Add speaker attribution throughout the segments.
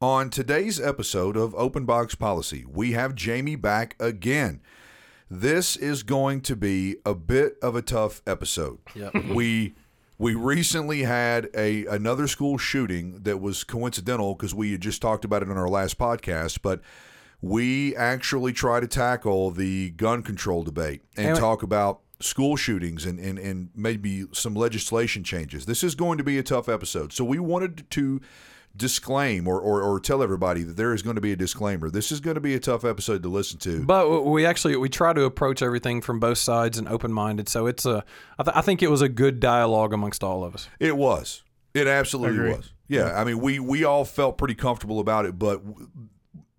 Speaker 1: On today's episode of Open Box Policy, we have Jamie back again. This is going to be a bit of a tough episode. we we recently had a another school shooting that was coincidental because we had just talked about it on our last podcast, but we actually try to tackle the gun control debate and,
Speaker 2: And-
Speaker 1: talk about school shootings and, and, and maybe some legislation changes. This is going to be a tough episode. So we wanted to disclaim or, or, or tell everybody that there is going to be a disclaimer. This is going to be a tough episode to listen to.
Speaker 2: But w- we actually we try to approach everything from both sides and open minded. So it's a I, th- I think it was a good dialogue amongst all of us.
Speaker 1: It was. It absolutely
Speaker 3: Agree.
Speaker 1: was. Yeah, I mean, we we all felt pretty comfortable about it, but w-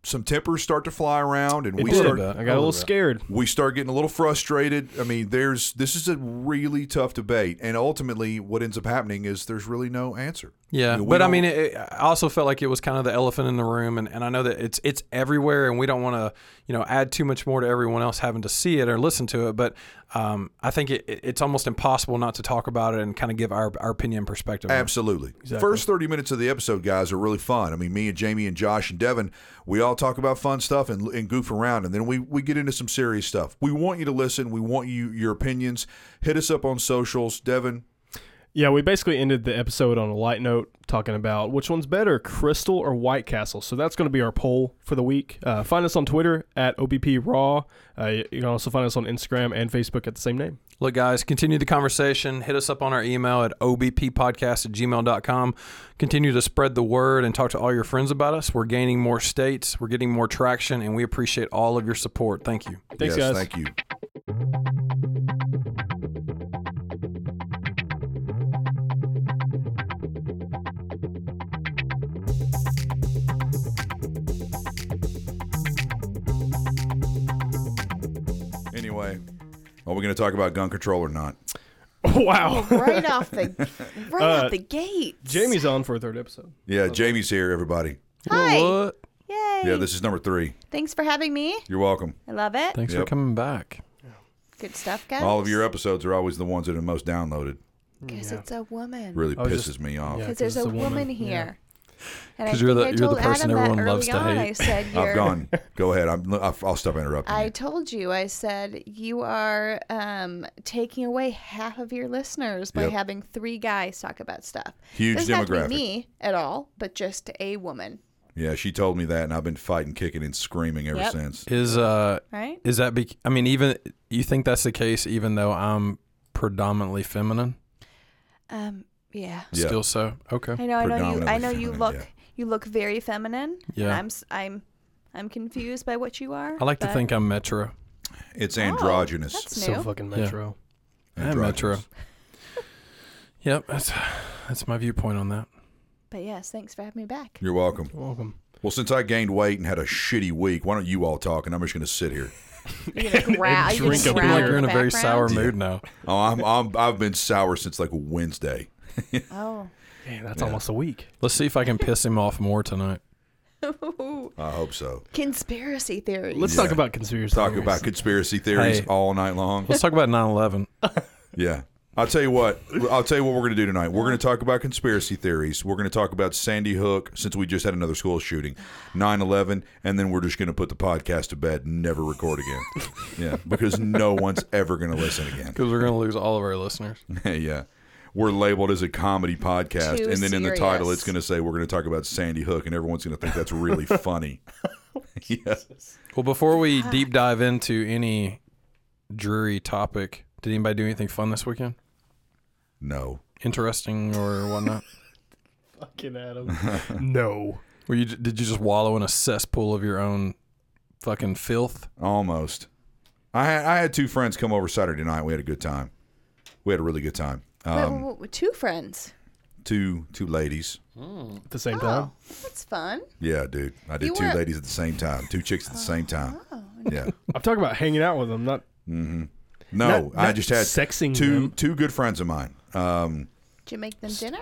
Speaker 1: some tempers start to fly around, and we
Speaker 2: did,
Speaker 1: start
Speaker 2: uh,
Speaker 3: I got a little scared.
Speaker 1: we start getting a little frustrated. I mean, there's this is a really tough debate, and ultimately, what ends up happening is there's really no answer.
Speaker 2: Yeah,
Speaker 1: we
Speaker 2: but I
Speaker 1: don't-
Speaker 2: mean, it, it- I also felt like it was kind of the elephant in the room, and, and I know that it's it's everywhere, and we don't want to you know add too much more to everyone else having to see it or listen to it. But um, I think it, it- it's almost impossible not to talk about it and kind of give our, our opinion and perspective. on it.
Speaker 1: Absolutely. First 30 minutes of the episode, guys, are really fun. I mean, me and Jamie and Josh and Devin, we all talk about fun stuff and, and goof around, and then we, we get into some serious stuff. We want you to listen. We want you your opinions. Hit us up on socials. Devin,
Speaker 3: Yeah, we basically ended the episode on a light note, talking about which one's better, Crystal or White Castle. So that's going to be our poll for the week. Uh, find us on Twitter at OBP Raw. Uh, you can also find us on Instagram and Facebook at the same name.
Speaker 2: Look, guys, continue the conversation. Hit us up on our email at obppodcast at gmail.com. Continue to spread the word and talk to all your friends about us. We're gaining more states, we're getting more traction, and we appreciate all of your support. Thank you.
Speaker 3: Thanks,
Speaker 1: yes,
Speaker 3: guys.
Speaker 1: Thank you. Anyway, are we going to talk about gun control or not?
Speaker 3: wow.
Speaker 4: right off the right
Speaker 3: Uh,
Speaker 4: off the gate.
Speaker 3: Jamie's on for a third episode.
Speaker 1: Yeah, Jamie's here, everybody.
Speaker 4: Hi.
Speaker 2: What?
Speaker 4: Yay.
Speaker 1: Yeah, this is number three.
Speaker 4: Thanks for having me.
Speaker 1: You're welcome.
Speaker 4: I love it.
Speaker 2: Thanks
Speaker 1: Yep.
Speaker 2: for coming back.
Speaker 4: Good stuff, guys.
Speaker 1: All of your episodes are always the ones that are most downloaded.
Speaker 4: Because
Speaker 3: Yeah.
Speaker 4: it's a woman.
Speaker 1: Really
Speaker 3: I was
Speaker 1: pisses
Speaker 3: just-
Speaker 1: me off.
Speaker 3: yeah.
Speaker 4: Because there's
Speaker 3: 'cause
Speaker 4: a
Speaker 3: it's a woman,
Speaker 4: woman, here. And I
Speaker 2: 'Cause you're
Speaker 4: think
Speaker 2: the-
Speaker 4: I
Speaker 2: you're the
Speaker 4: told
Speaker 2: person
Speaker 4: Adam that
Speaker 2: everyone loves
Speaker 4: early
Speaker 2: to
Speaker 4: on.
Speaker 2: hate.
Speaker 4: I said you're.
Speaker 1: I've gone. Go ahead. I'm, I'll stop interrupting.
Speaker 4: I
Speaker 1: you.
Speaker 4: told you. I said you are um, taking away half of your listeners by
Speaker 1: Yep.
Speaker 4: having three guys talk about stuff.
Speaker 1: Huge
Speaker 4: Doesn't have to be
Speaker 1: demographic.
Speaker 4: me at all, but just a woman,
Speaker 1: Yeah, she told me that, and I've been fighting, kicking, and screaming ever
Speaker 4: Yep.
Speaker 1: since.
Speaker 2: Is uh
Speaker 4: right?
Speaker 2: is that be I mean even you think that's the case even though I'm predominantly feminine?
Speaker 4: Um, yeah.
Speaker 1: Yeah.
Speaker 2: Still so. Okay.
Speaker 4: I know, I know you.
Speaker 1: predominantly
Speaker 4: I know you
Speaker 1: feminine,
Speaker 4: look.
Speaker 1: yeah.
Speaker 4: You look very feminine. and
Speaker 2: Yeah.
Speaker 4: I'm. s- I'm. I'm confused by what you are.
Speaker 2: I like to
Speaker 4: but-
Speaker 2: think I'm metro.
Speaker 1: It's
Speaker 4: Oh,
Speaker 1: androgynous.
Speaker 4: that's new.
Speaker 3: So fucking metro.
Speaker 2: I'm metro. Yep, that's that's my viewpoint on that.
Speaker 4: But yes, thanks for having me back.
Speaker 1: You're welcome.
Speaker 3: Welcome.
Speaker 1: Well, since I gained weight and had a shitty week, why don't you all talk, and I'm just going to sit here.
Speaker 4: You're gonna growl. you
Speaker 3: drink a
Speaker 2: You're
Speaker 4: growl
Speaker 2: like
Speaker 3: Hour
Speaker 2: you're in a
Speaker 4: the
Speaker 2: very sour
Speaker 4: background?
Speaker 2: mood now.
Speaker 1: Oh, I'm, I'm, I've been sour since like Wednesday.
Speaker 4: Oh.
Speaker 3: Man, that's almost a week.
Speaker 2: Let's see if I can piss him off more tonight.
Speaker 1: I hope so.
Speaker 4: Oh. Conspiracy theory.
Speaker 3: Let's
Speaker 1: Yeah.
Speaker 3: talk about conspiracy.
Speaker 1: Talk
Speaker 3: theories.
Speaker 1: about conspiracy theories
Speaker 2: Hey.
Speaker 1: all night long.
Speaker 2: Let's talk about 9/11.
Speaker 1: Yeah. I'll tell you what. I'll tell you what we're going to do tonight. We're going to talk about conspiracy theories. We're going to talk about Sandy Hook, since we just had another school shooting, 9 11, and then we're just going to put the podcast to bed and never record again. yeah. Because no one's ever going to listen again.
Speaker 2: Because we're gonna lose all of our listeners.
Speaker 1: yeah. We're labeled as a comedy podcast,
Speaker 4: Too
Speaker 1: and then in the title,
Speaker 4: serious.
Speaker 1: it's going to say we're going to talk about Sandy Hook, and everyone's going to think that's really funny. yeah.
Speaker 2: Well, before we deep dive into any dreary topic, did anybody do anything fun this weekend?
Speaker 1: No.
Speaker 2: Interesting or whatnot?
Speaker 3: Fucking Adam. no.
Speaker 2: Were you did you just wallow in a cesspool of your own fucking filth?
Speaker 1: Almost. I had, I had two friends come over Saturday night. We had a good time. We had a really good time. Um,
Speaker 4: Wait, wait, wait, two friends.
Speaker 1: two two ladies.
Speaker 3: At the same time.
Speaker 4: Oh, that's fun.
Speaker 1: Yeah, dude. I did
Speaker 4: You
Speaker 1: two
Speaker 4: were- Oh,
Speaker 1: ladies at the same time, two chicks at the same time. Yeah.
Speaker 3: I'm talking about hanging out with them, not
Speaker 1: No,
Speaker 3: Not-
Speaker 1: I
Speaker 3: not
Speaker 1: just had
Speaker 3: sexing
Speaker 1: two
Speaker 3: them.
Speaker 1: two good friends of mine. Um,
Speaker 4: Did you make them dinner?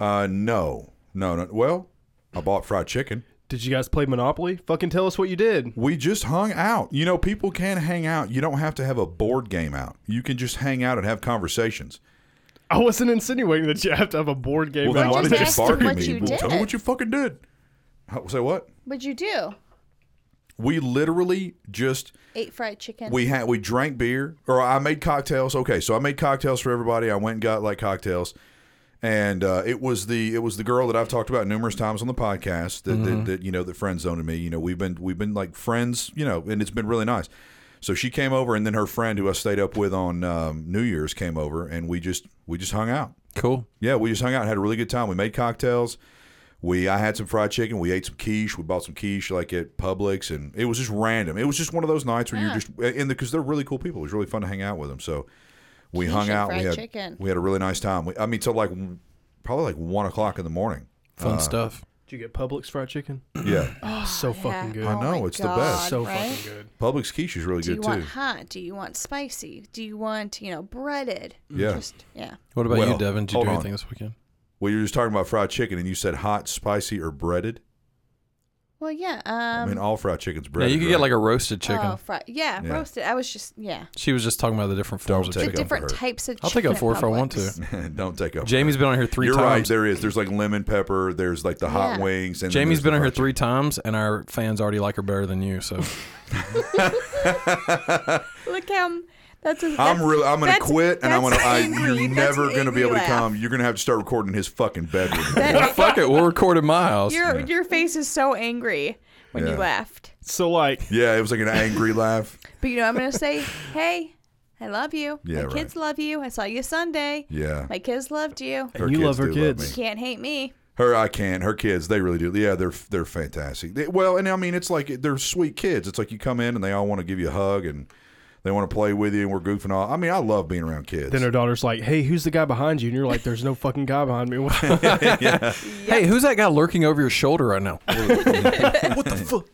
Speaker 1: uh, no, no, no. Well, I bought fried chicken.
Speaker 3: Did you guys play Monopoly? Fucking tell us what you did.
Speaker 1: We just hung out. You know, people can hang out. You don't have to have a board game out. You can just hang out and have conversations.
Speaker 3: I wasn't insinuating that you have to have a board game.
Speaker 1: Well, then
Speaker 3: out.
Speaker 1: why
Speaker 4: just
Speaker 1: did you
Speaker 4: asked
Speaker 1: bark
Speaker 4: him
Speaker 1: at
Speaker 4: what
Speaker 1: me?
Speaker 4: you
Speaker 1: Well, tell me
Speaker 4: did.
Speaker 1: what you fucking did. Huh, Say what?
Speaker 4: What'd you do?
Speaker 1: We literally just
Speaker 4: Ate fried chicken.
Speaker 1: we had we drank beer or I made cocktails. Okay, so I made cocktails for everybody. I went and got like cocktails, and uh, it was the it was the girl that I've talked about numerous times on the podcast that, that, that you know that friend zoned me. You know we've been we've been like friends. You know, and it's been really nice. So she came over, and then her friend who I stayed up with on um, New Year's came over, and we just we just hung out.
Speaker 2: Cool.
Speaker 1: Yeah, we just hung out and had a really good time. We made cocktails. We I had some fried chicken. We ate some quiche. We bought some quiche like at Publix, and it was just random. It was just one of those nights where you're just uh, in the because they're really cool people. It was really fun to hang out with them. So we
Speaker 4: Quiche
Speaker 1: hung
Speaker 4: and
Speaker 1: out. We
Speaker 4: fried
Speaker 1: had
Speaker 4: chicken.
Speaker 1: we had a really nice time. We, I mean, till like w- probably like one o'clock in the morning.
Speaker 2: Fun stuff.
Speaker 3: Did you get Publix fried chicken?
Speaker 1: Yeah,
Speaker 3: Oh, so fucking good.
Speaker 1: I know,
Speaker 4: Oh my
Speaker 1: it's the best.
Speaker 3: so
Speaker 4: right?
Speaker 3: fucking good.
Speaker 1: Publix quiche is really
Speaker 4: Do you
Speaker 1: good
Speaker 4: want
Speaker 1: too.
Speaker 4: hot? Do you want spicy? Do you want, you know, breaded?
Speaker 1: Yeah.
Speaker 4: Just, yeah.
Speaker 2: What about
Speaker 1: Well,
Speaker 2: you, Devin? Did you
Speaker 1: hold
Speaker 2: do
Speaker 1: on.
Speaker 2: anything this weekend?
Speaker 1: Well, you were just talking about fried chicken, and you said hot, spicy, or breaded.
Speaker 4: Well, yeah. Um,
Speaker 1: I mean, all fried chicken's
Speaker 2: Yeah,
Speaker 1: breaded.
Speaker 2: you could get
Speaker 1: right?
Speaker 2: like a roasted chicken.
Speaker 4: Oh, fried. Yeah,
Speaker 1: Yeah.
Speaker 4: roasted. I was just, yeah.
Speaker 2: She was just talking about the different
Speaker 1: Don't
Speaker 2: forms of
Speaker 1: take
Speaker 4: The
Speaker 1: up
Speaker 2: chicken.
Speaker 1: for
Speaker 4: different
Speaker 1: her.
Speaker 4: types of
Speaker 2: I'll take up
Speaker 4: chicken
Speaker 2: four
Speaker 4: at
Speaker 2: if I want
Speaker 4: Publix.
Speaker 2: to.
Speaker 1: don't take over.
Speaker 2: Jamie's been on here 3
Speaker 1: You're right.
Speaker 2: times.
Speaker 1: There is. There's like lemon pepper. There's like the hot
Speaker 4: Yeah.
Speaker 1: wings. And then
Speaker 2: Jamie's
Speaker 1: there's
Speaker 2: been
Speaker 1: the
Speaker 2: on here
Speaker 1: fried
Speaker 2: three times, and our fans already like her better than you. So
Speaker 4: Look how m- that's a.
Speaker 1: I'm
Speaker 4: that's-
Speaker 1: really. I'm gonna
Speaker 4: that's-
Speaker 1: quit, and I'm gonna.
Speaker 4: that's
Speaker 1: I,
Speaker 4: angry.
Speaker 1: you're
Speaker 4: That's
Speaker 1: never gonna be
Speaker 4: angry
Speaker 1: able to
Speaker 4: laugh.
Speaker 1: come. You're gonna have to start recording in his fucking bedroom.
Speaker 2: well, fuck it, we'll record in my house.
Speaker 4: Your your face is so angry when
Speaker 1: Yeah.
Speaker 4: you laughed.
Speaker 3: So like,
Speaker 1: yeah, it was like an angry laugh.
Speaker 4: But you know, I'm gonna say, hey, I love you.
Speaker 1: Yeah,
Speaker 4: My
Speaker 1: right.
Speaker 4: kids love you. I saw you Sunday.
Speaker 1: Yeah,
Speaker 4: My kids loved you.
Speaker 1: her
Speaker 3: you
Speaker 1: kids
Speaker 3: love her
Speaker 1: do
Speaker 3: kids.
Speaker 1: me.
Speaker 4: Can't hate me.
Speaker 1: Her, I can't. Her kids, they really do. Yeah, they're they're fantastic. They, well, and I mean, it's like they're sweet kids. It's like you come in and they all want to give you a hug and they want to play with you and we're goofing all. I mean, I love being around kids.
Speaker 3: then her daughter's like, "Hey, who's the guy behind you?" And you're like, "There's no fucking guy behind me." What-
Speaker 2: Hey, who's that guy lurking over your shoulder right now?
Speaker 1: what the fuck?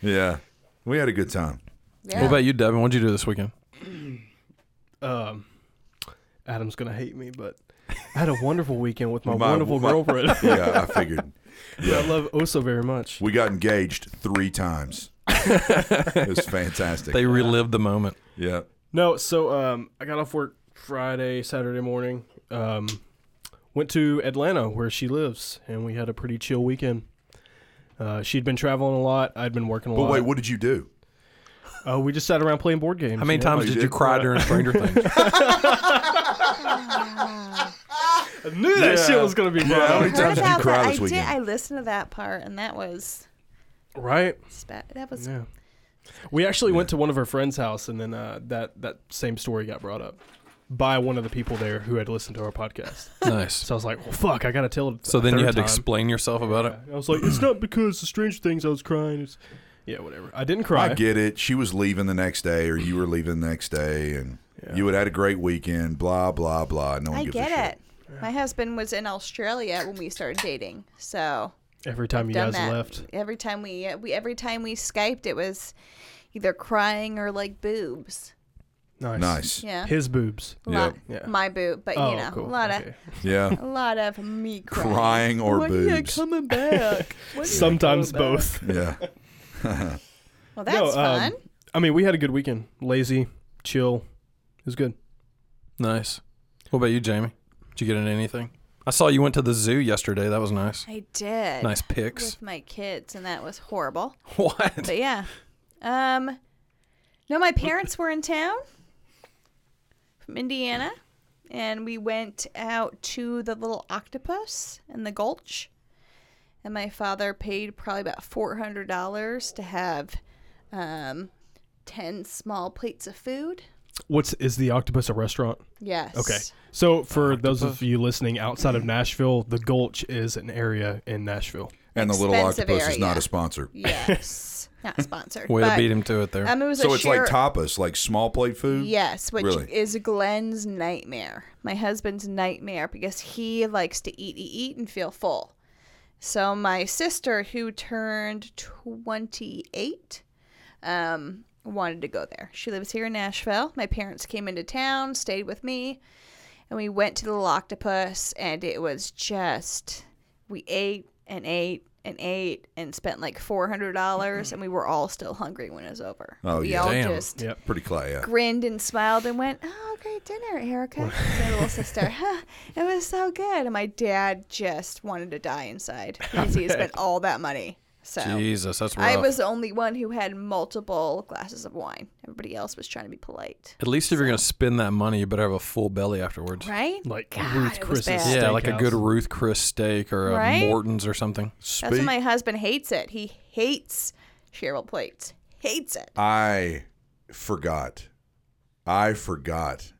Speaker 1: Yeah, we had a good time.
Speaker 4: Yeah.
Speaker 2: What about you, Devin? What'd you do this weekend?
Speaker 3: um, Adam's gonna hate me, but I had a wonderful weekend with my,
Speaker 1: My-
Speaker 3: wonderful
Speaker 1: my-
Speaker 3: girlfriend.
Speaker 1: Yeah, I figured.
Speaker 3: I love Oso very much.
Speaker 1: We got engaged three times. it was fantastic.
Speaker 2: They relived the moment.
Speaker 1: yeah.
Speaker 3: No, so um, I got off work Friday, Saturday morning. Um, went to Atlanta where she lives, and we had a pretty chill weekend. Uh, she'd been traveling a lot. I'd been working a
Speaker 1: But
Speaker 3: lot.
Speaker 1: wait, what did you do?
Speaker 3: Uh, we just sat around playing board games.
Speaker 2: How many
Speaker 3: you know?
Speaker 2: times
Speaker 1: you
Speaker 2: did you
Speaker 1: did.
Speaker 2: cry during Stranger Things?
Speaker 3: I knew that shit was gonna be brought
Speaker 1: How
Speaker 3: up.
Speaker 1: many
Speaker 4: Heard
Speaker 1: times did you
Speaker 4: about
Speaker 1: cry
Speaker 4: that.
Speaker 1: this
Speaker 4: I
Speaker 1: weekend?
Speaker 4: did. I listened to that part, and that was
Speaker 3: right?
Speaker 4: spa- that was
Speaker 3: Yeah. We actually went to one of her friends' house, and then uh, that that same story got brought up by one of the people there who had listened to our podcast.
Speaker 2: nice.
Speaker 3: So I was like, "Well, fuck, I gotta tell." it
Speaker 2: So
Speaker 3: a
Speaker 2: then you
Speaker 3: third
Speaker 2: had to
Speaker 3: time.
Speaker 2: explain yourself about it.
Speaker 3: I was like, "It's not because of Stranger Things I was crying." It's, yeah, whatever. I didn't cry.
Speaker 1: I get it. She was leaving the next day, or you were leaving the next day, and you had had a great weekend. Blah blah blah. No one
Speaker 4: I
Speaker 1: gives
Speaker 4: get
Speaker 1: a shit.
Speaker 4: it. My husband was in Australia when we started dating, so
Speaker 3: Every time you
Speaker 4: done
Speaker 3: guys
Speaker 4: that.
Speaker 3: left,
Speaker 4: Every time we, we every time we skyped, it was either crying or like boobs.
Speaker 3: nice,
Speaker 1: Nice. Yeah.
Speaker 4: Yeah,
Speaker 3: His boobs.
Speaker 4: A lot-
Speaker 3: Yeah. Yeah.
Speaker 4: my boob, but
Speaker 3: oh,
Speaker 4: you know,
Speaker 3: cool.
Speaker 4: a lot
Speaker 3: Okay.
Speaker 4: of a lot of me crying.
Speaker 1: Crying or
Speaker 4: When you
Speaker 1: boobs.
Speaker 4: coming back? When you
Speaker 3: Sometimes
Speaker 4: coming back?
Speaker 3: both.
Speaker 1: Yeah.
Speaker 4: Well, that's
Speaker 3: No, um,
Speaker 4: fun.
Speaker 3: I mean, we had a good weekend. Lazy, chill. It was good.
Speaker 2: Nice. What about you, Jamie? Did you get into anything? I saw you went to the zoo yesterday. That was nice.
Speaker 4: I did
Speaker 2: Nice pics.
Speaker 4: with my kids, and that was horrible.
Speaker 2: What?
Speaker 4: But yeah, um, no, my parents were in town from Indiana, and we went out to the little octopus in the gulch, and my father paid probably about four hundred dollars to have um, ten small plates of food.
Speaker 3: What's is the octopus a restaurant?
Speaker 4: Yes. Uh,
Speaker 3: Okay. So for those of you listening outside of Nashville, the Gulch is an area in Nashville.
Speaker 1: And the little
Speaker 4: Expensive
Speaker 1: octopus is
Speaker 4: area.
Speaker 1: not a sponsor.
Speaker 4: Yes. Not sponsored.
Speaker 2: Way
Speaker 4: but,
Speaker 2: to beat him to it there.
Speaker 4: Um, it was
Speaker 1: So
Speaker 4: a
Speaker 1: it's like
Speaker 4: sheer-
Speaker 1: tapas, like small plate food.
Speaker 4: Yes, which
Speaker 1: Really?
Speaker 4: is Glenn's nightmare. My husband's nightmare because he likes to eat, eat, eat, and feel full. So my sister, who turned 28, um, wanted to go there. She lives here in Nashville. My parents came into town, stayed with me, and we went to the Little Octopus, and it was just we ate and ate and ate and spent like four hundred dollars, and we were all still hungry when it was over.
Speaker 1: Oh,
Speaker 4: we
Speaker 1: yeah.
Speaker 4: all
Speaker 2: Damn.
Speaker 4: just
Speaker 3: Yep.
Speaker 1: Pretty clay. Yeah.
Speaker 4: grinned and smiled and went, "Oh, great dinner, Erica." to My little sister, "Huh, it was so good. And my dad just wanted to die inside because he had spent all that money. So
Speaker 2: Jesus, that's rough.
Speaker 4: I was the only one who had multiple glasses of wine. Everybody else was trying to be polite.
Speaker 2: At least if you're gonna spend that money, you better have a full belly afterwards.
Speaker 4: Right?
Speaker 3: Like
Speaker 4: God,
Speaker 3: Ruth
Speaker 4: it was
Speaker 3: Chris's
Speaker 4: bad.
Speaker 3: steak.
Speaker 2: Yeah, like a good
Speaker 3: Steakhouse.
Speaker 2: Ruth Chris steak or a
Speaker 4: Right?
Speaker 2: Morton's or something.
Speaker 4: That's why
Speaker 1: Speak.
Speaker 4: my husband hates it. He hates Cheryl plates. Hates it.
Speaker 1: I forgot. I forgot.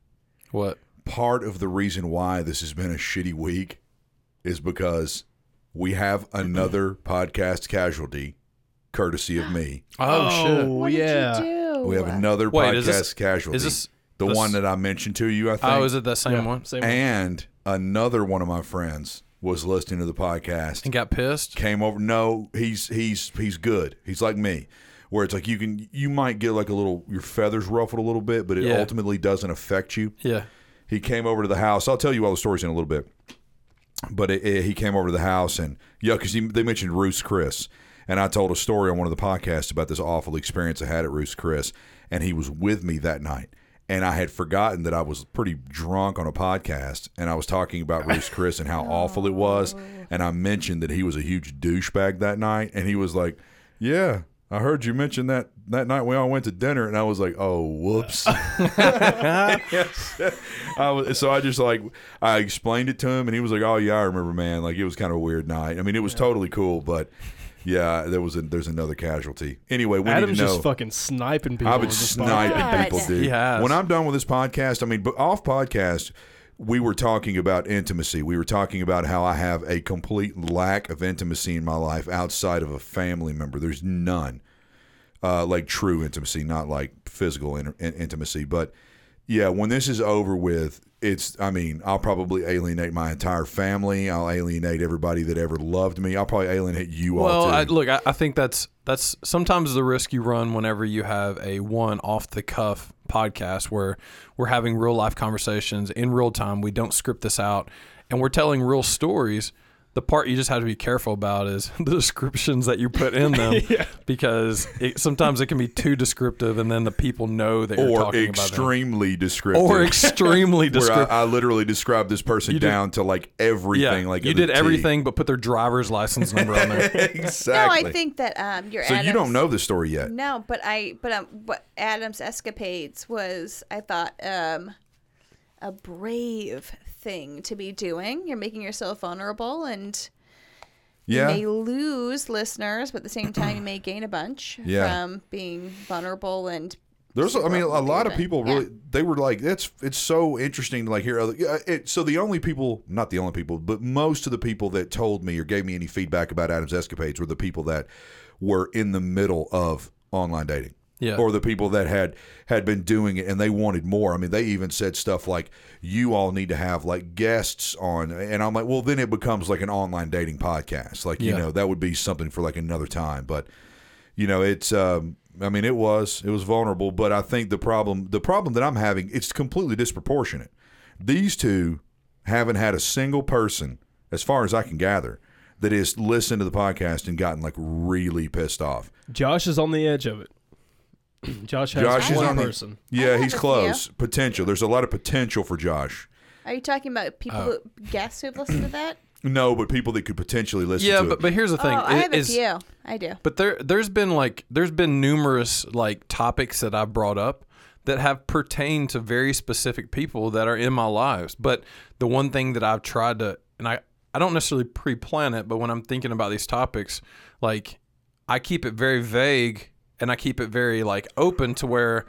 Speaker 2: What?
Speaker 1: Part of the reason why this has been a shitty week is because we have another podcast casualty, courtesy of me.
Speaker 2: Oh, shit!
Speaker 3: Oh,
Speaker 4: What
Speaker 3: yeah.
Speaker 4: did you do?
Speaker 1: We have another podcast
Speaker 2: Wait, is this-
Speaker 1: casualty.
Speaker 2: is this-
Speaker 1: the
Speaker 2: this-
Speaker 1: one that I mentioned to you? I think.
Speaker 2: Oh, is it the same
Speaker 3: Yeah,
Speaker 2: one?
Speaker 3: Same one.
Speaker 1: and another one of my friends was listening to the podcast
Speaker 2: And got pissed.
Speaker 1: came over no he's he's he's good he's like me where it's like you can you might get like a little your feathers ruffled a little bit but it
Speaker 2: Yeah.
Speaker 1: ultimately doesn't affect you
Speaker 2: Yeah.
Speaker 1: he came over to the house i'll tell you all the stories in a little bit but it, it- he came over to the house and yeah because they mentioned Ruth's chris and i told a story on one of the podcasts about this awful experience i had at Ruth's chris and he was with me that night and i had forgotten that i was pretty drunk on a podcast and i was talking about Ruth's chris and how awful it was and i mentioned that he was a huge douchebag that night and he was like yeah I heard you mention that that night we all went to dinner, and I was like, "Oh, whoops!" I was, so I just like I explained it to him, and he was like, "Oh yeah, I remember, man. Like it was kind of a weird night. I mean, it was totally cool, but yeah, there was a, there's another casualty. Anyway, we
Speaker 3: Adam's
Speaker 1: need to know.
Speaker 3: just fucking sniping people.
Speaker 1: I've been
Speaker 3: with this
Speaker 1: sniping
Speaker 3: podcast.
Speaker 4: podcast.
Speaker 1: people,
Speaker 4: God.
Speaker 1: dude.
Speaker 2: He has.
Speaker 1: When I'm done with this podcast, I mean, but off podcast, we were talking about intimacy. We were talking about how I have a complete lack of intimacy in my life outside of a family member. There's none, uh, like true intimacy, not like physical in- in- intimacy. But yeah, when this is over with, it's. I mean, I'll probably alienate my entire family. I'll alienate everybody that ever loved me. I'll probably alienate you all.
Speaker 2: Well,
Speaker 1: Too.
Speaker 2: I, look, I, I think that's that's sometimes the risk you run whenever you have a one off the cuff podcast where we're having real life conversations in real time. We don't script this out, and we're telling real stories. The part you just have to be careful about is the descriptions that you put in them, because it, sometimes it can be too descriptive, and then the people know that you're
Speaker 1: or
Speaker 2: talking about them.
Speaker 1: extremely descriptive.
Speaker 2: or extremely
Speaker 1: where
Speaker 2: descriptive.
Speaker 1: I, I literally described this person
Speaker 2: did-
Speaker 1: down to like everything. like
Speaker 2: you
Speaker 1: the T.
Speaker 2: did everything but put their driver's license number on there.
Speaker 1: exactly.
Speaker 4: No, I think that um, your
Speaker 1: so. You don't
Speaker 4: Adam's-
Speaker 1: know the story yet.
Speaker 4: No, but I but um, what Adam's escapades was I thought um a brave thing to be doing. You're making yourself vulnerable and
Speaker 1: Yeah,
Speaker 4: you may lose listeners, but at the same time you may gain a bunch
Speaker 1: Yeah.
Speaker 4: from being vulnerable and
Speaker 1: there's. I mean, a lot of
Speaker 4: Yeah.
Speaker 1: people really. They were like, "That's it's so interesting to like hear other." yeah, It, so the only people, not the only people, but most of the people that told me or gave me any feedback about Adam's escapades were the people that were in the middle of online dating.
Speaker 2: Yeah.
Speaker 1: Or the people that had had been doing it and they wanted more. I mean, they even said stuff like, "You all need to have like guests on," and I'm like, "Well, then it becomes like an online dating podcast. Like, you
Speaker 2: Yeah.
Speaker 1: know, that would be something for like another time." But you know, it's. Um, I mean, it was it was vulnerable, but I think the problem the problem that I'm having it's completely disproportionate. These two haven't had a single person, as far as I can gather, that has listened to the podcast and gotten like really pissed off.
Speaker 3: Josh is on the edge of it. Josh has
Speaker 1: Josh is
Speaker 3: one
Speaker 1: on the-
Speaker 3: person.
Speaker 1: Yeah,
Speaker 4: have
Speaker 1: he's
Speaker 4: a few.
Speaker 1: close. Potential. There's a lot of potential for Josh.
Speaker 4: are you talking about
Speaker 1: Uh,
Speaker 4: people who guess who've listened to that?
Speaker 1: No, but people that could potentially listen
Speaker 2: yeah,
Speaker 1: to
Speaker 2: but
Speaker 1: it.
Speaker 2: but here's the
Speaker 4: oh,
Speaker 2: thing:
Speaker 4: I
Speaker 2: it
Speaker 4: have a
Speaker 2: is-
Speaker 4: few. I do.
Speaker 2: But there there's been like there's been numerous like topics that I've brought up that have pertained to very specific people that are in my lives. But the one thing that I've tried to and I I don't necessarily pre-plan it, but when I'm thinking about these topics, like I keep it very vague and I keep it very like open to where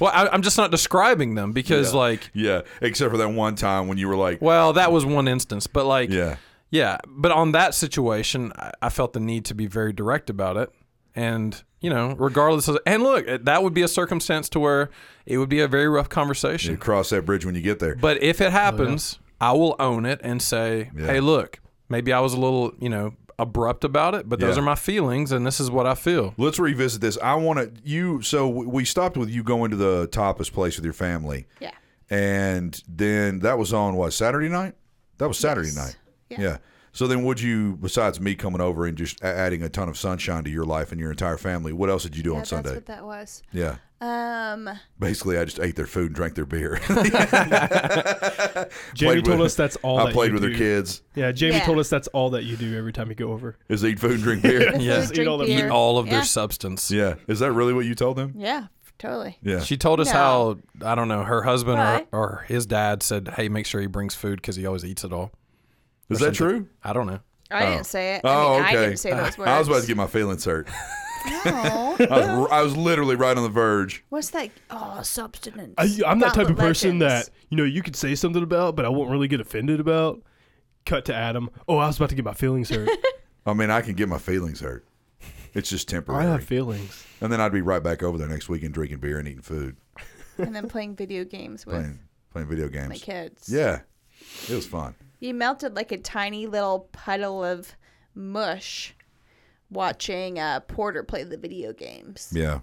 Speaker 2: well, I, I'm just not describing them because like
Speaker 1: yeah, except for that one time when you were like,
Speaker 2: well, that was one instance, but like
Speaker 1: yeah,
Speaker 2: yeah, but on that situation, I- I felt the need to be very direct about it, and you know, regardless of and look, that would be a circumstance to where it would be a very rough conversation.
Speaker 1: you cross that bridge when you get there.
Speaker 2: But if it happens, I will own it and say, "Hey, look, maybe I was a little, you know, abrupt about it, but those
Speaker 1: Yeah.
Speaker 2: are my feelings, and this is what I feel."
Speaker 1: Let's revisit this. I want to you. So w- we stopped with you going to the Tapas place with your family,
Speaker 4: Yeah.
Speaker 1: and then that was on what Saturday night. That was Saturday
Speaker 4: Yes.
Speaker 1: night.
Speaker 4: Yeah.
Speaker 1: So then, would you, besides me coming over and just a- adding a ton of sunshine to your life and your entire family, what else did you do on Sunday?
Speaker 4: that was.
Speaker 1: yeah.
Speaker 4: Um,
Speaker 1: Basically, I just ate their food and drank their beer.
Speaker 3: Jamie
Speaker 1: Played
Speaker 3: told
Speaker 1: with-
Speaker 3: us that's all.
Speaker 1: I
Speaker 3: that
Speaker 1: played
Speaker 3: you
Speaker 1: with
Speaker 3: do.
Speaker 1: their kids,
Speaker 3: Yeah, Jamie
Speaker 4: Yeah.
Speaker 3: told us that's all that you do every time you go over.
Speaker 1: is eat food and drink beer.
Speaker 2: Yes.
Speaker 4: food,
Speaker 3: Eat all
Speaker 4: drink
Speaker 3: the- eat
Speaker 4: beer.
Speaker 2: all of
Speaker 4: yeah.
Speaker 2: their substance.
Speaker 1: yeah. Is that really what you told them?
Speaker 4: Yeah, totally.
Speaker 1: Yeah.
Speaker 2: She told us
Speaker 4: No.
Speaker 2: how I don't know her husband
Speaker 4: Right.
Speaker 2: or, or his dad said, "Hey, make sure he brings food because he always eats it all."
Speaker 1: Is that true?
Speaker 2: I don't know.
Speaker 4: I
Speaker 1: Oh.
Speaker 4: didn't say it.
Speaker 1: Oh,
Speaker 4: I mean,
Speaker 1: okay.
Speaker 4: I didn't say those words.
Speaker 1: I was about to get my feelings hurt.
Speaker 4: No.
Speaker 1: I was, r- I was literally right on the verge.
Speaker 4: What's that? Oh, substance.
Speaker 3: I, I'm that type of
Speaker 4: Goblet
Speaker 3: person
Speaker 4: Legends.
Speaker 3: that you know you could say something about, but I won't really get offended about. Cut to Adam. Oh, I was about to get my feelings hurt.
Speaker 1: I mean, I can get my feelings hurt. It's just
Speaker 3: I
Speaker 1: temporary.
Speaker 3: have feelings.
Speaker 1: and then I'd be right back over there next weekend drinking beer and eating food,
Speaker 4: and then playing video games with
Speaker 1: playing playing video
Speaker 4: my
Speaker 1: games.
Speaker 4: kids.
Speaker 1: Yeah, it was fun.
Speaker 4: You melted like a tiny little puddle of mush watching uh, Porter play the video games.
Speaker 1: Yeah,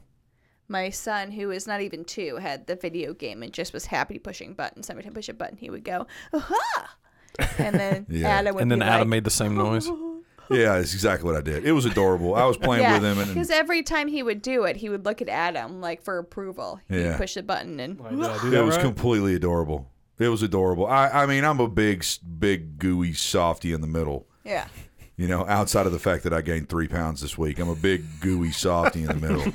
Speaker 4: My son, who is not even two, had the video game and just was happy pushing buttons. Every time I push a button, he would go, aha! And then
Speaker 1: Yeah.
Speaker 4: Adam would
Speaker 2: And then
Speaker 4: be
Speaker 2: Adam
Speaker 4: like,
Speaker 2: made the same noise.
Speaker 1: yeah, that's exactly what I did. It was adorable. I was playing
Speaker 4: yeah,
Speaker 1: with him, and,
Speaker 4: because every time he would do it, he would look at Adam like for approval. He'd
Speaker 1: Yeah.
Speaker 4: push the button and
Speaker 1: it was completely adorable. It was adorable. I, I mean, I'm a big, s- big gooey softy in the middle.
Speaker 4: yeah,
Speaker 1: You know, outside of the fact that I gained three pounds this week, I'm a big gooey softy in the middle.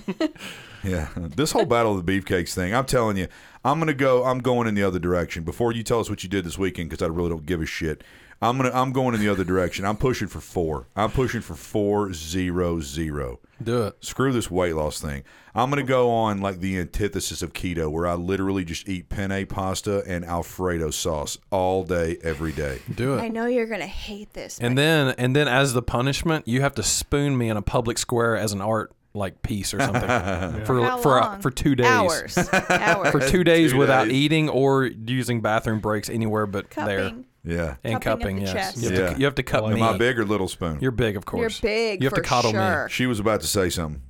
Speaker 1: Yeah, this whole battle of the beefcakes thing. I'm telling you, I'm gonna go. I'm going in the other direction. Before you tell us what you did this weekend, because I really don't give a shit. I'm gonna. I'm going in the other direction. I'm pushing for four. I'm pushing for four zero zero.
Speaker 2: Do it.
Speaker 1: Screw this weight loss thing. I'm gonna go on like the antithesis of keto, where I literally just eat penne pasta and Alfredo sauce all day, every day.
Speaker 2: Do it.
Speaker 4: I know you're gonna hate this.
Speaker 2: And then and then as the punishment, you have to spoon me in a public square as an art like piece or something for
Speaker 4: but how
Speaker 2: for uh,
Speaker 4: long?
Speaker 2: for 2 days.
Speaker 4: hours, hours,
Speaker 2: For 2 days
Speaker 1: Two
Speaker 2: without
Speaker 1: days.
Speaker 2: eating or using bathroom breaks anywhere but there.
Speaker 4: cupping.
Speaker 1: Yeah.
Speaker 2: And cupping,
Speaker 4: Cupping of the
Speaker 2: yes.
Speaker 4: chest.
Speaker 2: You have,
Speaker 1: Yeah.
Speaker 2: to, you have to cup
Speaker 3: Am
Speaker 2: me.
Speaker 1: Am I big or little spoon?
Speaker 2: You're big, of
Speaker 4: You're
Speaker 2: course.
Speaker 4: big.
Speaker 2: You have
Speaker 4: for
Speaker 2: to coddle
Speaker 4: sure.
Speaker 1: she was about to say something.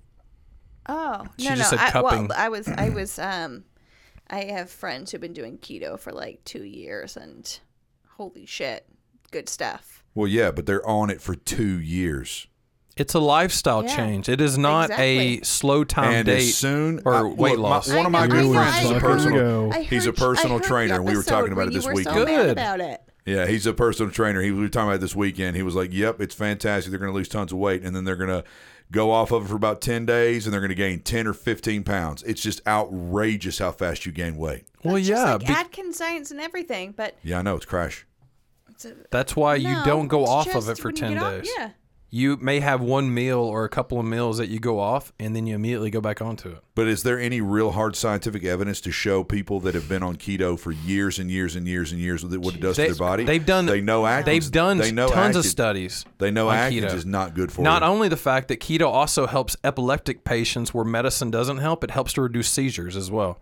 Speaker 4: Oh
Speaker 2: She
Speaker 4: no,
Speaker 2: just
Speaker 4: no.
Speaker 2: said
Speaker 4: I, well,
Speaker 2: cupping.
Speaker 4: I was, I was, um, I have friends who've been doing keto for like two years, and holy shit, good stuff.
Speaker 1: Well, yeah, but they're on it for two years.
Speaker 2: It's a lifestyle
Speaker 4: Yeah.
Speaker 2: change. It is not
Speaker 4: Exactly.
Speaker 2: a slow time
Speaker 1: and
Speaker 2: date
Speaker 1: as soon
Speaker 2: or
Speaker 1: I- look,
Speaker 2: weight
Speaker 1: my-
Speaker 2: loss.
Speaker 1: one of my
Speaker 4: I know,
Speaker 1: good
Speaker 4: I know,
Speaker 1: friends is
Speaker 4: I
Speaker 1: a
Speaker 4: heard-
Speaker 1: personal.
Speaker 3: Go.
Speaker 4: I
Speaker 1: He's a
Speaker 4: heard-
Speaker 1: personal
Speaker 4: I heard the
Speaker 1: trainer. We were
Speaker 4: episode
Speaker 1: talking about
Speaker 4: where
Speaker 1: it this
Speaker 4: you were So
Speaker 1: weekend.
Speaker 4: mad
Speaker 2: Good.
Speaker 4: about it.
Speaker 1: Yeah, he's a personal trainer. He we were talking about it this weekend. He was like, "Yep, it's fantastic. They're going to lose tons of weight, and then they're going to go off of it for about ten days, and they're going to gain ten or fifteen pounds. It's just outrageous how fast you gain weight."
Speaker 2: well,
Speaker 4: It's
Speaker 2: yeah,
Speaker 4: just like
Speaker 2: be-
Speaker 4: Atkins science and everything, but
Speaker 1: Yeah, I know it's crash.
Speaker 4: it's a,
Speaker 2: that's why
Speaker 4: no,
Speaker 2: you don't go
Speaker 4: it's
Speaker 2: off
Speaker 4: just
Speaker 2: of it for
Speaker 4: when you
Speaker 2: 10
Speaker 4: get off-
Speaker 2: days.
Speaker 4: yeah,
Speaker 2: You may have one meal or a couple of meals that you go off and then you immediately go back onto it.
Speaker 1: But is there any real hard scientific evidence to show people that have been on keto for years and years and years and years that what it does
Speaker 2: They-
Speaker 1: to their body?
Speaker 2: they've done-
Speaker 1: They know Atkins.
Speaker 2: They've done
Speaker 1: They know
Speaker 2: tons of
Speaker 1: Atkins-
Speaker 2: studies.
Speaker 1: They know
Speaker 2: on
Speaker 1: Atkins
Speaker 2: keto.
Speaker 1: is not good for
Speaker 2: Not
Speaker 1: you.
Speaker 2: only the fact that keto also helps epileptic patients where medicine doesn't help, it helps to reduce seizures as well.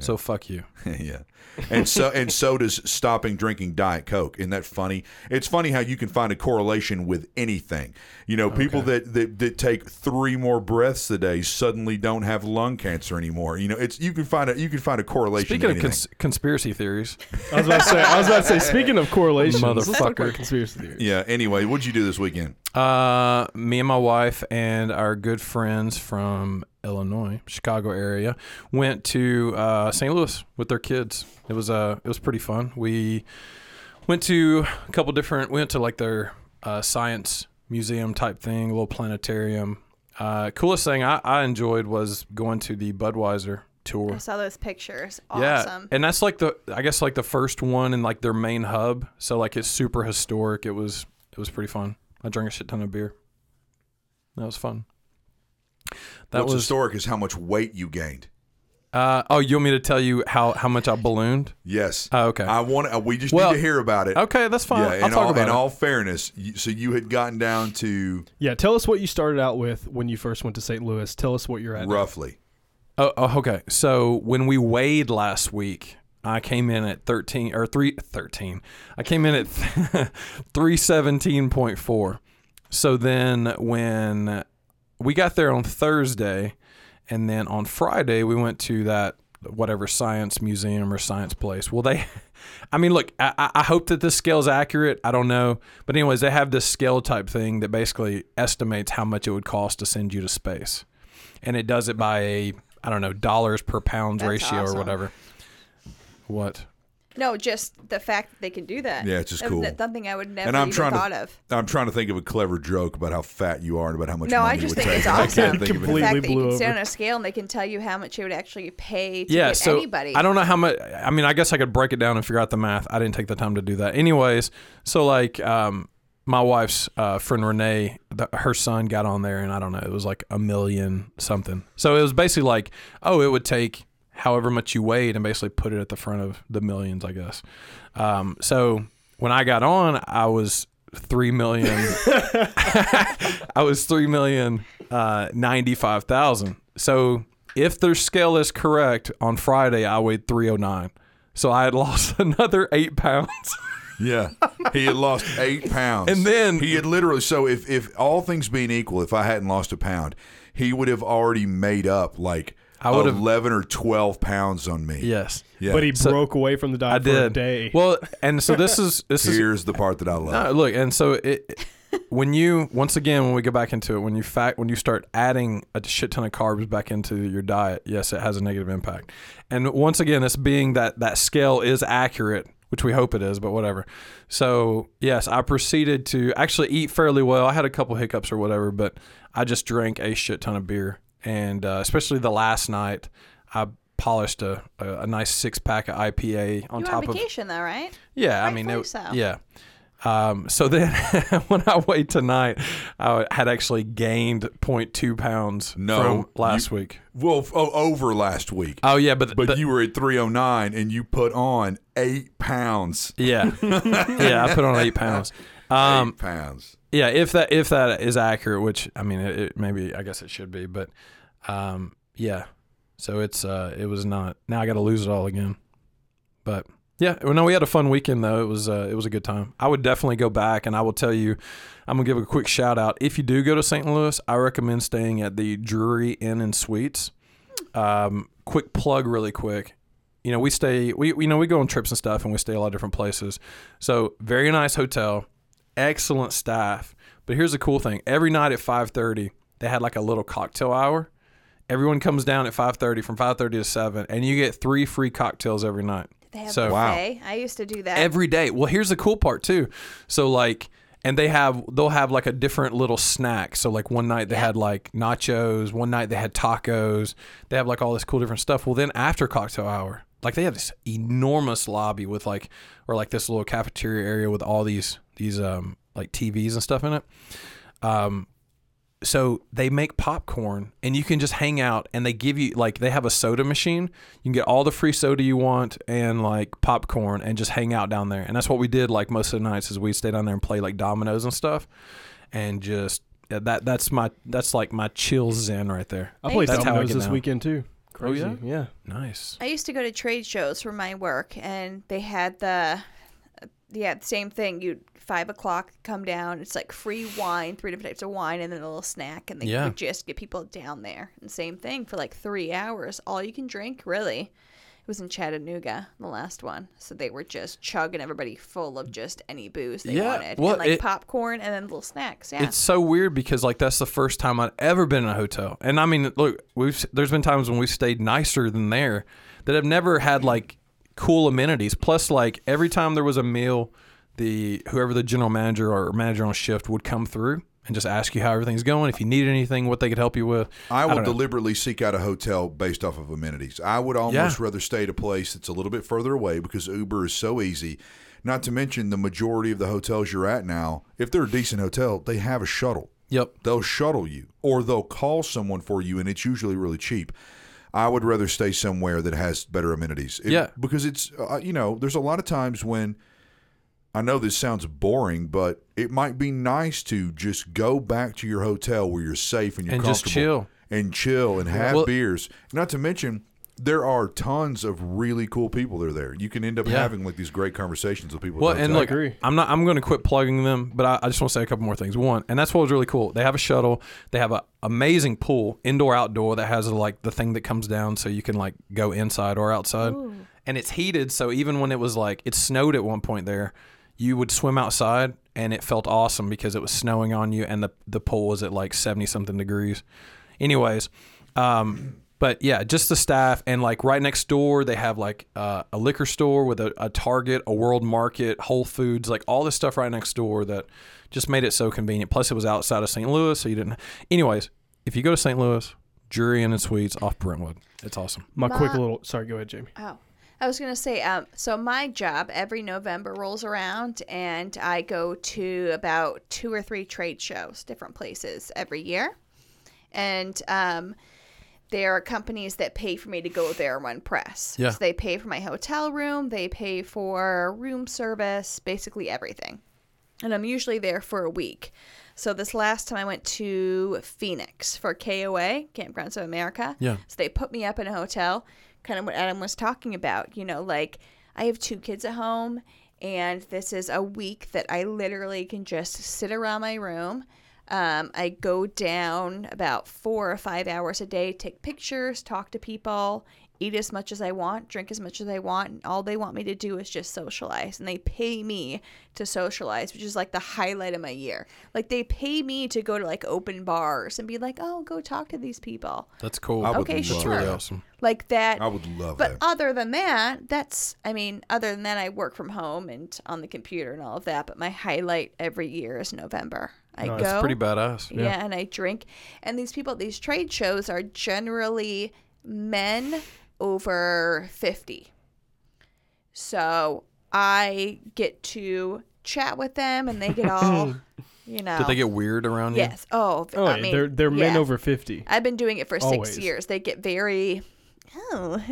Speaker 2: So fuck you.
Speaker 1: yeah. And so and so does stopping drinking diet coke. Isn't that funny? It's funny how you can find a correlation with anything. You know, people that, that that take three more breaths a day suddenly don't have lung cancer anymore. You know, it's you can find a you can find a correlation.
Speaker 2: Speaking
Speaker 1: to
Speaker 2: of
Speaker 1: anything.
Speaker 2: cons- conspiracy theories,
Speaker 3: I was about to say. I was about to say. Speaking of correlations, let's talk about
Speaker 2: Motherfucker.
Speaker 3: conspiracy theory.
Speaker 1: yeah. Anyway, what'd you do this weekend?
Speaker 2: uh, me and my wife and our good friends from Illinois, Chicago area, went to uh, St. Louis with their kids. It was uh, it was pretty fun. We went to a couple different. We went to like their uh, science museum type thing, a little planetarium. Uh, coolest thing I, I enjoyed was going to the Budweiser tour.
Speaker 4: I saw those pictures.
Speaker 2: Yeah,
Speaker 4: Awesome.
Speaker 2: and that's like the I guess like the first one in like their main hub. So like it's super historic. It was it was pretty fun. I drank a shit ton of beer. That was fun. That
Speaker 1: What's
Speaker 2: was
Speaker 1: historic is how much weight you gained.
Speaker 2: uh, oh, you want me to tell you how how much I ballooned?
Speaker 1: Yes.
Speaker 2: Oh, okay.
Speaker 1: I want. We just
Speaker 2: Well,
Speaker 1: need to hear about it.
Speaker 2: Okay, that's fine.
Speaker 1: Yeah.
Speaker 2: I'll
Speaker 1: In
Speaker 2: talk
Speaker 1: all,
Speaker 2: about
Speaker 1: in
Speaker 2: it.
Speaker 1: all fairness, you, so you had gotten down to
Speaker 3: Yeah, tell us what you started out with when you first went to St. Louis. Tell us what you're at. now.
Speaker 1: roughly.
Speaker 2: Oh, oh, okay. So when we weighed last week, I came in at 13 or 3 13. I came in at 317.4. So then when we got there on Thursday and then on Friday we went to that whatever science museum or science place. Well, they I mean, look, I, I- I hope that this scale's accurate. I don't know. But anyways, they have this scale type thing that basically estimates how much it would cost to send you to space and it does it by a I don't know dollars per pounds
Speaker 4: That's
Speaker 2: ratio
Speaker 4: awesome.
Speaker 2: or whatever. What?
Speaker 4: No, just the fact that they can do that.
Speaker 1: Yeah, it's just
Speaker 4: That's
Speaker 1: cool.
Speaker 4: n- Something I would never
Speaker 1: and I'm
Speaker 4: even
Speaker 1: trying
Speaker 4: thought
Speaker 1: to
Speaker 4: of.
Speaker 1: I'm trying to think of a clever joke about how fat you are and about how much
Speaker 4: No,
Speaker 1: money
Speaker 4: I just
Speaker 1: it would
Speaker 4: think
Speaker 1: take.
Speaker 4: it's
Speaker 1: I
Speaker 4: awesome.
Speaker 1: can't think of
Speaker 3: Completely
Speaker 1: it.
Speaker 4: the fact that you
Speaker 3: blew
Speaker 4: can sit
Speaker 3: over.
Speaker 4: on a scale and they can tell you how much it would actually pay to
Speaker 2: yeah,
Speaker 4: get
Speaker 2: so
Speaker 4: anybody.
Speaker 2: I don't know how much. I mean, I guess I could break it down and figure out the math. I didn't take the time to do that. Anyways, so like, um, my wife's uh, friend Renee, the, her son got on there, and I don't know, it was like a million something. So it was basically like, oh, it would take however much you weighed, and basically put it at the front of the millions, I guess. Um, so when I got on, I was three million. I was three million uh, ninety-five thousand. So if their scale is correct, on Friday I weighed three oh nine. So I had lost another eight pounds.
Speaker 1: Yeah, he had lost eight pounds,
Speaker 2: And then-
Speaker 1: he had literally. So if if all things being equal, if I hadn't lost a pound, he would have already made up like
Speaker 2: I would have-
Speaker 1: eleven or twelve pounds on me.
Speaker 2: yes,
Speaker 1: yeah.
Speaker 3: But he
Speaker 2: So-
Speaker 3: broke away from the diet
Speaker 2: I
Speaker 3: for a
Speaker 2: did.
Speaker 3: day.
Speaker 2: Well, and so this is this is
Speaker 1: here's the part that I love.
Speaker 2: No, look, and so it when you once again when we go back into it, when you fact when you start adding a shit ton of carbs back into your diet, yes, it has a negative impact. And once again, this being that that scale is accurate, which we hope it is, but whatever. So yes, I proceeded to actually eat fairly well. I had a couple hiccups or whatever, but I just drank a shit ton of beer, and uh, especially the last night, I polished a, a, a nice six pack of IPA on
Speaker 4: you were
Speaker 2: top
Speaker 4: on
Speaker 2: of
Speaker 4: vacation though, right?
Speaker 2: yeah, I mean,
Speaker 4: Rightfully
Speaker 2: it,
Speaker 4: so.
Speaker 2: yeah. Um, so then when I weighed tonight, I had actually gained 0.2 pounds
Speaker 1: No,
Speaker 2: from last
Speaker 1: you-
Speaker 2: week.
Speaker 1: Well, f- oh, over last week,
Speaker 2: Oh yeah, but,
Speaker 1: but
Speaker 2: but
Speaker 1: you were at three oh nine and you put on eight pounds.
Speaker 2: yeah, yeah, I put on eight pounds. Um,
Speaker 1: eight pounds.
Speaker 2: yeah, if that if that is accurate, which I mean, it, it maybe I guess it should be, but um, yeah. So it's uh, it was not. Now I got to lose it all again. But yeah, well, no, we had a fun weekend though. It was uh, it was a good time. I would definitely go back, and I will tell you, I'm gonna give a quick shout out. If you do go to St. Louis, I recommend staying at the Drury Inn and Suites. Um, quick plug, really quick. You know, we stay we you know we go on trips and stuff, and we stay a lot of different places. So very nice hotel, excellent staff. But here's the cool thing: every night at 5:30, they had like a little cocktail hour. Everyone comes down at 5:30 from 5:30 to 7, and you get three free cocktails every night.
Speaker 4: They have
Speaker 2: So-
Speaker 4: a
Speaker 1: Wow.
Speaker 4: buffet. I used to do that.
Speaker 2: Every day. Well, here's the cool part too. So like and they have they'll have like a different little snack. So like one night they had like nachos, one night they had tacos. They have like all this cool different stuff. Well, then after cocktail hour, like they have this enormous lobby with like or like this little cafeteria area with all these these um like TVs and stuff in it. Um so they make popcorn and you can just hang out and they give you like they have a soda machine you can get all the free soda you want and like popcorn and just hang out down there and that's what we did like most of the nights is we stay down there and play like dominoes and stuff and just yeah, that that's my that's like my chill zen right there
Speaker 3: I played
Speaker 2: That's how I
Speaker 3: dominoes
Speaker 2: get
Speaker 3: this
Speaker 2: down.
Speaker 3: weekend too.
Speaker 2: Oh,
Speaker 3: Crazy.
Speaker 2: yeah?
Speaker 3: yeah.
Speaker 2: nice
Speaker 4: I used to go to trade shows for my work, and they had the yeah same thing. You five o'clock come down. It's like free wine, three different types of wine, and then a little snack, and they
Speaker 2: Yeah.
Speaker 4: would just get people down there. And same thing for like three hours. All you can drink, really. It was in Chattanooga, the last one. So they were just chugging everybody full of just any booze they
Speaker 2: Yeah,
Speaker 4: wanted,
Speaker 2: well,
Speaker 4: and like
Speaker 2: it-
Speaker 4: popcorn and then little snacks. Yeah,
Speaker 2: It's so weird because like that's the first time I'd ever been in a hotel, and I mean, look, we've there's been times when we've stayed nicer than there that have never had like cool amenities. Plus, like every time there was a meal, the whoever the general manager or manager on shift would come through and just ask you how everything's going, if you needed anything, what they could help you with.
Speaker 1: I
Speaker 2: don't
Speaker 1: will
Speaker 2: know.
Speaker 1: deliberately seek out a hotel based off of amenities. I would almost rather stay at a place that's a little bit further away because Uber is so easy. Not to mention the majority of the hotels you're at now, if they're a decent hotel, they have a shuttle.
Speaker 2: Yep.
Speaker 1: They'll shuttle you or they'll call someone for you and it's usually really cheap. I would rather stay somewhere that has better amenities. It-
Speaker 2: Yeah.
Speaker 1: Because it's, uh, you know, there's a lot of times when I know this sounds boring, but it might be nice to just go back to your hotel where you're safe and you're
Speaker 2: And just
Speaker 1: comfortable
Speaker 2: chill.
Speaker 1: and chill and have
Speaker 2: Well-
Speaker 1: beers. Not to mention, there are tons of really cool people that are there. You can end up
Speaker 2: Yeah.
Speaker 1: having like these great conversations with people. at
Speaker 2: Well,
Speaker 1: the
Speaker 2: and
Speaker 1: hotel.
Speaker 2: look,
Speaker 3: agree.
Speaker 2: I'm not. I'm going to quit plugging them, but I, I just want to say a couple more things. One, and that's what was really cool. They have a shuttle. They have an amazing pool, indoor, outdoor, that has like the thing that comes down, so you can like go inside or outside, and it's heated. So even when it was like it snowed at one point there, you would swim outside, and it felt awesome because it was snowing on you, and the the pool was at like seventy something degrees. Anyways, um, But yeah, just the staff and like right next door, they have like uh, a liquor store with a, a Target, a World Market, Whole Foods, like all this stuff right next door that just made it so convenient. Plus, it was outside of St. Louis, so you didn't. Anyways, if you go to St. Louis, Drury Inn and Suites off Brentwood, it's awesome.
Speaker 3: My quick
Speaker 4: My-
Speaker 3: little. Sorry, go ahead, Jamie.
Speaker 4: Oh, I was gonna say. Um, so my job every November rolls around, and I go to about two or three trade shows, different places every year, and um, there are companies that pay for me to go there and run press.
Speaker 2: Yeah.
Speaker 4: So they pay for my hotel room, they pay for room service, basically everything, and I'm usually there for a week. So this last time I went to Phoenix for KOA, Campgrounds of America.
Speaker 2: Yeah.
Speaker 4: So they put me up in a hotel, kind of what Adam was talking about. You know, like I have two kids at home, and this is a week that I literally can just sit around my room. Um, I go down about four or five hours a day, take pictures, talk to people, eat as much as I want, drink as much as I want, and all they want me to do is just socialize. And they pay me to socialize, which is like the highlight of my year. Like they pay me to go to like open bars and be like, oh, go talk to these people
Speaker 2: That's cool.
Speaker 1: I would
Speaker 4: okay,
Speaker 1: love
Speaker 4: sure.
Speaker 1: that.
Speaker 2: awesome.
Speaker 4: Like that.
Speaker 1: I would love
Speaker 4: but
Speaker 1: that.
Speaker 4: other than that, that's, I mean, other than that, I work from home and on the computer and all of that. But my highlight every year is November. I
Speaker 3: Nice.
Speaker 4: go.
Speaker 2: It's pretty badass.
Speaker 4: Yeah. and I drink. And these people at these trade shows are generally men over 50. So I get to chat with them and they get all, you know.
Speaker 2: Did they get weird around you?
Speaker 4: Yes. Oh,
Speaker 3: Oh,
Speaker 4: I
Speaker 3: yeah,
Speaker 4: mean,
Speaker 3: they're they're men
Speaker 4: yeah.
Speaker 3: over fifty.
Speaker 4: I've been doing it for
Speaker 3: Always.
Speaker 4: six years. They get very, oh,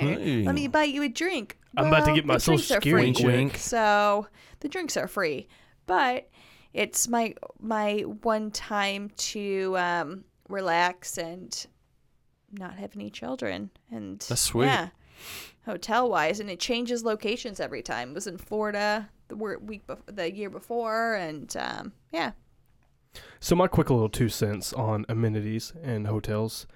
Speaker 4: let me buy you a drink.
Speaker 3: I'm about to
Speaker 4: Well,
Speaker 3: get my
Speaker 4: the
Speaker 3: Social
Speaker 4: drinks are
Speaker 3: Security
Speaker 4: free.
Speaker 2: Wink, wink.
Speaker 4: So the drinks are free, but it's my my one time to um, relax and not have any children. And
Speaker 2: That's sweet.
Speaker 4: Yeah, hotel wise, and it changes locations every time. It was in Florida the wor- week bef- the year before, and um, yeah,
Speaker 3: So my quick little two cents on amenities and hotels.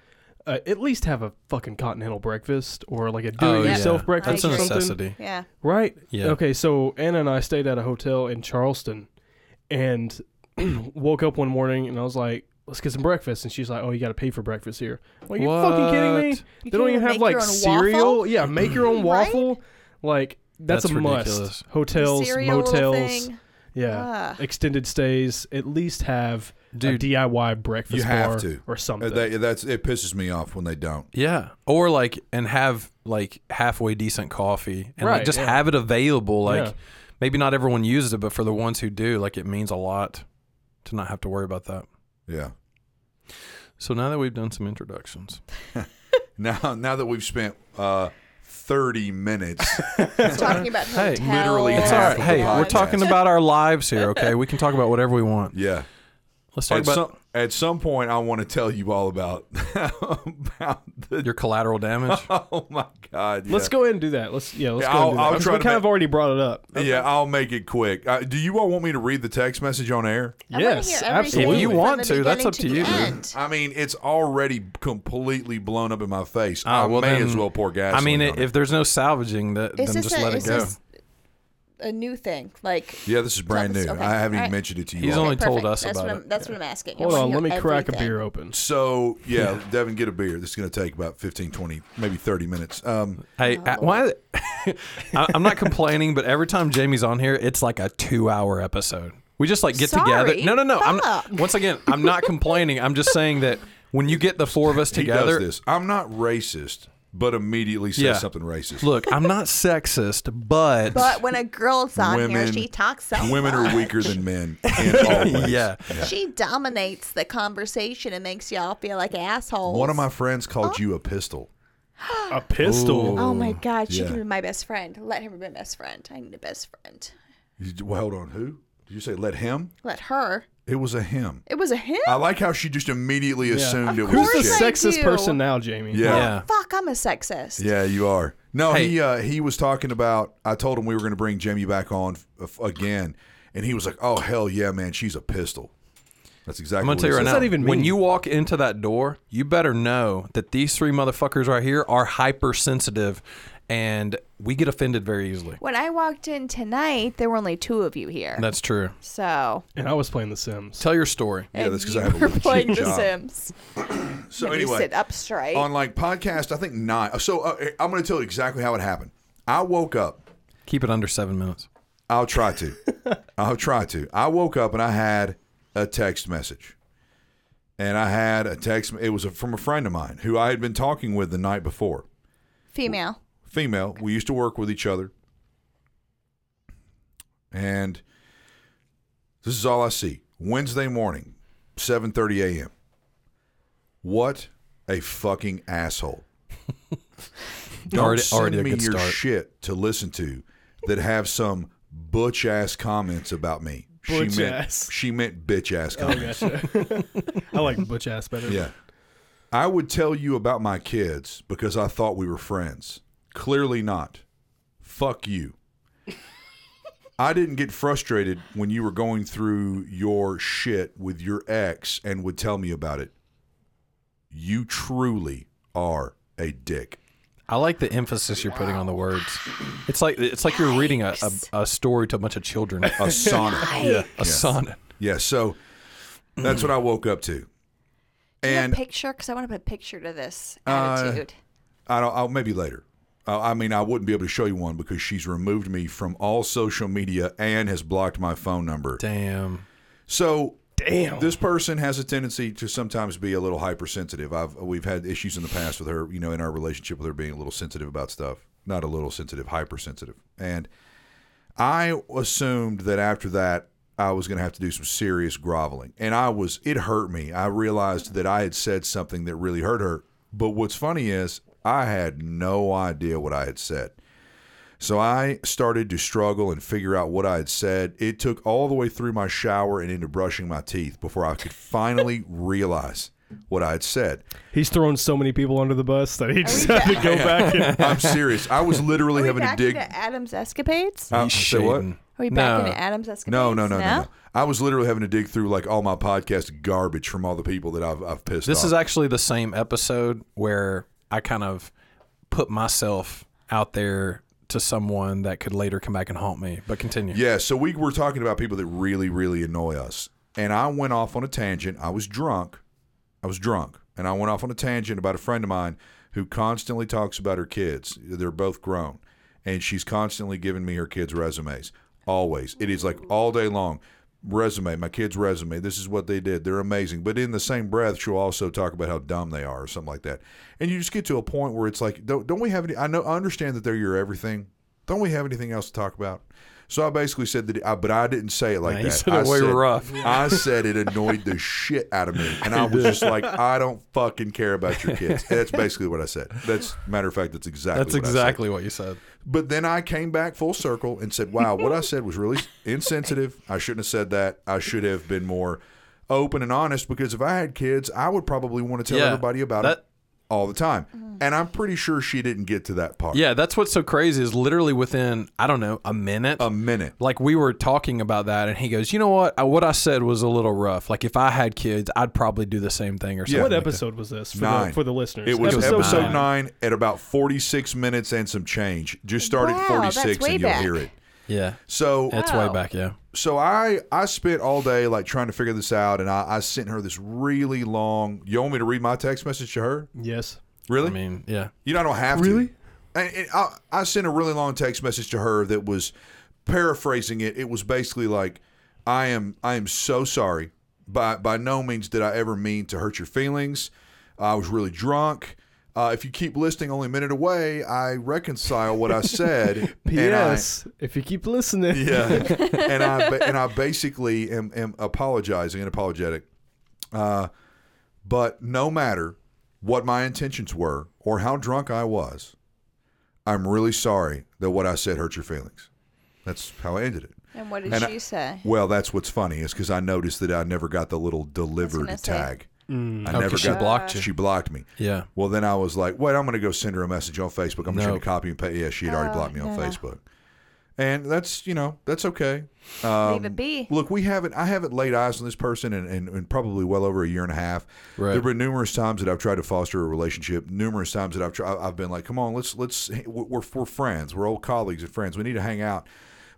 Speaker 3: Uh, at least have a fucking continental breakfast or like a do
Speaker 2: Oh,
Speaker 3: it yourself
Speaker 2: yeah.
Speaker 3: breakfast
Speaker 2: That's
Speaker 4: I
Speaker 2: a
Speaker 3: or
Speaker 4: agree.
Speaker 3: something.
Speaker 2: necessity.
Speaker 4: yeah.
Speaker 3: Right?
Speaker 2: Yeah.
Speaker 3: Okay, so Anna and I stayed at a hotel in Charleston and woke up one morning and I was like, let's get some breakfast. And she's like, oh, you got to pay for breakfast here. I'm like, you fucking kidding me?
Speaker 2: What?
Speaker 4: You
Speaker 3: they don't
Speaker 4: can't
Speaker 3: even have
Speaker 4: make your
Speaker 3: like
Speaker 4: own
Speaker 3: cereal.
Speaker 4: waffle?
Speaker 3: Yeah, make your own
Speaker 4: Right?
Speaker 3: waffle. Like, that's,
Speaker 2: That's
Speaker 3: a
Speaker 2: ridiculous.
Speaker 3: must. Hotels,
Speaker 4: Cereal little
Speaker 3: motels.
Speaker 4: thing.
Speaker 3: Yeah.
Speaker 4: Ah.
Speaker 3: Extended stays. At least have
Speaker 2: Dude,
Speaker 3: a DIY breakfast
Speaker 1: you have
Speaker 3: bar
Speaker 1: to.
Speaker 3: or
Speaker 1: Uh,
Speaker 3: something.
Speaker 1: that- that's it pisses me off when they don't.
Speaker 2: Yeah, or like and have like halfway decent coffee and
Speaker 3: Right,
Speaker 2: like just
Speaker 3: yeah.
Speaker 2: have it available. Like
Speaker 3: Yeah.
Speaker 2: maybe not everyone uses it, but for the ones who do, like it means a lot to not have to worry about that.
Speaker 1: Yeah.
Speaker 2: So now that we've done some introductions,
Speaker 1: Now, now that we've spent uh, thirty minutes,
Speaker 4: talking about
Speaker 2: Hey,
Speaker 4: hotels.
Speaker 1: literally
Speaker 2: it's all
Speaker 1: half
Speaker 2: right.
Speaker 1: of the
Speaker 2: Hey, we're
Speaker 1: podcast.
Speaker 2: talking about our lives here. Okay, we can talk about whatever we want.
Speaker 1: yeah.
Speaker 2: Let's talk
Speaker 1: At
Speaker 2: about
Speaker 1: some, at some point, I want to tell you all about about the.
Speaker 2: your collateral damage.
Speaker 1: Oh my God! Yeah.
Speaker 3: Let's go ahead and do that. Let's yeah. Let's
Speaker 1: Yeah,
Speaker 3: go.
Speaker 1: I'll-
Speaker 3: ahead and do
Speaker 1: I'll
Speaker 3: that. 'Cause
Speaker 1: try
Speaker 3: we
Speaker 1: to
Speaker 3: kind
Speaker 1: make-
Speaker 3: of already brought it up.
Speaker 1: Yeah, I'll make it quick. Uh, do you all want me to read the text message on air?
Speaker 4: I wanna
Speaker 3: yes,
Speaker 4: hear everything
Speaker 3: absolutely.
Speaker 2: If you
Speaker 4: from
Speaker 2: want
Speaker 4: the
Speaker 2: to, that's
Speaker 4: beginning
Speaker 2: up to
Speaker 4: the
Speaker 2: you, dude.
Speaker 4: end.
Speaker 1: I mean, it's already completely blown up in my face. I
Speaker 2: Ah, well,
Speaker 1: may
Speaker 2: then-
Speaker 1: as well pour gas.
Speaker 2: I mean,
Speaker 1: it,
Speaker 2: if there's no salvaging, that then
Speaker 4: Is this,
Speaker 2: just
Speaker 4: a,
Speaker 2: let it
Speaker 4: is
Speaker 2: go.
Speaker 4: this a new thing? Like
Speaker 1: yeah, this is brand new.
Speaker 4: this- okay.
Speaker 1: I haven't
Speaker 4: All
Speaker 1: even
Speaker 4: right.
Speaker 1: mentioned it to you.
Speaker 2: He's
Speaker 1: all.
Speaker 2: only told
Speaker 4: perfect.
Speaker 2: us
Speaker 4: that's
Speaker 2: about
Speaker 4: what I'm,
Speaker 2: it.
Speaker 4: That's what I'm asking. I
Speaker 3: Hold
Speaker 4: wanna
Speaker 3: on,
Speaker 4: hear
Speaker 3: let me crack a
Speaker 4: everything.
Speaker 3: beer open.
Speaker 1: So yeah, Devin, get a beer. This is going to take about 15, 20, maybe thirty minutes. Um,
Speaker 2: Hey, I, why? I, I'm not complaining, but every time Jamie's on here, it's like a two-hour episode. We just like get together.
Speaker 4: Sorry,
Speaker 2: No, no, no.
Speaker 4: stop.
Speaker 2: I'm, once again, I'm not complaining. I'm just saying that when you get the four of us
Speaker 1: he
Speaker 2: together,
Speaker 1: does this. I'm not racist, but immediately says
Speaker 2: Yeah.
Speaker 1: something racist.
Speaker 2: look, I'm not sexist, but,
Speaker 4: But when a girl's on here,
Speaker 1: Women-
Speaker 4: she talks so
Speaker 1: Women
Speaker 4: much.
Speaker 1: are weaker than men in all ways.
Speaker 2: yeah,
Speaker 4: She dominates the conversation and makes y'all feel like assholes.
Speaker 1: One of my friends called you a pistol.
Speaker 3: A pistol.
Speaker 4: Oh my god, she
Speaker 1: Yeah.
Speaker 4: can be my best friend. Let her be my best friend. I need a best friend.
Speaker 1: You- well, hold on. Who did you say? Let him.
Speaker 4: Let her.
Speaker 1: It was a him.
Speaker 4: It was a him.
Speaker 1: I like how she just immediately assumed it
Speaker 4: Of
Speaker 1: was
Speaker 3: Who's
Speaker 1: a
Speaker 3: the
Speaker 4: course
Speaker 1: chick.
Speaker 4: I
Speaker 3: sexist
Speaker 4: do.
Speaker 3: person now, Jamie?
Speaker 1: Yeah.
Speaker 2: yeah.
Speaker 4: Fuck, I'm a sexist.
Speaker 1: Yeah, you are. No,
Speaker 2: Hey.
Speaker 1: he uh, he was talking about. I told him we were going to bring Jamie back on f- again, and he was like, "Oh hell yeah, man, she's a pistol." That's exactly.
Speaker 2: I'm gonna
Speaker 1: what
Speaker 2: tell you
Speaker 1: he
Speaker 2: right
Speaker 1: said.
Speaker 2: now.
Speaker 3: that even
Speaker 2: when
Speaker 3: mean?
Speaker 2: you walk into that door, you better know that these three motherfuckers right here are hypersensitive, and we get offended very easily.
Speaker 4: When I walked in tonight, there were only two of you here.
Speaker 2: That's true.
Speaker 4: So
Speaker 3: And I was playing The Sims.
Speaker 2: Tell your story.
Speaker 1: Yeah,
Speaker 4: and
Speaker 1: that's 'cause
Speaker 4: you
Speaker 1: I have a
Speaker 4: were
Speaker 1: legit
Speaker 4: playing The
Speaker 1: job.
Speaker 4: Sims.
Speaker 1: So
Speaker 4: And
Speaker 1: anyway,
Speaker 4: you sit up straight.
Speaker 1: on like podcast, I think nine. So uh, I'm going to tell you exactly how it happened. I woke up.
Speaker 2: Keep it under seven minutes.
Speaker 1: I'll try to. I'll try to. I woke up and I had a text message. And I had a text. It was from a friend of mine who I had been talking with the night before.
Speaker 4: Female.
Speaker 1: Female. We used to work with each other. And this is all I see. Wednesday morning, 7:30 a.m. What a fucking asshole. Don't
Speaker 2: Already-
Speaker 1: send
Speaker 2: already a
Speaker 1: me
Speaker 2: good
Speaker 1: your
Speaker 2: start.
Speaker 1: shit to listen to that have some butch ass comments about me.
Speaker 3: Butch
Speaker 1: she meant
Speaker 3: ass. Oh,
Speaker 1: she meant bitch ass
Speaker 4: Oh,
Speaker 1: comments.
Speaker 3: I like Butch Ass better.
Speaker 1: yeah. I would tell you about my kids because I thought we were friends. Clearly not. Fuck you. I didn't get frustrated when you were going through your shit with your ex and would tell me about it. You truly are a dick.
Speaker 2: I like the emphasis you're putting on the words. It's like it's like you're reading a, a, a story to a bunch of children. A,
Speaker 1: A sonnet.
Speaker 2: a sonnet.
Speaker 1: Yeah, so that's what I woke up to.
Speaker 4: And
Speaker 1: And
Speaker 4: picture, because I want to put a picture to this
Speaker 1: Uh,
Speaker 4: attitude.
Speaker 1: I don't, I'll maybe later. Uh, I mean, I wouldn't be able to show you one because she's removed me from all social media and has blocked my phone number.
Speaker 2: Damn.
Speaker 1: So
Speaker 3: Damn.
Speaker 1: this person has a tendency to sometimes be a little hypersensitive. I've we've had issues in the past with her, you know, in our relationship with her being a little sensitive about stuff. Not a little sensitive, hypersensitive. And I assumed that after that I was going to have to do some serious groveling. And I was it hurt me. I realized that I had said something that really hurt her. But what's funny is I had no idea what I had said. So I started to struggle and figure out what I had said. It took all the way through my shower and into brushing my teeth before I could finally realize what I had said.
Speaker 3: He's thrown so many people under the bus that he just
Speaker 4: we
Speaker 3: had to go back and
Speaker 1: I'm serious. I was literally
Speaker 4: Are
Speaker 1: having
Speaker 4: we
Speaker 1: to
Speaker 4: back
Speaker 1: dig.
Speaker 4: into Adam's escapades?
Speaker 1: Uh,
Speaker 2: He's
Speaker 1: say what?
Speaker 2: shading.
Speaker 4: Are we back
Speaker 2: No.
Speaker 4: into Adam's escapades?
Speaker 1: No, no, no, no, no. I was literally having to dig through like all my podcast garbage from all the people that I've, I've pissed
Speaker 2: This
Speaker 1: off.
Speaker 2: is actually the same episode where I kind of put myself out there to someone that could later come back and haunt me. But continue.
Speaker 1: Yeah, so we were talking about people that really, really annoy us. And I went off on a tangent. I was drunk. I was drunk. And I went off on a tangent about a friend of mine who constantly talks about her kids. They're both grown. And she's constantly giving me her kids' resumes. Always. It is like all day long. Resume, my kid's resume. This is what they did. They're amazing. But in the same breath, she'll also talk about how dumb they are or something like that. And you just get to a point where it's like, don't, don't we have any? I know, I understand that they're your everything. Don't we have anything else to talk about? So I basically said that, I, but I didn't say it like
Speaker 2: Yeah,
Speaker 1: that.
Speaker 2: you said
Speaker 1: I
Speaker 2: it way
Speaker 1: said-
Speaker 2: rough.
Speaker 1: I said it annoyed the shit out of me, and I was just like, I don't fucking care about your kids. And that's basically what I said. That's matter of fact, that's exactly
Speaker 2: That's
Speaker 1: what I said.
Speaker 2: exactly what you said.
Speaker 1: But then I came back full circle and said, "Wow, what I said was really insensitive. I shouldn't have said that. I should have been more open and honest because if I had kids, I would probably want to tell
Speaker 2: Yeah,
Speaker 1: everybody about it
Speaker 2: that-
Speaker 1: all the time." And I'm pretty sure she didn't get to that part.
Speaker 2: Yeah, that's what's so crazy is literally within, I don't know, a minute.
Speaker 1: a minute.
Speaker 2: like we were talking about that, and he goes, "You know what? I, what I said was a little rough. Like if I had kids, I'd probably do the same thing or something."
Speaker 1: Yeah.
Speaker 2: like
Speaker 3: What
Speaker 2: that."
Speaker 3: episode was this for,
Speaker 1: Nine.
Speaker 3: The, for the listeners?
Speaker 1: It was episode,
Speaker 2: nine.
Speaker 1: nine. at about 46 minutes and some change. Just start at
Speaker 4: Wow, that's
Speaker 1: 46
Speaker 4: way
Speaker 1: and you'll
Speaker 4: back.
Speaker 1: hear it.
Speaker 2: Yeah,
Speaker 1: So
Speaker 2: it's way
Speaker 4: Wow.
Speaker 2: back. Yeah,
Speaker 1: so I I spent all day like trying to figure this out and I, I sent her this really long you want me to read my text message to her?
Speaker 3: Yes.
Speaker 1: Really?
Speaker 2: I mean, yeah,
Speaker 1: You know, I don't have
Speaker 3: Really?
Speaker 1: to. And, and I, I sent a really long text message to her that was paraphrasing it. It was basically like, "I am, I am so sorry. By by no means did I ever mean to hurt your feelings. I was really drunk. Uh, if you keep listening, only a minute away, I reconcile what I said. and I-
Speaker 3: P.S. If you keep listening,
Speaker 1: yeah. and I ba- and I basically am, am apologizing and apologetic. Uh, but no matter what my intentions were or how drunk I was, I'm really sorry that what I said hurt your feelings. That's how I ended it.
Speaker 4: And what did
Speaker 1: And I-
Speaker 4: she say?
Speaker 1: Well, that's what's funny is because I noticed that I never got the little delivered
Speaker 4: gonna say.
Speaker 1: tag.
Speaker 3: Mm.
Speaker 1: I
Speaker 2: Oh,
Speaker 1: never
Speaker 2: 'cause she
Speaker 1: got.
Speaker 2: blocked you.
Speaker 1: She blocked me.
Speaker 2: yeah.
Speaker 1: Well, then I was like, wait, I'm going to go send her a message on Facebook. I'm just
Speaker 2: No.
Speaker 1: going to copy and paste. Yeah, she had already blocked me on
Speaker 4: Oh, no, no.
Speaker 1: Facebook. and that's you know that's okay. Um,
Speaker 4: Leave it be.
Speaker 1: Look, we haven't. I haven't laid eyes on this person in, in, in probably well over a year and a half.
Speaker 2: Right.
Speaker 1: There've been numerous times that I've tried to foster a relationship. Numerous times that I've tried. I've been like, "Come on, let's let's we're we're friends. We're old colleagues and friends. We need to hang out."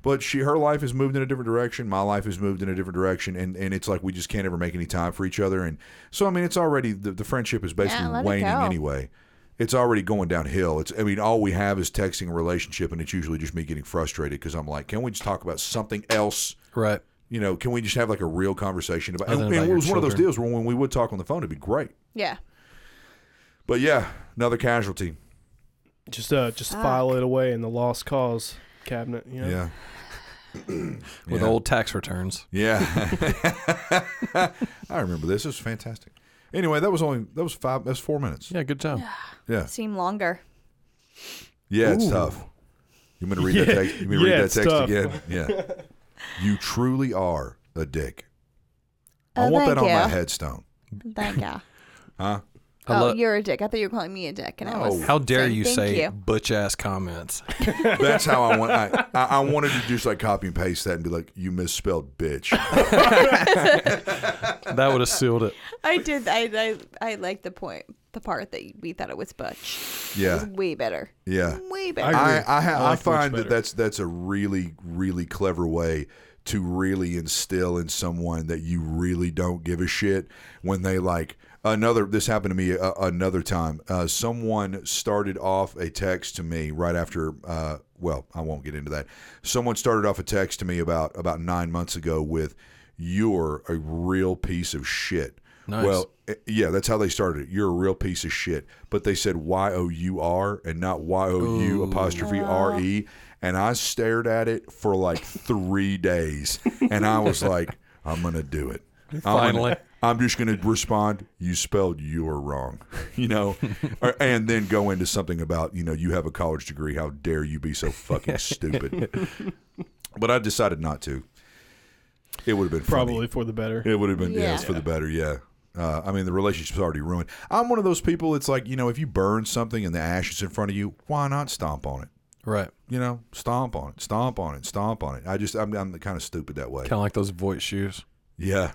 Speaker 1: But she, her life has moved in a different direction. My life has moved in a different direction, and, and it's like we just can't ever make any time for each other. And so, I mean, it's already the, the friendship is basically
Speaker 4: let it
Speaker 1: waning
Speaker 4: go.
Speaker 1: anyway. It's already going downhill. It's I mean, all we have is texting a relationship, and it's usually just me getting frustrated because I'm like, "Can we just talk about something else?"
Speaker 2: Right.
Speaker 1: you know, can we just have like a real conversation about?
Speaker 2: Other
Speaker 1: And,
Speaker 2: than about
Speaker 1: and it
Speaker 2: your
Speaker 1: was one of those
Speaker 2: children.
Speaker 1: deals where when we would talk on the phone, it'd be great.
Speaker 4: Yeah.
Speaker 1: But yeah, another casualty.
Speaker 3: Just uh, just file it away in the lost cause cabinet. You know?
Speaker 1: Yeah,
Speaker 2: With
Speaker 1: Yeah.
Speaker 2: old tax returns.
Speaker 1: yeah. I remember this. It was fantastic. Anyway, that was only that was five. That's four minutes.
Speaker 2: Yeah, good job.
Speaker 1: Yeah,
Speaker 4: Seem longer.
Speaker 1: yeah. It's
Speaker 3: Ooh.
Speaker 1: tough. You want to read that
Speaker 3: Yeah.
Speaker 1: text? You want to
Speaker 3: Yeah,
Speaker 1: read that
Speaker 3: it's
Speaker 1: text
Speaker 3: tough.
Speaker 1: again? Yeah. you truly are a dick. I
Speaker 4: Oh,
Speaker 1: want that
Speaker 4: thank
Speaker 1: on my
Speaker 4: you.
Speaker 1: headstone.
Speaker 4: Thank you.
Speaker 1: Huh?
Speaker 2: I
Speaker 4: oh,
Speaker 2: lo-
Speaker 4: you're a dick. I thought you were calling me a dick, and I
Speaker 1: No.
Speaker 4: was.
Speaker 2: How dare
Speaker 4: saying
Speaker 2: you
Speaker 4: thank
Speaker 2: say
Speaker 4: you.
Speaker 2: butch ass comments?
Speaker 1: That's how I want. I, I, I wanted to just like copy and paste that and be like, "You misspelled bitch."
Speaker 2: that would have sealed it.
Speaker 4: I did. I I, I like the point, the part that we thought it was butch. It
Speaker 1: Yeah,
Speaker 4: was way better.
Speaker 1: yeah.
Speaker 4: Way
Speaker 3: I
Speaker 4: better.
Speaker 3: agree.
Speaker 1: I I, ha-
Speaker 3: I
Speaker 1: I,
Speaker 3: like much
Speaker 1: find that
Speaker 3: better.
Speaker 1: that's that's a really really clever way to really instill in someone that you really don't give a shit when they like another this happened to me uh, another time uh, someone started off a text to me right after uh, well i won't get into that someone started off a text to me about about nine months ago with you're a real piece of shit
Speaker 2: Nice.
Speaker 1: well uh, yeah that's how they started it you're a real piece of shit but they said y-o-u-r and not y-o-u apostrophe r-e and i stared at it for like three days and i was like i'm gonna do it I'm gonna-
Speaker 2: Finally.
Speaker 1: I'm just going to respond, you spelled you're wrong, you know, or- and then go into something about, you know, you have a college degree. How dare you be so fucking stupid? but I decided not to. It would have been funny.
Speaker 3: Probably for the better.
Speaker 1: It would have been, yeah,
Speaker 4: Yeah.
Speaker 1: it's for the better, yeah. Uh, I mean, the relationship's already ruined. I'm one of those people, it's like, you know, if you burn something and the ash is in front of you, why not stomp on it?
Speaker 2: Right.
Speaker 1: You know, stomp on it, stomp on it, stomp on it. I just, I'm, I'm kind of stupid that way.
Speaker 2: Kind of like those Voight shoes.
Speaker 1: Yeah.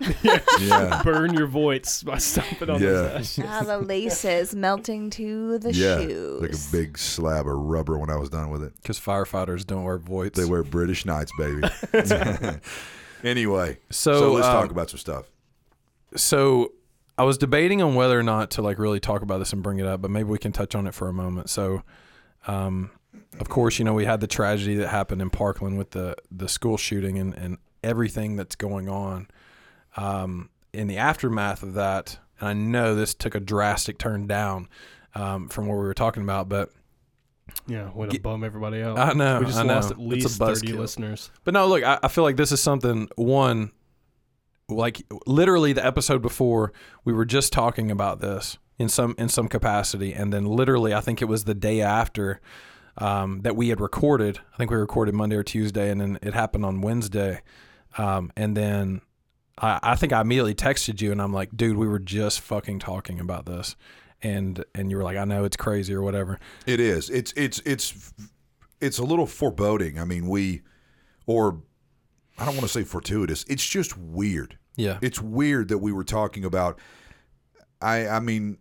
Speaker 1: yeah.
Speaker 3: Burn your voice by stomping on
Speaker 1: Yeah.
Speaker 3: the
Speaker 4: Ah, the laces melting to the
Speaker 1: yeah,
Speaker 4: shoes.
Speaker 1: like a big slab of rubber when I was done with it.
Speaker 2: Because firefighters don't wear Voights.
Speaker 1: They wear British Knights, baby. anyway, so,
Speaker 2: So,
Speaker 1: let's
Speaker 2: um,
Speaker 1: talk about some stuff.
Speaker 2: so I was debating on whether or not to like really talk about this and bring it up, but maybe we can touch on it for a moment. So, um, of course, you know we had the tragedy that happened in Parkland with the the school shooting and and everything that's going on. Um, in the aftermath of that, and I know this took a drastic turn down um, from what we were talking about, but
Speaker 3: Yeah, way to bum everybody out.
Speaker 2: I know,
Speaker 3: Oh, We just
Speaker 2: I know.
Speaker 3: lost at
Speaker 2: It's a
Speaker 3: least 30
Speaker 2: buzzkill.
Speaker 3: listeners.
Speaker 2: But no, look, I, I feel like this is something one like literally the episode before we were just talking about this in some in some capacity and then literally I think it was the day after um, that we had recorded. I think we recorded Monday or Tuesday and then it happened on Wednesday. Um, and then I, I think I immediately texted you and I'm like, dude, we were just fucking talking about this. And and you were like, I know it's crazy or whatever.
Speaker 1: It is. It's it's it's it's a little foreboding. I mean, we or I don't want to say fortuitous. It's just weird.
Speaker 2: Yeah.
Speaker 1: It's weird that we were talking about. I I mean,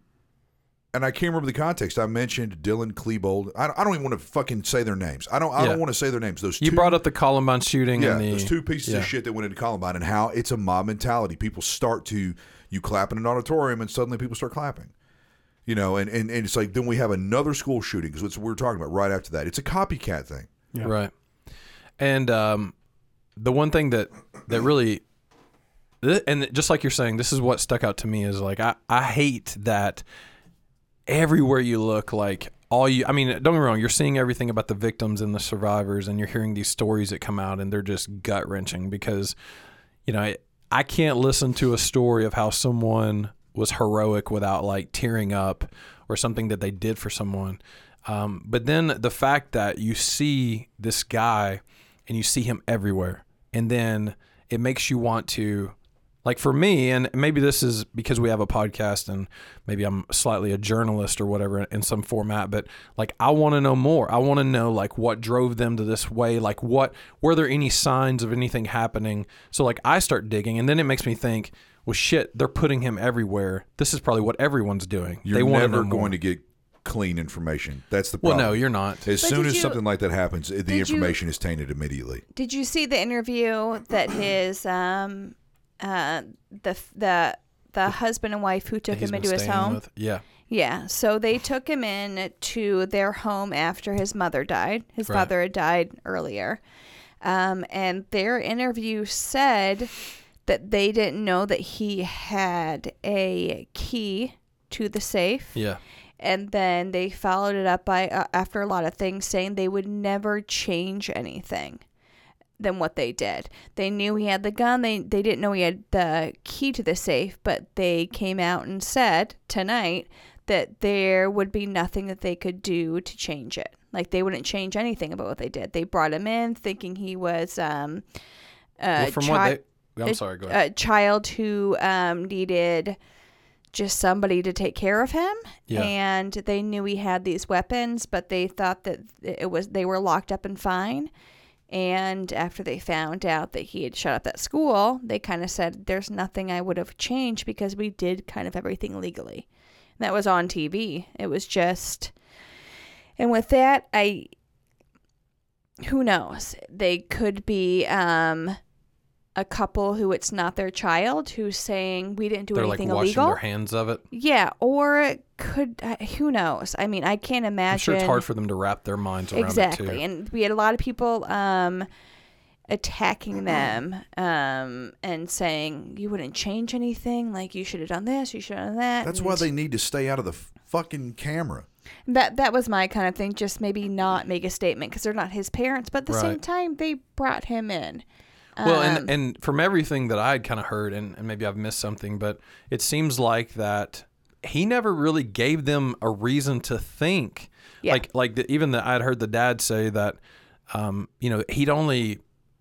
Speaker 1: and I can't remember the context. I mentioned Dylan Klebold. I, don't- I don't even want to fucking say their names. I don't. I
Speaker 2: Yeah.
Speaker 1: don't want to say their names. Those
Speaker 2: You
Speaker 1: two,
Speaker 2: brought up the Columbine shooting
Speaker 1: Yeah,
Speaker 2: and the
Speaker 1: those two pieces
Speaker 2: yeah.
Speaker 1: of shit that went into Columbine and how it's a mob mentality. People start to you clap in an auditorium and suddenly people start clapping. You know, and, and, and it's like then we have another school shooting because what we were talking about right after that. It's a copycat thing.
Speaker 3: Yeah.
Speaker 2: Right. And um, the one thing that that really thi- and just like you're saying, this is what stuck out to me is like I, I hate that everywhere you look like all you I mean, don't get me wrong, you're seeing everything about the victims and the survivors and you're hearing these stories that come out and they're just gut wrenching because you know, I, I can't listen to a story of how someone was heroic without like tearing up or something that they did for someone. Um, but then the fact that you see this guy and you see him everywhere, and then it makes you want to Like for me, and maybe this is because we have a podcast and maybe I'm slightly a journalist or whatever in some format, but like I want to know more. I want to know like what drove them to this way. Like what, were there any signs of anything happening? So like I start digging and then it makes me think, well, shit, they're putting him everywhere. This is probably what everyone's doing.
Speaker 1: You're
Speaker 2: they want
Speaker 1: never
Speaker 2: to know more.
Speaker 1: going to get clean information. That's the
Speaker 2: Well,
Speaker 1: problem.
Speaker 2: no, you're not.
Speaker 1: As
Speaker 4: But
Speaker 1: soon
Speaker 4: did
Speaker 1: as
Speaker 4: you-
Speaker 1: something like that happens, it- the
Speaker 4: did you-
Speaker 1: information is tainted immediately.
Speaker 4: Did you see the interview that his um uh the the the husband and wife who took
Speaker 2: He's
Speaker 4: him
Speaker 2: been
Speaker 4: into his
Speaker 2: staying
Speaker 4: home?
Speaker 2: with- Yeah.
Speaker 4: Yeah, so they took him in to their home after his mother died. His
Speaker 2: Right.
Speaker 4: mother had died earlier. Um, and their interview said that they didn't know that he had a key to the safe.
Speaker 2: Yeah.
Speaker 4: And then they followed it up by uh, after a lot of things saying they would never change anything than what they did. They knew he had the gun. They they didn't know he had the key to the safe, but they came out and said tonight that there would be nothing that they could do to change it. Like they wouldn't change anything about what they did. They brought him in thinking he was um uh
Speaker 2: well, from
Speaker 4: chi-
Speaker 2: what they, I'm
Speaker 4: a-
Speaker 2: sorry. Go ahead.
Speaker 4: a child who um, needed just somebody to take care of him
Speaker 2: Yeah.
Speaker 4: and they knew he had these weapons but they thought that it was they were locked up and fine and after they found out that he had shut up that school they kind of said there's nothing i would have changed because we did kind of everything legally and that was on tv it was just and with that i who knows they could be um a couple who it's not their child who's saying we didn't do
Speaker 2: They're like
Speaker 4: anything
Speaker 2: washing
Speaker 4: illegal
Speaker 2: their hands of it.
Speaker 4: yeah, or it could uh, who knows? I mean, I can't imagine.
Speaker 2: I'm sure it's hard for them to wrap their minds around it
Speaker 4: exactly,
Speaker 2: too.
Speaker 4: and we had a lot of people um,
Speaker 2: Mm-hmm.
Speaker 4: attacking them um, and saying you wouldn't change anything. Like you should have done this, you should have done that.
Speaker 1: That's why
Speaker 4: and
Speaker 1: they need to stay out of the f- fucking camera.
Speaker 4: that that was my kind of thing. Just maybe not make a statement because they're not his parents, but at the same
Speaker 2: Right.
Speaker 4: time, they brought him in.
Speaker 2: Well,
Speaker 4: Um,
Speaker 2: and, and from everything that I'd kind of heard, and, and maybe I've missed something, but it seems like that he never really gave them a reason to think.
Speaker 4: Yeah.
Speaker 2: Like like the, even the, I'd heard the dad say that, um, you know, he'd only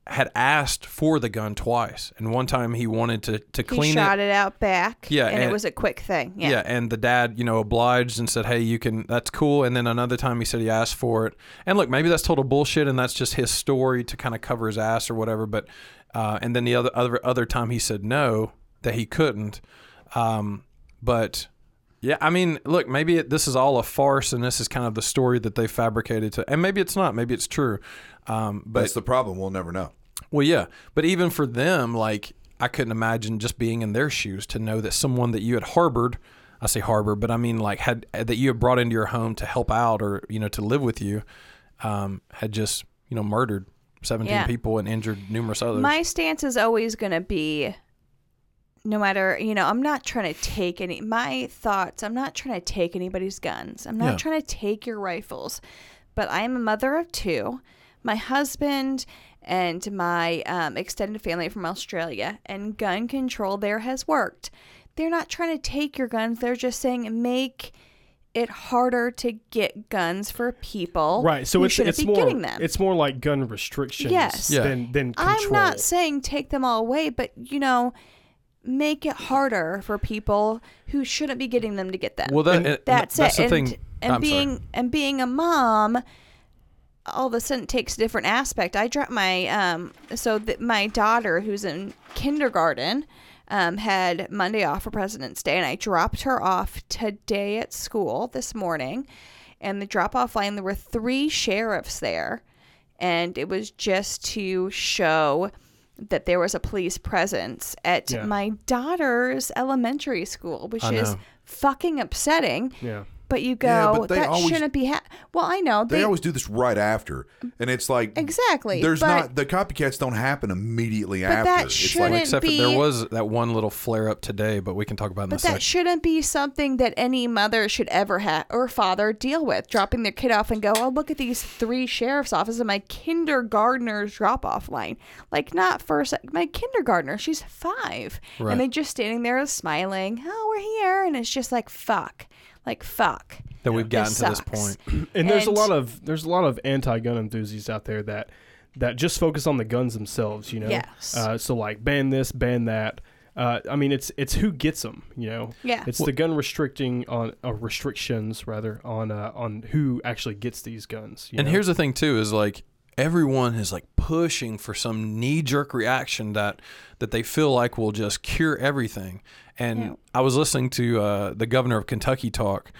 Speaker 2: had asked for the gun twice, and one time he wanted to to
Speaker 4: he
Speaker 2: clean
Speaker 4: shot it, out back.
Speaker 2: Yeah,
Speaker 4: and, it
Speaker 2: and-
Speaker 4: was a quick thing.
Speaker 2: Yeah. and the dad, you know, obliged and said, "Hey, you can. That's cool." And then another time he said he asked for it. And look, maybe that's total bullshit, and that's just his story to kind of cover his ass or whatever. But uh, and then the other other other time he said no that he couldn't. Um, but yeah, I mean, look, maybe it, this is all a farce, and this is kind of the story that they fabricated to. And maybe it's not. Maybe it's true. Um, but
Speaker 1: That's the problem. We'll never know.
Speaker 2: well, yeah, but even for them, like I couldn't imagine just being in their shoes to know that someone that you had harbored, I say harbor, but I mean like had that you had brought into your home to help out or you know to live with you, um, had just you know murdered seventeen
Speaker 4: Yeah.
Speaker 2: people and injured numerous others.
Speaker 4: My stance is always going to be no matter, you know, I'm not trying to take any, my thoughts, I'm not trying to take anybody's guns. I'm not
Speaker 2: Yeah.
Speaker 4: trying to take your rifles, but I am a mother of two. My husband and my um, extended family from Australia, and gun control there has worked. They're not trying to take your guns, they're just saying make it harder to get guns for people
Speaker 3: Right. So
Speaker 4: who
Speaker 3: it's
Speaker 4: Oh, shouldn't
Speaker 3: it's
Speaker 4: be
Speaker 3: more
Speaker 4: getting them.
Speaker 3: it's more like gun restrictions
Speaker 4: Yes.
Speaker 2: Yeah.
Speaker 3: than than control.
Speaker 4: I'm not saying take them all away, but you know, make it harder for people who shouldn't be getting them to get them.
Speaker 2: well, that, and,
Speaker 4: that's,
Speaker 2: that's
Speaker 4: it.
Speaker 2: the
Speaker 4: and
Speaker 2: thing.
Speaker 4: and
Speaker 2: I'm sorry.
Speaker 4: being and being a mom all of a sudden takes a different aspect. I dropped my um so that my daughter who's in kindergarten um, had Monday off for President's Day, and I dropped her off today at school this morning. And the drop off line, there were three sheriffs there, and it was just to show that there was a police presence at
Speaker 3: Yeah.
Speaker 4: my daughter's elementary school, which
Speaker 2: I
Speaker 4: is
Speaker 2: know.
Speaker 4: fucking upsetting.
Speaker 3: Yeah.
Speaker 4: But you go,
Speaker 1: Yeah, but they
Speaker 4: that
Speaker 1: always-
Speaker 4: shouldn't be. Ha-. Well, I know
Speaker 1: They, always do this right after, and it's like
Speaker 4: Exactly,
Speaker 1: There's
Speaker 4: but-
Speaker 1: not the copycats don't happen immediately after.
Speaker 4: that
Speaker 1: it's
Speaker 4: shouldn't-
Speaker 1: like
Speaker 2: Except for there
Speaker 4: be-
Speaker 2: was that one little flare up today, but we can talk about it in a
Speaker 4: But that
Speaker 2: second.
Speaker 4: shouldn't be something that any mother should ever have or father deal with. Dropping their kid off and go, oh, look at these three sheriff's offices and my kindergartner's drop off line. Like, not first, my kindergartner, she's five.
Speaker 2: Right.
Speaker 4: And they just standing there smiling, oh, we're here. And it's just like, fuck. Like, fuck.
Speaker 2: That we've gotten to this
Speaker 4: sucks.
Speaker 2: point.
Speaker 3: and there's
Speaker 4: And-
Speaker 3: a lot of there's a lot of anti-gun enthusiasts out there that that just focus on the guns themselves you know
Speaker 4: Yes.
Speaker 3: uh, so like ban this ban that Uh, I mean, it's it's who gets them. You know,
Speaker 4: Yeah.
Speaker 3: It's the gun restricting on uh, restrictions rather on uh, on who actually gets these guns. you
Speaker 2: And
Speaker 3: know?
Speaker 2: here's the thing too is like everyone is like pushing for some knee jerk reaction that that they feel like will just cure everything. And
Speaker 4: Yeah.
Speaker 2: I was listening to uh, the governor of Kentucky talk.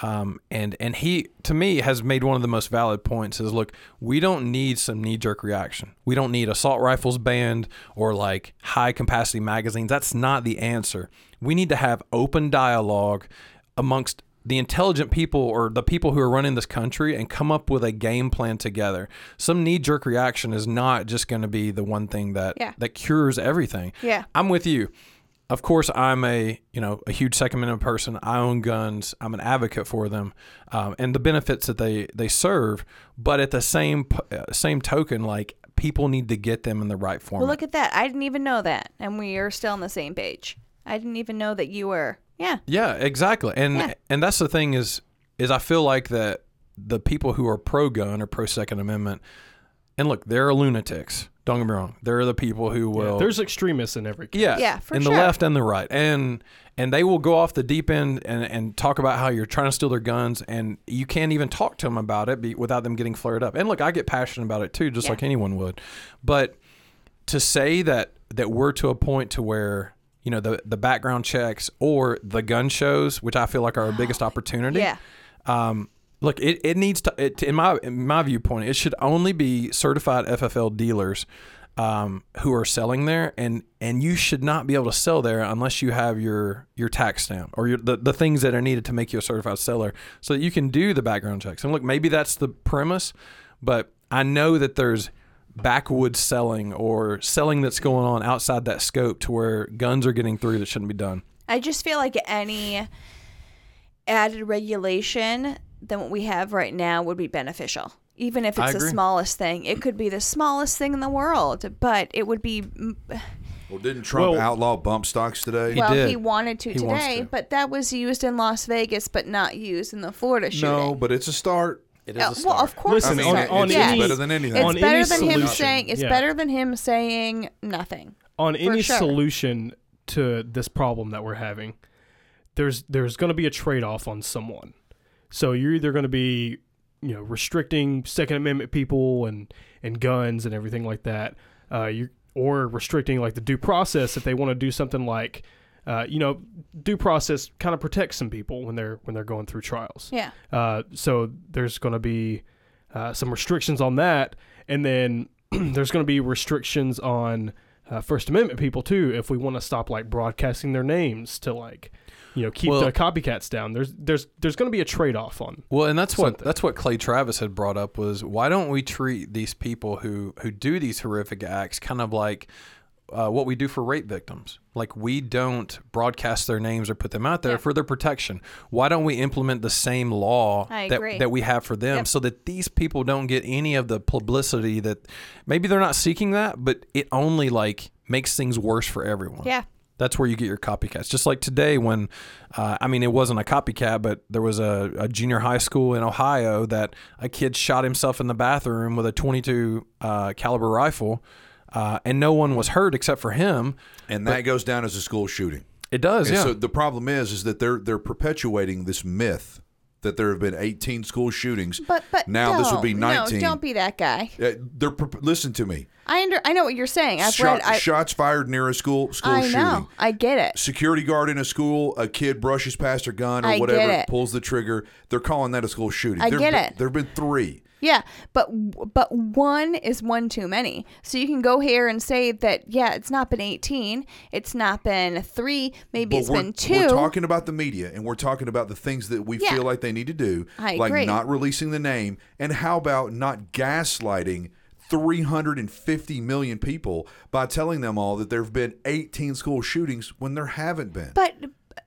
Speaker 2: Um, and and he to me has made one of the most valid points is look we don't need some knee jerk reaction we don't need assault rifles banned or like high capacity magazines that's not the answer we need to have open dialogue amongst the intelligent people or the people who are running this country and come up with a game plan together. Some knee jerk reaction is not just going to be the one thing that
Speaker 4: Yeah.
Speaker 2: that cures everything.
Speaker 4: Yeah.
Speaker 2: I'm with you. Of course, I'm a you know a huge Second Amendment person. I own guns. I'm an advocate for them um, and the benefits that they they serve. But at the same p- uh, same token, like people need to get them in the right format.
Speaker 4: Well, look at that. I didn't even know that, and we are still on the same page. I didn't even know that you were. Yeah.
Speaker 2: Yeah, exactly. And
Speaker 4: Yeah.
Speaker 2: and that's the thing is is I feel like that the people who are pro gun or pro Second Amendment, and look, there are lunatics. Don't get me wrong. There are the people who will.
Speaker 3: yeah, there's extremists in every.
Speaker 2: Yeah,
Speaker 4: Yeah, for
Speaker 2: in
Speaker 4: sure.
Speaker 2: the left and the right, and and they will go off the deep end and, and talk about how you're trying to steal their guns, and you can't even talk to them about it be, without them getting flared up. And look, I get passionate about it too, just
Speaker 4: Yeah.
Speaker 2: like anyone would. But to say that that we're to a point to where you know the the background checks or the gun shows, which I feel like are our biggest opportunity.
Speaker 4: Yeah.
Speaker 2: Um, look, it, it needs to, it, in my in my viewpoint, it should only be certified FFL dealers um, who are selling there, and and you should not be able to sell there unless you have your your tax stamp or your, the the things that are needed to make you a certified seller, so that you can do the background checks. And look, maybe that's the premise, but I know that there's backwoods selling or selling that's going on outside that scope to where guns are getting through that shouldn't be done.
Speaker 4: I just feel like any added regulation than what we have right now would be beneficial. Even if
Speaker 2: I
Speaker 4: it's the
Speaker 2: agree.
Speaker 4: smallest thing, it could be the smallest thing in the world, but it would be.
Speaker 1: Well, didn't Trump
Speaker 3: Well-
Speaker 1: outlaw bump stocks today?
Speaker 4: well,
Speaker 2: did.
Speaker 4: he wanted to
Speaker 2: He wants
Speaker 4: today,
Speaker 2: to.
Speaker 4: but that was used in Las Vegas, but not used in the Florida shooting.
Speaker 1: no, but it's a start.
Speaker 2: It
Speaker 4: Uh, well, of course,
Speaker 3: Listen,
Speaker 4: it's,
Speaker 1: on-
Speaker 4: not.
Speaker 1: on
Speaker 4: yeah.
Speaker 1: any- better than anything.
Speaker 4: it's
Speaker 1: on
Speaker 4: better
Speaker 3: any
Speaker 4: than him
Speaker 3: solution,
Speaker 4: saying it's
Speaker 3: yeah.
Speaker 4: better than him saying nothing.
Speaker 3: on any
Speaker 4: sure.
Speaker 3: solution to this problem that we're having, there's there's going to be a trade off on someone. So you're either going to be, you know, restricting Second Amendment people and and guns and everything like that. Uh, you or restricting like the due process if they want to do something like, uh, you know, due process kind of protects some people when they're when they're going through trials.
Speaker 4: Yeah.
Speaker 3: Uh, so there's going to be uh, some restrictions on that, and then there's going to be restrictions on uh, First Amendment people too. If we want to stop like broadcasting their names to like, you know, keep
Speaker 2: Well-
Speaker 3: the copycats down, there's there's there's going to be a trade off on.
Speaker 2: Well, and that's what
Speaker 3: something.
Speaker 2: that's what Clay Travis had brought up was why don't we treat these people who who do these horrific acts kind of like uh, what we do for rape victims? Like we don't broadcast their names or put them out there for their protection. Why don't we implement the same law
Speaker 4: I
Speaker 2: that
Speaker 4: agree.
Speaker 2: that we have for them
Speaker 4: Yep.
Speaker 2: so that these people don't get any of the publicity that maybe they're not seeking that, but it only like makes things worse for everyone.
Speaker 4: Yeah.
Speaker 2: That's where you get your copycats. Just like today, when uh, I mean, it wasn't a copycat, but there was a, a junior high school in Ohio that a kid shot himself in the bathroom with a 22 uh, caliber rifle, uh, and no one was hurt except for him.
Speaker 1: And that goes down as a school shooting.
Speaker 2: It does,
Speaker 1: And
Speaker 2: yeah.
Speaker 1: So the problem is, is that they're they're perpetuating this myth that there have been 18 school shootings.
Speaker 4: But but
Speaker 1: now this would be
Speaker 4: no,
Speaker 1: 19.
Speaker 4: No, don't be that guy.
Speaker 1: Uh, they're per- listen to me.
Speaker 4: I under I know what you're saying. I've
Speaker 1: Shot-
Speaker 4: read. I,
Speaker 1: shots fired near a school school
Speaker 4: I
Speaker 1: shooting.
Speaker 4: know. I get it.
Speaker 1: Security guard in a school, a kid brushes past her gun or
Speaker 4: I get
Speaker 1: whatever,
Speaker 4: it.
Speaker 1: pulls the trigger. They're calling that a school shooting.
Speaker 4: I
Speaker 1: there
Speaker 4: get
Speaker 1: been,
Speaker 4: it.
Speaker 1: There have been three.
Speaker 4: Yeah, but but one is one too many. So you can go here and say that yeah, it's not been 18, it's not been 3, maybe it's
Speaker 1: we're,
Speaker 4: been 2.
Speaker 1: we're talking about the media and we're talking about the things that we
Speaker 4: Yeah.
Speaker 1: feel like they need to do,
Speaker 4: I
Speaker 1: like
Speaker 4: agree.
Speaker 1: not releasing the name, and how about not gaslighting 350 million people by telling them all that there have been 18 school shootings when there haven't been.
Speaker 4: but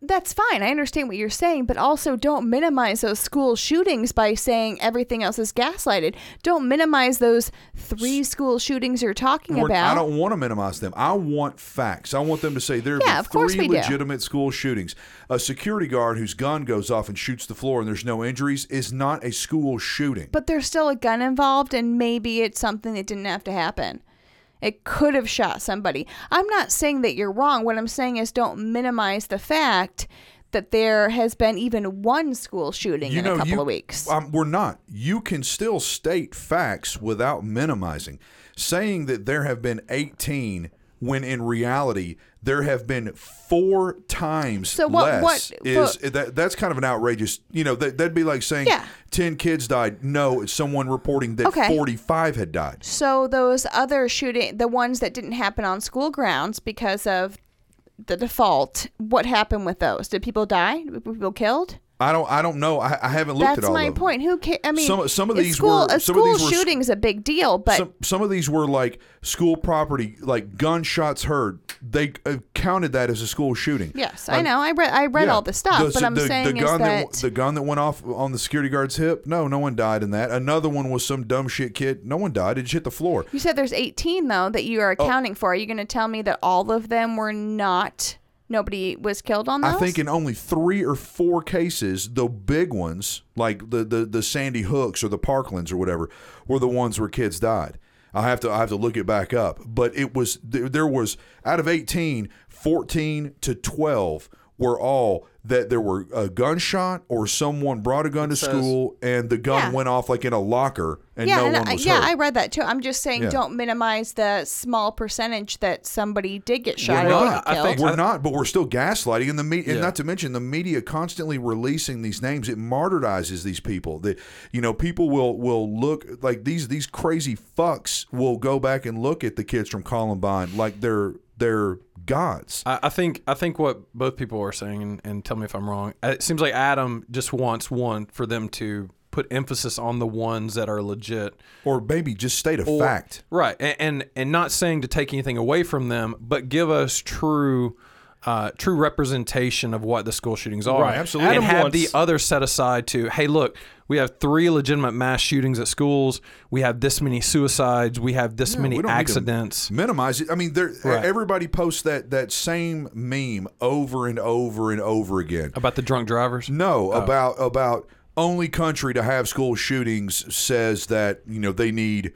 Speaker 4: that's fine. I understand what you're saying, but also don't minimize those school shootings by saying everything else is gaslighted. Don't minimize those 3 school shootings you're talking
Speaker 1: We're-
Speaker 4: about.
Speaker 1: I don't want to minimize them. I want facts. I want them to say there have
Speaker 4: Yeah,
Speaker 1: been
Speaker 4: of course
Speaker 1: three
Speaker 4: we do.
Speaker 1: legitimate school shootings. A security guard whose gun goes off and shoots the floor and there's no injuries is not a school shooting.
Speaker 4: but there's still a gun involved and maybe it's something that didn't have to happen. It could have shot somebody. I'm not saying that you're wrong. What I'm saying is don't minimize the fact that there has been even one school shooting in a couple of weeks.
Speaker 1: Um, we're not. You can still state facts without minimizing. Saying that there have been 18 when in reality there have been four times
Speaker 4: So what-
Speaker 1: less
Speaker 4: what-
Speaker 1: is
Speaker 4: what-
Speaker 1: that that's kind of an outrageous you know that, that'd be like saying
Speaker 4: Yeah.
Speaker 1: 10 kids died no it's someone reporting that
Speaker 4: Okay.
Speaker 1: 45 had died
Speaker 4: So those other shooting, the ones that didn't happen on school grounds because of the default, what happened with those? Did people die? Were people killed?
Speaker 1: i don't i don't know i, I haven't looked at
Speaker 4: That's
Speaker 1: all
Speaker 4: my
Speaker 1: of them.
Speaker 4: point. Who ca- I mean,
Speaker 1: Some- some of
Speaker 4: it's
Speaker 1: these
Speaker 4: school,
Speaker 1: were- some
Speaker 4: a
Speaker 1: of
Speaker 4: school
Speaker 1: these were s-
Speaker 4: shooting's a big deal, but
Speaker 1: some some of these were like school property, like gunshots heard. They uh, counted that as a school shooting.
Speaker 4: yes, I
Speaker 1: Like,
Speaker 4: know. I read I read
Speaker 1: Um, yeah.
Speaker 4: all the stuff, but I'm
Speaker 1: the,
Speaker 4: saying
Speaker 1: the
Speaker 4: is
Speaker 1: gun
Speaker 4: that,
Speaker 1: w- the gun that went off on the security guard's hip. No, no one died in that. Another one was some dumb shit kid. No one died. It just hit the floor.
Speaker 4: you said there's 18 though that you are
Speaker 1: Oh.
Speaker 4: accounting for. Are you going to tell me that all of them were not? Nobody was killed on those.
Speaker 1: I think in only three or four cases, the big ones, like the, the the Sandy Hooks or the Parklands or whatever, were the ones where kids died. I have to I have to look it back up, but it was there, there was out of 18, 14 to 12 were all that there were a gunshot or someone brought a gun to school and the gun
Speaker 4: Yeah.
Speaker 1: went off like in a locker and
Speaker 4: yeah,
Speaker 1: no
Speaker 4: and
Speaker 1: one
Speaker 4: I,
Speaker 1: was
Speaker 4: yeah,
Speaker 1: hurt.
Speaker 4: I read that too. I'm just saying,
Speaker 1: Yeah.
Speaker 4: don't minimize the small percentage that somebody did get shot or
Speaker 2: not.
Speaker 4: got
Speaker 2: I
Speaker 4: killed.
Speaker 2: think-
Speaker 1: We're not, but we're still gaslighting, and the media, and
Speaker 2: Yeah.
Speaker 1: not to mention the media constantly releasing these names. It martyrizes these people. That you know, people will will look like these these crazy fucks will go back and look at the kids from Columbine like they're they're gods.
Speaker 2: I, I think I think what both people are saying, and, and tell me if I'm wrong. uh, It seems like Adam just wants one for them to put emphasis on the ones that are legit,
Speaker 1: Or maybe just state a
Speaker 2: Or-
Speaker 1: fact.
Speaker 2: right? And, and and not saying to take anything away from them, but give us true. Uh, true representation of what the school shootings are,
Speaker 3: Right, absolutely.
Speaker 2: and
Speaker 3: Adam
Speaker 2: have
Speaker 3: wants-
Speaker 2: the other set aside to, hey, look, we have three legitimate mass shootings at schools, we have this many suicides, we have this
Speaker 1: We
Speaker 2: many
Speaker 1: don't need to
Speaker 2: accidents.
Speaker 1: minimize it. I mean, there
Speaker 2: Right.
Speaker 1: everybody posts that that same meme over and over and over again.
Speaker 2: About the drunk drivers?
Speaker 1: No, about about only country to have school shootings says that you know they need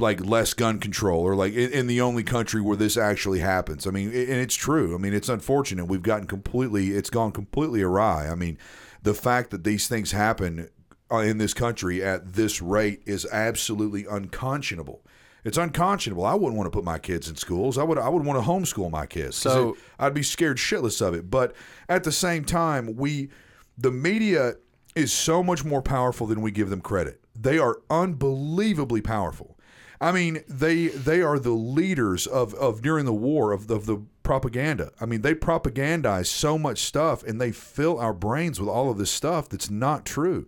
Speaker 1: like less gun control or like in, in the only country where this actually happens. I mean, a- and it's true. I mean, it's unfortunate we've gotten completely it's gone completely awry. I mean, the fact that these things happen uh, in this country at this rate is absolutely unconscionable. It's unconscionable. I wouldn't want to put my kids in schools. I would I would want to homeschool my kids. 'cause
Speaker 2: So-
Speaker 1: it- I'd be scared shitless of it. But at the same time, we the media is so much more powerful than we give them credit. They are unbelievably powerful. I mean, they they are the leaders of, of during the war of the, of the propaganda. I mean, they propagandize so much stuff and they fill our brains with all of this stuff that's not true.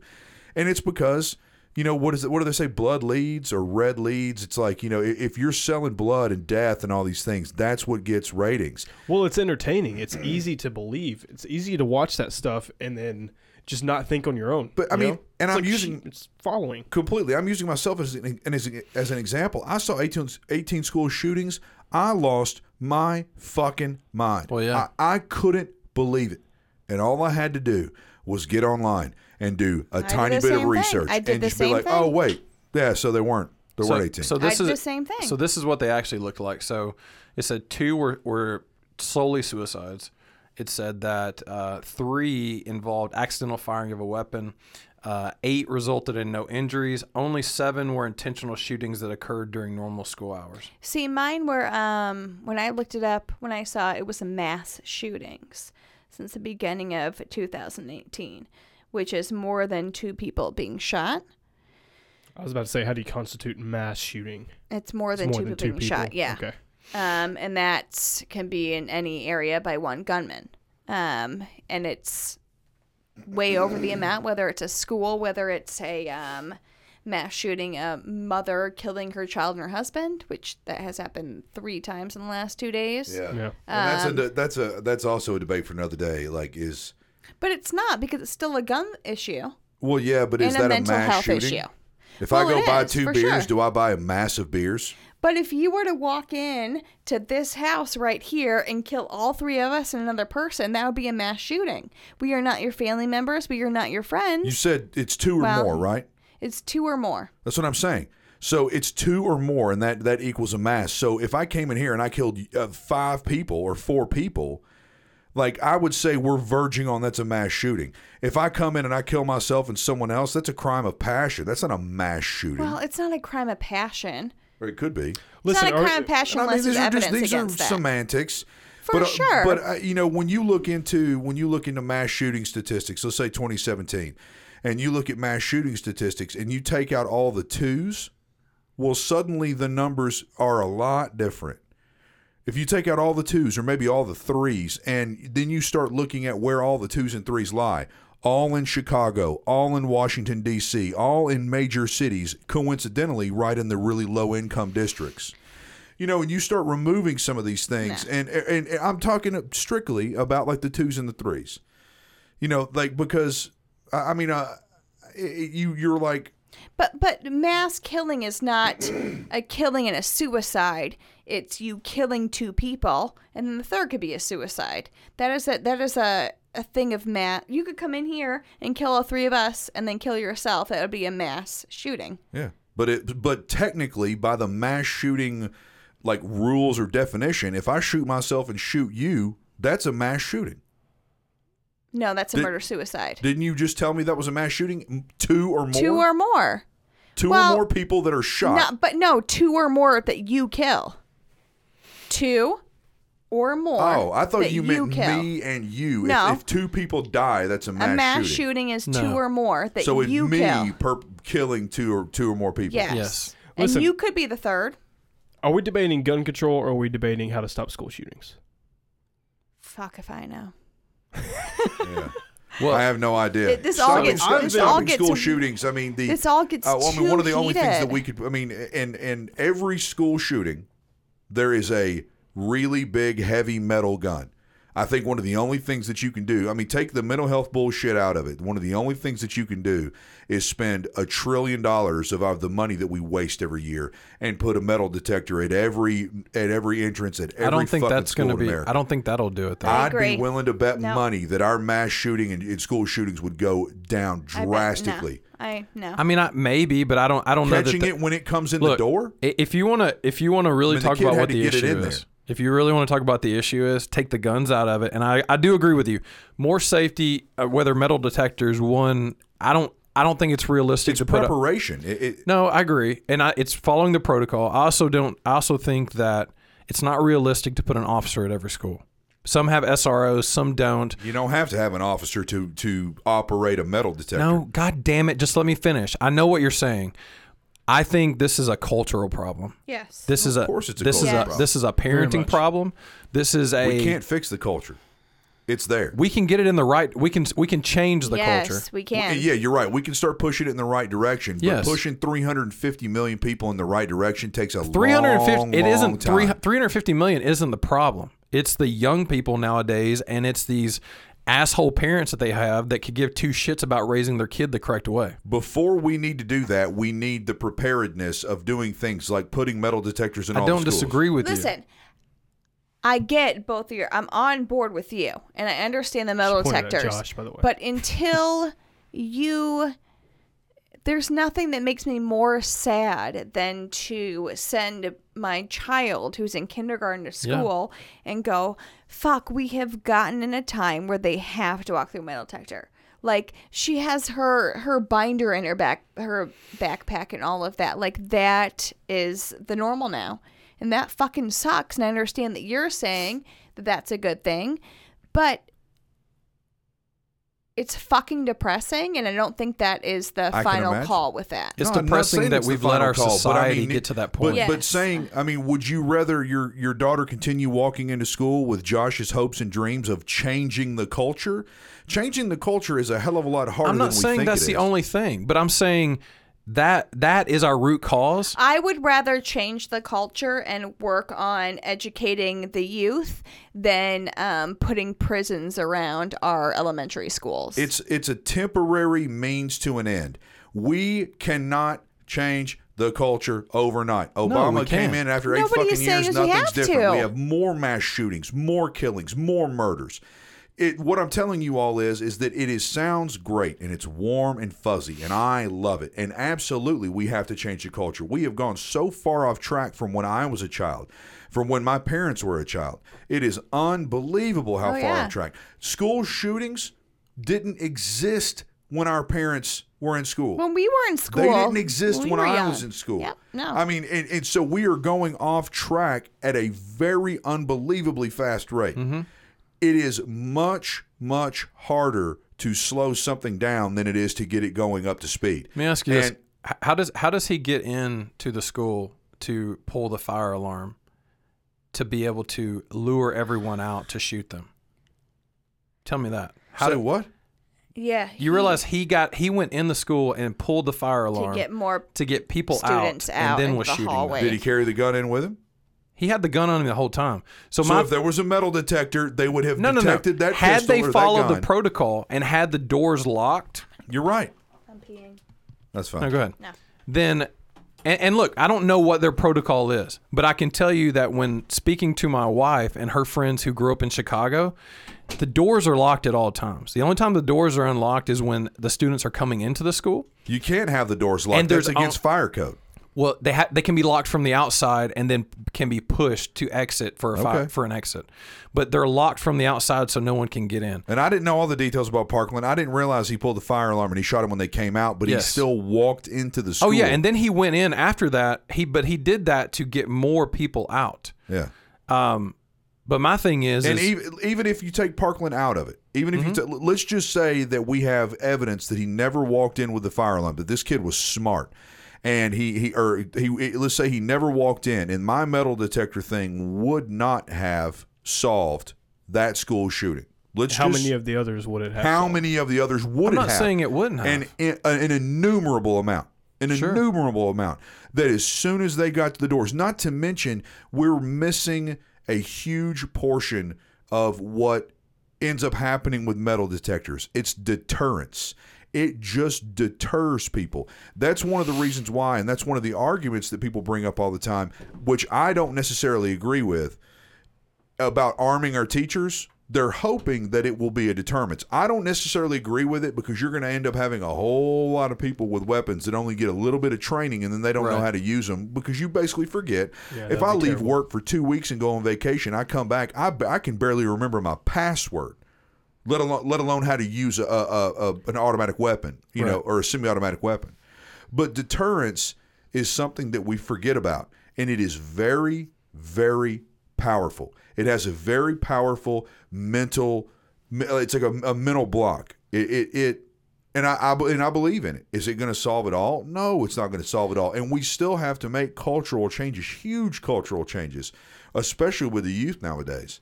Speaker 1: And it's because you know what is it? What do they say? Blood leads or red leads? It's like you know i- if you're selling blood and death and all these things, that's what gets ratings.
Speaker 3: Well, it's entertaining. It's easy to believe. It's easy to watch that stuff and then just not think on your own.
Speaker 1: But, I
Speaker 3: you
Speaker 1: mean,
Speaker 3: know?
Speaker 1: and
Speaker 3: It's
Speaker 1: I'm
Speaker 3: like,
Speaker 1: using-
Speaker 3: "Shh, it's following.
Speaker 1: completely. I'm using myself as an, as an, as an example. I saw 18, 18 school shootings. I lost my fucking mind.
Speaker 2: Well, yeah.
Speaker 1: I, I couldn't believe it. And all I had to do was get online and do a
Speaker 4: did
Speaker 1: tiny
Speaker 4: the
Speaker 1: bit of
Speaker 4: same thing.
Speaker 1: research
Speaker 4: I did
Speaker 1: and
Speaker 4: the
Speaker 1: just
Speaker 4: same
Speaker 1: be like,
Speaker 4: thing.
Speaker 1: oh, wait. Yeah, so they weren't. There weren't 18.
Speaker 2: So
Speaker 1: So
Speaker 2: this
Speaker 4: I
Speaker 2: is
Speaker 4: did the same thing.
Speaker 2: So this is what they actually looked like. So it said two were were solely suicides. It said that uh, three involved accidental firing of a weapon. Uh, eight resulted in no injuries. Only seven were intentional shootings that occurred during normal school hours.
Speaker 4: See, mine were um, when I looked it up, when I saw it, it was mass shootings since the beginning of 2018, which is more than two people being shot.
Speaker 3: I was about to say, how do you constitute mass shooting?
Speaker 4: It's more
Speaker 3: It's
Speaker 4: than
Speaker 3: more
Speaker 4: two
Speaker 3: than
Speaker 4: people
Speaker 3: two
Speaker 4: being
Speaker 3: people.
Speaker 4: shot. Yeah.
Speaker 3: Okay.
Speaker 4: um, and that can be in any area by one gunman. Um, and it's way over the amount, whether it's a school, whether it's a um, mass shooting, a mother killing her child and her husband, which that has happened three times in the last two days.
Speaker 3: Yeah.
Speaker 4: um,
Speaker 1: And that's a that's a that's also a debate for another day. Like is
Speaker 4: But it's not because it's still a gun issue
Speaker 1: well, yeah, but is
Speaker 4: and a
Speaker 1: that a
Speaker 4: mental
Speaker 1: mass
Speaker 4: health
Speaker 1: shooting?
Speaker 4: issue.
Speaker 1: If I
Speaker 4: Well,
Speaker 1: go
Speaker 4: it
Speaker 1: buy
Speaker 4: is,
Speaker 1: two
Speaker 4: for
Speaker 1: beers,
Speaker 4: sure.
Speaker 1: do I buy a mass of beers?
Speaker 4: But if you were to walk in to this house right here and kill all three of us and another person, that would be a mass shooting. We are not your family members. We are not your friends.
Speaker 1: You said it's two or
Speaker 4: Well,
Speaker 1: more, right?
Speaker 4: It's two or more.
Speaker 1: That's what I'm saying. So it's two or more, and that that equals a mass. So if I came in here and I killed uh, five people or four people, like I would say we're verging on that's a mass shooting. If I come in and I kill myself and someone else, that's a crime of passion. That's not a mass shooting,
Speaker 4: Well, it's not a crime of passion.
Speaker 1: or it could be.
Speaker 4: it's not a
Speaker 3: are-
Speaker 4: crime of passion
Speaker 1: And
Speaker 4: unless there's
Speaker 1: are
Speaker 4: evidence
Speaker 1: these are
Speaker 4: against that.
Speaker 1: semantics.
Speaker 4: For
Speaker 1: but, uh,
Speaker 4: sure.
Speaker 1: But uh, you know, when you look into when you look into mass shooting statistics, let's say 2017, and you look at mass shooting statistics, and you take out all the twos, well, suddenly the numbers are a lot different. If you take out all the twos or maybe all the threes, and then you start looking at where all the twos and threes lie, all in Chicago, all in Washington, D.C., all in major cities, coincidentally, right in the really low income districts you know, and you start removing some of these things, and, and and I'm talking strictly about like the twos and the threes, you know, like because I I mean, uh, it- it- you you're like
Speaker 4: But but mass killing is not a killing and a suicide. It's you killing two people, and then the third could be a suicide. That is a that is a, a thing of mass. You could come in here and kill all three of us, and then kill yourself. That would be a mass shooting.
Speaker 1: yeah, but it but technically by the mass shooting like rules or definition, if I shoot myself and shoot you, that's a mass shooting.
Speaker 4: No, that's a
Speaker 1: Did-
Speaker 4: murder suicide.
Speaker 1: Didn't you just tell me that was a mass shooting? Two or more,
Speaker 4: Two or more.
Speaker 1: Two
Speaker 4: well,
Speaker 1: or more people that are shot.
Speaker 4: No, but no, two or more that you kill. Two or more.
Speaker 1: Oh, I thought
Speaker 4: that
Speaker 1: you meant
Speaker 4: kill.
Speaker 1: me and you. If-
Speaker 4: No.
Speaker 1: If, two people die, that's a mass,
Speaker 4: a mass
Speaker 1: shooting.
Speaker 4: shooting is
Speaker 2: No.
Speaker 4: two or more that
Speaker 1: so it's
Speaker 4: you
Speaker 1: me
Speaker 4: kill.
Speaker 1: per- killing two or two or more people.
Speaker 4: Yes.
Speaker 2: Yes.
Speaker 4: And
Speaker 3: Listen.
Speaker 4: you could be the third.
Speaker 3: Are we debating gun control or are we debating how to stop school shootings?
Speaker 4: Fuck if I know.
Speaker 1: Yeah.
Speaker 2: Well,
Speaker 1: I have no idea.
Speaker 4: It- this all
Speaker 1: Stopping-
Speaker 4: gets-
Speaker 1: stopping
Speaker 4: this all gets-
Speaker 1: school shootings. I mean the
Speaker 4: This all gets
Speaker 1: uh, well, I mean
Speaker 4: too
Speaker 1: one of the only things that
Speaker 4: heated.
Speaker 1: we could I mean in in every school shooting there is a really big heavy metal gun. I think one of the only things that you can do, I mean, take the mental health bullshit out of it. One of the only things that you can do is spend a trillion dollars of our, the money that we waste every year and put a metal detector at every at every entrance at every.
Speaker 2: I don't think
Speaker 1: fucking
Speaker 2: that's
Speaker 1: school
Speaker 2: going to
Speaker 1: in
Speaker 2: be.
Speaker 1: America.
Speaker 2: I don't think that'll do it. Though.
Speaker 4: I
Speaker 1: I'd
Speaker 4: agree.
Speaker 1: be willing to bet
Speaker 4: No.
Speaker 1: money that our mass shooting and, and school shootings would go down
Speaker 4: I bet- no.
Speaker 1: drastically.
Speaker 4: I know.
Speaker 2: I mean, I, maybe, but I don't. I don't know that
Speaker 1: Catching
Speaker 2: the-
Speaker 1: it when it comes in
Speaker 2: look,
Speaker 1: the door.
Speaker 2: i- If you want to, if you want to really
Speaker 1: mean, the
Speaker 2: talk
Speaker 1: kid
Speaker 2: about
Speaker 1: had
Speaker 2: what
Speaker 1: to
Speaker 2: the
Speaker 1: get it in
Speaker 2: issue is,
Speaker 1: there.
Speaker 2: if you really want to talk about the issue is, take the guns out of it. And I, I do agree with you. More safety, uh, whether metal detectors, one, I don't, I don't think it's realistic
Speaker 1: It's
Speaker 2: to put. up-
Speaker 1: preparation. It- it-
Speaker 2: no, I agree, and I, it's following the protocol. I also don't. I also think that it's not realistic to put an officer at every school. Some have SROs, some don't.
Speaker 1: you don't have to have an officer to to operate a metal detector.
Speaker 2: No, god damn it, just let me finish. I know what you're saying. I think this is a cultural problem.
Speaker 4: yes.
Speaker 2: This is a
Speaker 1: course it's a
Speaker 2: this is
Speaker 1: cultural
Speaker 2: a
Speaker 1: problem.
Speaker 2: this is a parenting problem. This is a
Speaker 1: we can't fix the culture. It's there.
Speaker 2: we can get it in the right we can we can change the
Speaker 4: yes,
Speaker 2: culture.
Speaker 4: we can.
Speaker 1: yeah, you're right. We can start pushing it in the right direction, but
Speaker 2: Yes.
Speaker 1: pushing 350 million people in the right direction takes a
Speaker 2: 350
Speaker 1: long,
Speaker 2: it
Speaker 1: long
Speaker 2: isn't 3
Speaker 1: time.
Speaker 2: 350 million isn't the problem. It's the young people nowadays and it's these asshole parents that they have that could give two shits about raising their kid the correct way.
Speaker 1: Before we need to do that, we need the preparedness of doing things like putting metal detectors in all
Speaker 2: I
Speaker 1: the
Speaker 2: don't
Speaker 1: schools.
Speaker 2: disagree with you.
Speaker 4: Listen, I get both of your. I'm on board with you, and I understand the metal
Speaker 3: pointed at
Speaker 4: detectors.
Speaker 3: Josh, by the way.
Speaker 4: But until you, there's nothing that makes me more sad than to send my child who's in kindergarten to
Speaker 2: Yeah.
Speaker 4: school and go, "Fuck, we have gotten in a time where they have to walk through a metal detector." Like she has her her binder in her back her backpack and all of that. Like that is the normal now. And that fucking sucks. And I understand that you're saying that that's a good thing, but it's fucking depressing. And I don't think that is the
Speaker 1: I can
Speaker 4: final
Speaker 1: imagine.
Speaker 4: call with that.
Speaker 1: No,
Speaker 2: It's
Speaker 1: I'm not
Speaker 2: depressing
Speaker 1: saying
Speaker 2: that
Speaker 1: it's the
Speaker 2: we've let
Speaker 1: final
Speaker 2: our
Speaker 1: call, but I
Speaker 2: society
Speaker 1: mean,
Speaker 2: get to that
Speaker 1: but-
Speaker 2: point.
Speaker 1: But,
Speaker 4: Yes.
Speaker 1: saying, I mean, would you rather your your daughter continue walking into school with Josh's hopes and dreams of changing the culture? Changing the culture is a hell of a lot harder.
Speaker 2: I'm
Speaker 1: than
Speaker 2: not
Speaker 1: we
Speaker 2: saying
Speaker 1: think
Speaker 2: that's
Speaker 1: it
Speaker 2: the
Speaker 1: is.
Speaker 2: only thing, but I'm saying that that is our root cause.
Speaker 4: I would rather change the culture and work on educating the youth than um, putting prisons around our elementary schools.
Speaker 1: It's it's a temporary means to an end. We cannot change the culture overnight. Obama came
Speaker 2: can't.
Speaker 1: in after eight
Speaker 4: Nobody is
Speaker 1: fucking
Speaker 4: saying
Speaker 1: years.
Speaker 4: that we
Speaker 1: Nothing's
Speaker 4: have
Speaker 1: different.
Speaker 4: to.
Speaker 1: We have more mass shootings, more killings, more murders. it what I'm telling you all is is that it is sounds great and it's warm and fuzzy and I love it. And absolutely we have to change the culture. We have gone so far off track from when I was a child, from when my parents were a child. It is unbelievable how far
Speaker 4: Oh, yeah.
Speaker 1: off track. School shootings didn't exist when our parents were in school.
Speaker 4: When we were in school,
Speaker 1: They didn't exist
Speaker 4: we
Speaker 1: when
Speaker 4: were
Speaker 1: I
Speaker 4: young.
Speaker 1: was in school.
Speaker 4: Yep, no.
Speaker 1: I mean, and, and so we are going off track at a very unbelievably fast rate.
Speaker 2: Mm-hmm.
Speaker 1: It is much, much harder to slow something down than it is to get it going up to speed.
Speaker 2: Let me ask you this:
Speaker 1: And-
Speaker 2: H- how does how does he get in to the school to pull the fire alarm to be able to lure everyone out to shoot them? Tell me that. How
Speaker 1: Say
Speaker 2: do
Speaker 1: what?
Speaker 4: yeah.
Speaker 2: you realize he got he went in the school and pulled the fire alarm
Speaker 4: to get more
Speaker 2: to get people
Speaker 4: students
Speaker 2: out,
Speaker 4: out
Speaker 2: and then
Speaker 4: into
Speaker 2: was
Speaker 4: the
Speaker 2: shooting. them.
Speaker 4: hallway.
Speaker 1: Did he carry the gun in with him?
Speaker 2: He had the gun on him the whole time. So,
Speaker 1: So
Speaker 2: my
Speaker 1: if there was a metal detector, they would have
Speaker 2: no no no.
Speaker 1: detected that
Speaker 2: had
Speaker 1: pistol
Speaker 2: they
Speaker 1: or that
Speaker 2: followed the
Speaker 1: gun.
Speaker 2: protocol and had the doors locked,
Speaker 1: You're right.
Speaker 4: I'm peeing.
Speaker 1: That's fine.
Speaker 2: No, go ahead.
Speaker 4: No.
Speaker 2: Then, and, and look, I don't know what their protocol is, but I can tell you that when speaking to my wife and her friends who grew up in Chicago, the doors are locked at all times. The only time the doors are unlocked is when the students are coming into the school.
Speaker 1: You can't have the doors locked.
Speaker 2: And
Speaker 1: That's
Speaker 2: there's
Speaker 1: against
Speaker 2: on-
Speaker 1: fire code.
Speaker 2: Well, they ha- they can be locked from the outside and then can be pushed to exit for a fi-
Speaker 1: Okay.
Speaker 2: for an exit, but they're locked from the outside so no one can get in.
Speaker 1: And I didn't know all the details about Parkland. I didn't realize he pulled the fire alarm and he shot him when they came out, but
Speaker 2: Yes.
Speaker 1: he still walked into the school.
Speaker 2: Oh yeah, and then he went in after that. He but he did that to get more people out.
Speaker 1: yeah.
Speaker 2: Um, but my thing is,
Speaker 1: And
Speaker 2: is Mm-hmm.
Speaker 1: even, even if you take Parkland out of it, even if you ta- let's just say that we have evidence that he never walked in with the fire alarm, that this kid was smart, and he he or he let's say he never walked in, and my metal detector thing would not have solved that school shooting. Let's
Speaker 3: How
Speaker 1: just,
Speaker 3: many of the others would it have?
Speaker 1: how many of the others would
Speaker 2: I'm
Speaker 1: it
Speaker 2: not
Speaker 1: have?
Speaker 2: saying it wouldn't have.
Speaker 1: an, an an innumerable amount an
Speaker 2: Sure.
Speaker 1: innumerable amount that as soon as they got to the doors not to mention we're missing a huge portion of what ends up happening with metal detectors it's deterrence it just deters people that's one of the reasons why and that's one of the arguments that people bring up all the time which i don't necessarily agree with about arming our teachers, they're hoping that it will be a deterrence. I don't necessarily agree with it because you're going to end up having a whole lot of people with weapons that only get a little bit of training and then they don't know
Speaker 2: Right.
Speaker 1: how to use them because you basically forget.
Speaker 3: that'd
Speaker 1: if I
Speaker 3: be
Speaker 1: leave
Speaker 3: terrible.
Speaker 1: work for two weeks and go on vacation, I come back, I, ba- I can barely remember my password. Let alone, let alone how to use a, a, a an automatic weapon, you know, or a semi-automatic weapon. But deterrence is something that we forget about, and it is very, very powerful. It has a very powerful mental. It's like a, a mental block. It it. it and I, I and I believe in it. Is it going to solve it all? No, it's not going to solve it all. And we still have to make cultural changes, huge cultural changes, especially with the youth nowadays.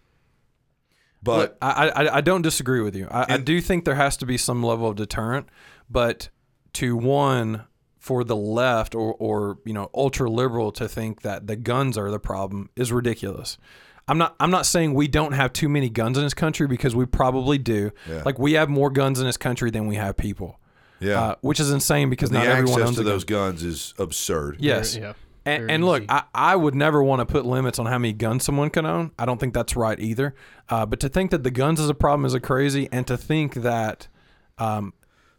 Speaker 1: But
Speaker 2: Look, I, I I don't disagree with you. I, I
Speaker 1: And-
Speaker 2: do think there has to be some level of deterrent, but to one for the left or or you know ultra liberal to think that the guns are the problem is ridiculous. I'm not I'm not saying we don't have too many guns in this country because we probably do. Like we have more guns in this country than we have people.
Speaker 1: yeah,
Speaker 2: Uh, which is insane because
Speaker 1: the
Speaker 2: not everyone
Speaker 1: access
Speaker 2: owns
Speaker 1: to
Speaker 2: a gun.
Speaker 1: those guns is absurd.
Speaker 2: Yes.
Speaker 3: yeah.
Speaker 2: And,
Speaker 3: Very
Speaker 2: and look,
Speaker 3: easy.
Speaker 2: I, I would never want to put limits on how many guns someone can own. I don't think that's right either. Uh, but to think that the guns is a problem is a crazy, and to think that um,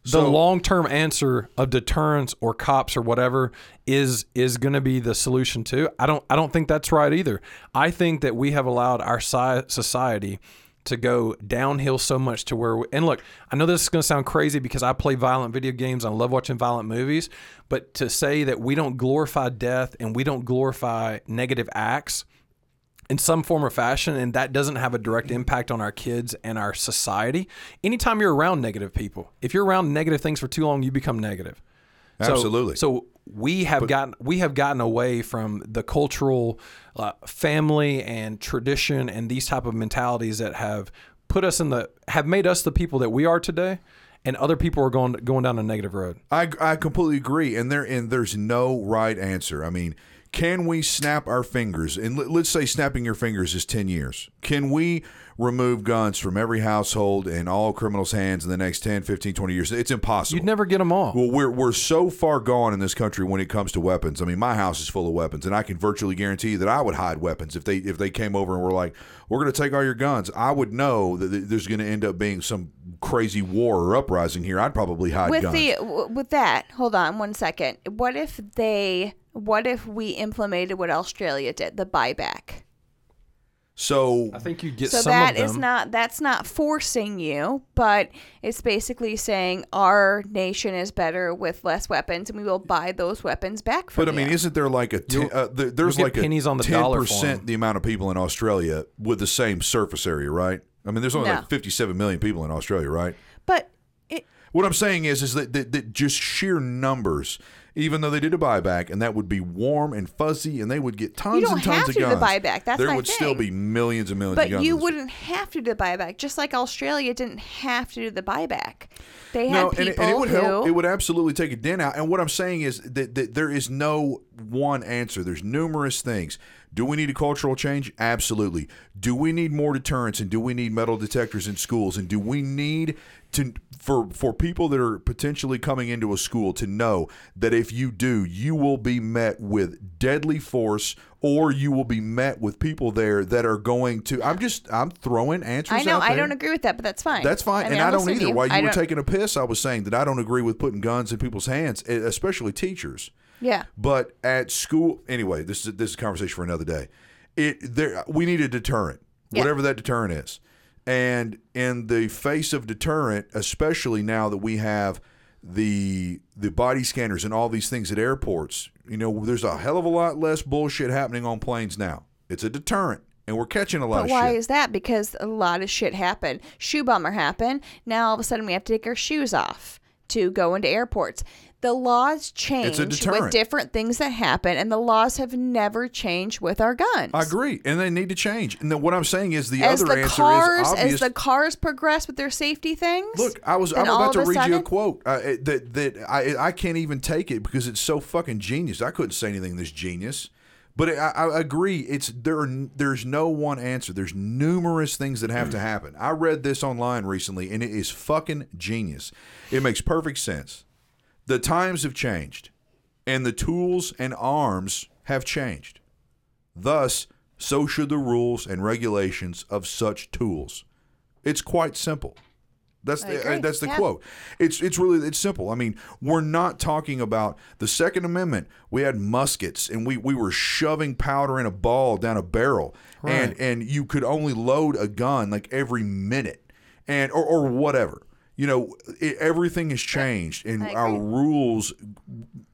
Speaker 2: the
Speaker 1: So-
Speaker 2: long term answer of deterrence or cops or whatever is is going to be the solution too. I don't I don't think that's right either. I think that we have allowed our si- society to go downhill so much to where we, and look i know this is going to sound crazy because i play violent video games i love watching violent movies but to say that we don't glorify death and we don't glorify negative acts in some form or fashion and that doesn't have a direct impact on our kids and our society anytime you're around negative people if you're around negative things for too long you become negative So-
Speaker 1: Absolutely.
Speaker 2: so we have gotten we have gotten away from the cultural uh, family and tradition and these type of mentalities that have put us in the have made us the people that we are today and other people are going going down a negative road
Speaker 1: I, I completely agree, and there and there's no right answer. I mean, Can we snap our fingers? And let- let's say snapping your fingers is 10 years. Can we remove guns from every household and all criminals' hands in the next 10, 15, 20 years? It's impossible.
Speaker 2: You'd never get them all.
Speaker 1: Well, we're we're so far gone in this country when it comes to weapons. I mean, my house is full of weapons, and I can virtually guarantee that I would hide weapons if they if they came over and were like, "We're going to take all your guns." I would know that th- there's going to end up being some crazy war or uprising here. I'd probably hide
Speaker 4: with
Speaker 1: guns.
Speaker 4: the w- with that hold on one second what if they what if we implemented what australia did the buyback
Speaker 1: so
Speaker 2: I think you'd get
Speaker 4: so
Speaker 2: some
Speaker 4: that
Speaker 2: of them.
Speaker 4: is not that's not forcing you but it's basically saying our nation is better with less weapons and we will buy those weapons back from
Speaker 1: But I mean,
Speaker 4: you.
Speaker 1: isn't there like a ten,
Speaker 2: You'll-
Speaker 1: uh, there, there's
Speaker 2: you'll
Speaker 1: like
Speaker 2: get pennies
Speaker 1: a
Speaker 2: on the dollar for 'em.
Speaker 1: percent the amount of people in Australia with the same surface area, right? I mean, there's only
Speaker 4: No.
Speaker 1: like 57 million people in Australia, right?
Speaker 4: but it,
Speaker 1: What I'm saying is, is that, that, that just sheer numbers, even though they did a buyback, and that would be warm and fuzzy, and they would get tons
Speaker 4: don't
Speaker 1: and tons
Speaker 4: have
Speaker 1: of
Speaker 4: to do the
Speaker 1: guns.
Speaker 4: buyback. That's
Speaker 1: there
Speaker 4: my
Speaker 1: would still
Speaker 4: thing.
Speaker 1: be millions and millions. of
Speaker 4: but
Speaker 1: guns
Speaker 4: you
Speaker 1: in this-
Speaker 4: wouldn't have to do the buyback just like australia didn't have to do the buyback they had
Speaker 1: No,
Speaker 4: people
Speaker 1: and it, and it would
Speaker 4: who
Speaker 1: help. It would absolutely take a dent out. And what I'm saying is that, that there is no one answer. There's numerous things. Do we need a cultural change? Absolutely. Do we need more deterrence? And do we need metal detectors in schools? And do we need to for for people that are potentially coming into a school to know that if you do, you will be met with deadly force, or you will be met with people there that are going to. I'm just I'm throwing answers.
Speaker 4: i know
Speaker 1: out
Speaker 4: i
Speaker 1: there.
Speaker 4: don't agree with that but that's fine
Speaker 1: That's fine,
Speaker 4: mean,
Speaker 1: and I
Speaker 4: I'm
Speaker 1: don't
Speaker 4: listening to
Speaker 1: either. While
Speaker 4: I
Speaker 1: you were
Speaker 4: don't-
Speaker 1: taking a piss, I was saying that I don't agree with putting guns in people's hands, e- especially teachers.
Speaker 4: yeah
Speaker 1: But at school, anyway, this is this is a conversation for another day. It there we need a deterrent,
Speaker 4: Yeah.
Speaker 1: whatever that deterrent is. And in the face of deterrent, especially now that we have the the body scanners and all these things at airports, you know, there's a hell of a lot less bullshit happening on planes now. It's a deterrent, and we're catching a lot
Speaker 4: But
Speaker 1: of
Speaker 4: why
Speaker 1: shit.
Speaker 4: is that? Because a lot of shit happened. Shoe bomber happened. Now all of a sudden we have to take our shoes off to go into airports. The laws change with
Speaker 1: deterrent.
Speaker 4: different things that happen, and the laws have never changed with our guns.
Speaker 1: I agree, and they need to change. And then what I'm saying is the
Speaker 4: As
Speaker 1: other
Speaker 4: the
Speaker 1: answer
Speaker 4: cars,
Speaker 1: is obvious.
Speaker 4: as the cars progress with their safety things.
Speaker 1: Look, I was
Speaker 4: then
Speaker 1: I'm
Speaker 4: all
Speaker 1: about to
Speaker 4: of a
Speaker 1: read you a
Speaker 4: sudden-
Speaker 1: quote uh, it- that that I I can't even take it because it's so fucking genius. I couldn't say anything this genius. But I, I agree. It's there. Are, there's no one answer. There's numerous things that
Speaker 4: Mm.
Speaker 1: have to happen. I read this online recently, and it is fucking genius. It makes perfect sense. The times have changed, and the tools and arms have changed. Thus, so should the rules and regulations of such tools. It's quite simple. That's
Speaker 4: I
Speaker 1: the
Speaker 4: agree.
Speaker 1: uh, that's the
Speaker 4: Yeah.
Speaker 1: quote. It's it's really it's simple. I mean, we're not talking about the Second Amendment. We had muskets and we we were shoving powder in a ball down a barrel, and and you could only load a gun like every minute, and or or whatever. You know, i everything has changed, and
Speaker 4: I
Speaker 1: our
Speaker 4: agree.
Speaker 1: rules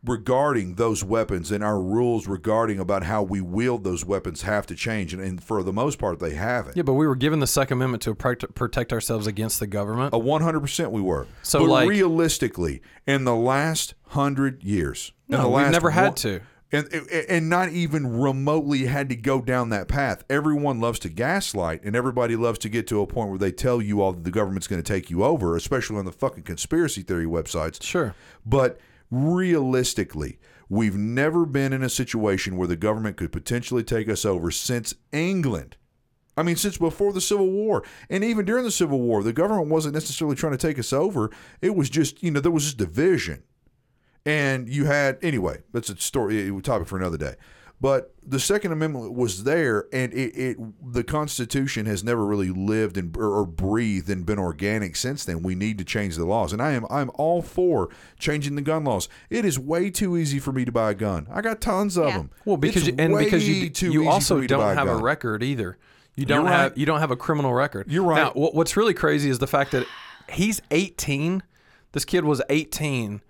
Speaker 1: regarding those weapons and our rules regarding about how we wield those weapons have to change, and, and for the most part, they haven't.
Speaker 2: yeah, but we were given the Second Amendment to protect, protect ourselves against the government.
Speaker 1: A one hundred percent, we were.
Speaker 2: So,
Speaker 1: but
Speaker 2: like-
Speaker 1: realistically, in the last hundred years, in
Speaker 2: No,
Speaker 1: the
Speaker 2: we've
Speaker 1: last
Speaker 2: never had
Speaker 1: one-
Speaker 2: to.
Speaker 1: and and not even remotely had to go down that path. Everyone loves to gaslight, and everybody loves to get to a point where they tell you all that the government's going to take you over, especially on the fucking conspiracy theory websites.
Speaker 2: Sure.
Speaker 1: But realistically, we've never been in a situation where the government could potentially take us over since England. I mean, since before the Civil War. And even during the Civil War, the government wasn't necessarily trying to take us over. It was just, you know, there was just division. And you had, anyway, that's a story, a topic for another day. But the Second Amendment was there, and it, it the Constitution has never really lived and or, or breathed and been organic since then. We need to change the laws, and I am I'm all for changing the gun laws. It is way too easy for me to buy a gun. I got tons of
Speaker 4: Yeah.
Speaker 1: them.
Speaker 2: Well, because
Speaker 1: It's
Speaker 2: you, and
Speaker 1: way
Speaker 2: because you
Speaker 1: too
Speaker 2: you
Speaker 1: easy for
Speaker 2: also
Speaker 1: me to buy
Speaker 2: don't have a
Speaker 1: gun.
Speaker 2: record either. You don't
Speaker 1: You're
Speaker 2: have
Speaker 1: right.
Speaker 2: you don't have a criminal record.
Speaker 1: You're right.
Speaker 2: Now, what, what's really crazy is the fact that he's 18. This kid was 18,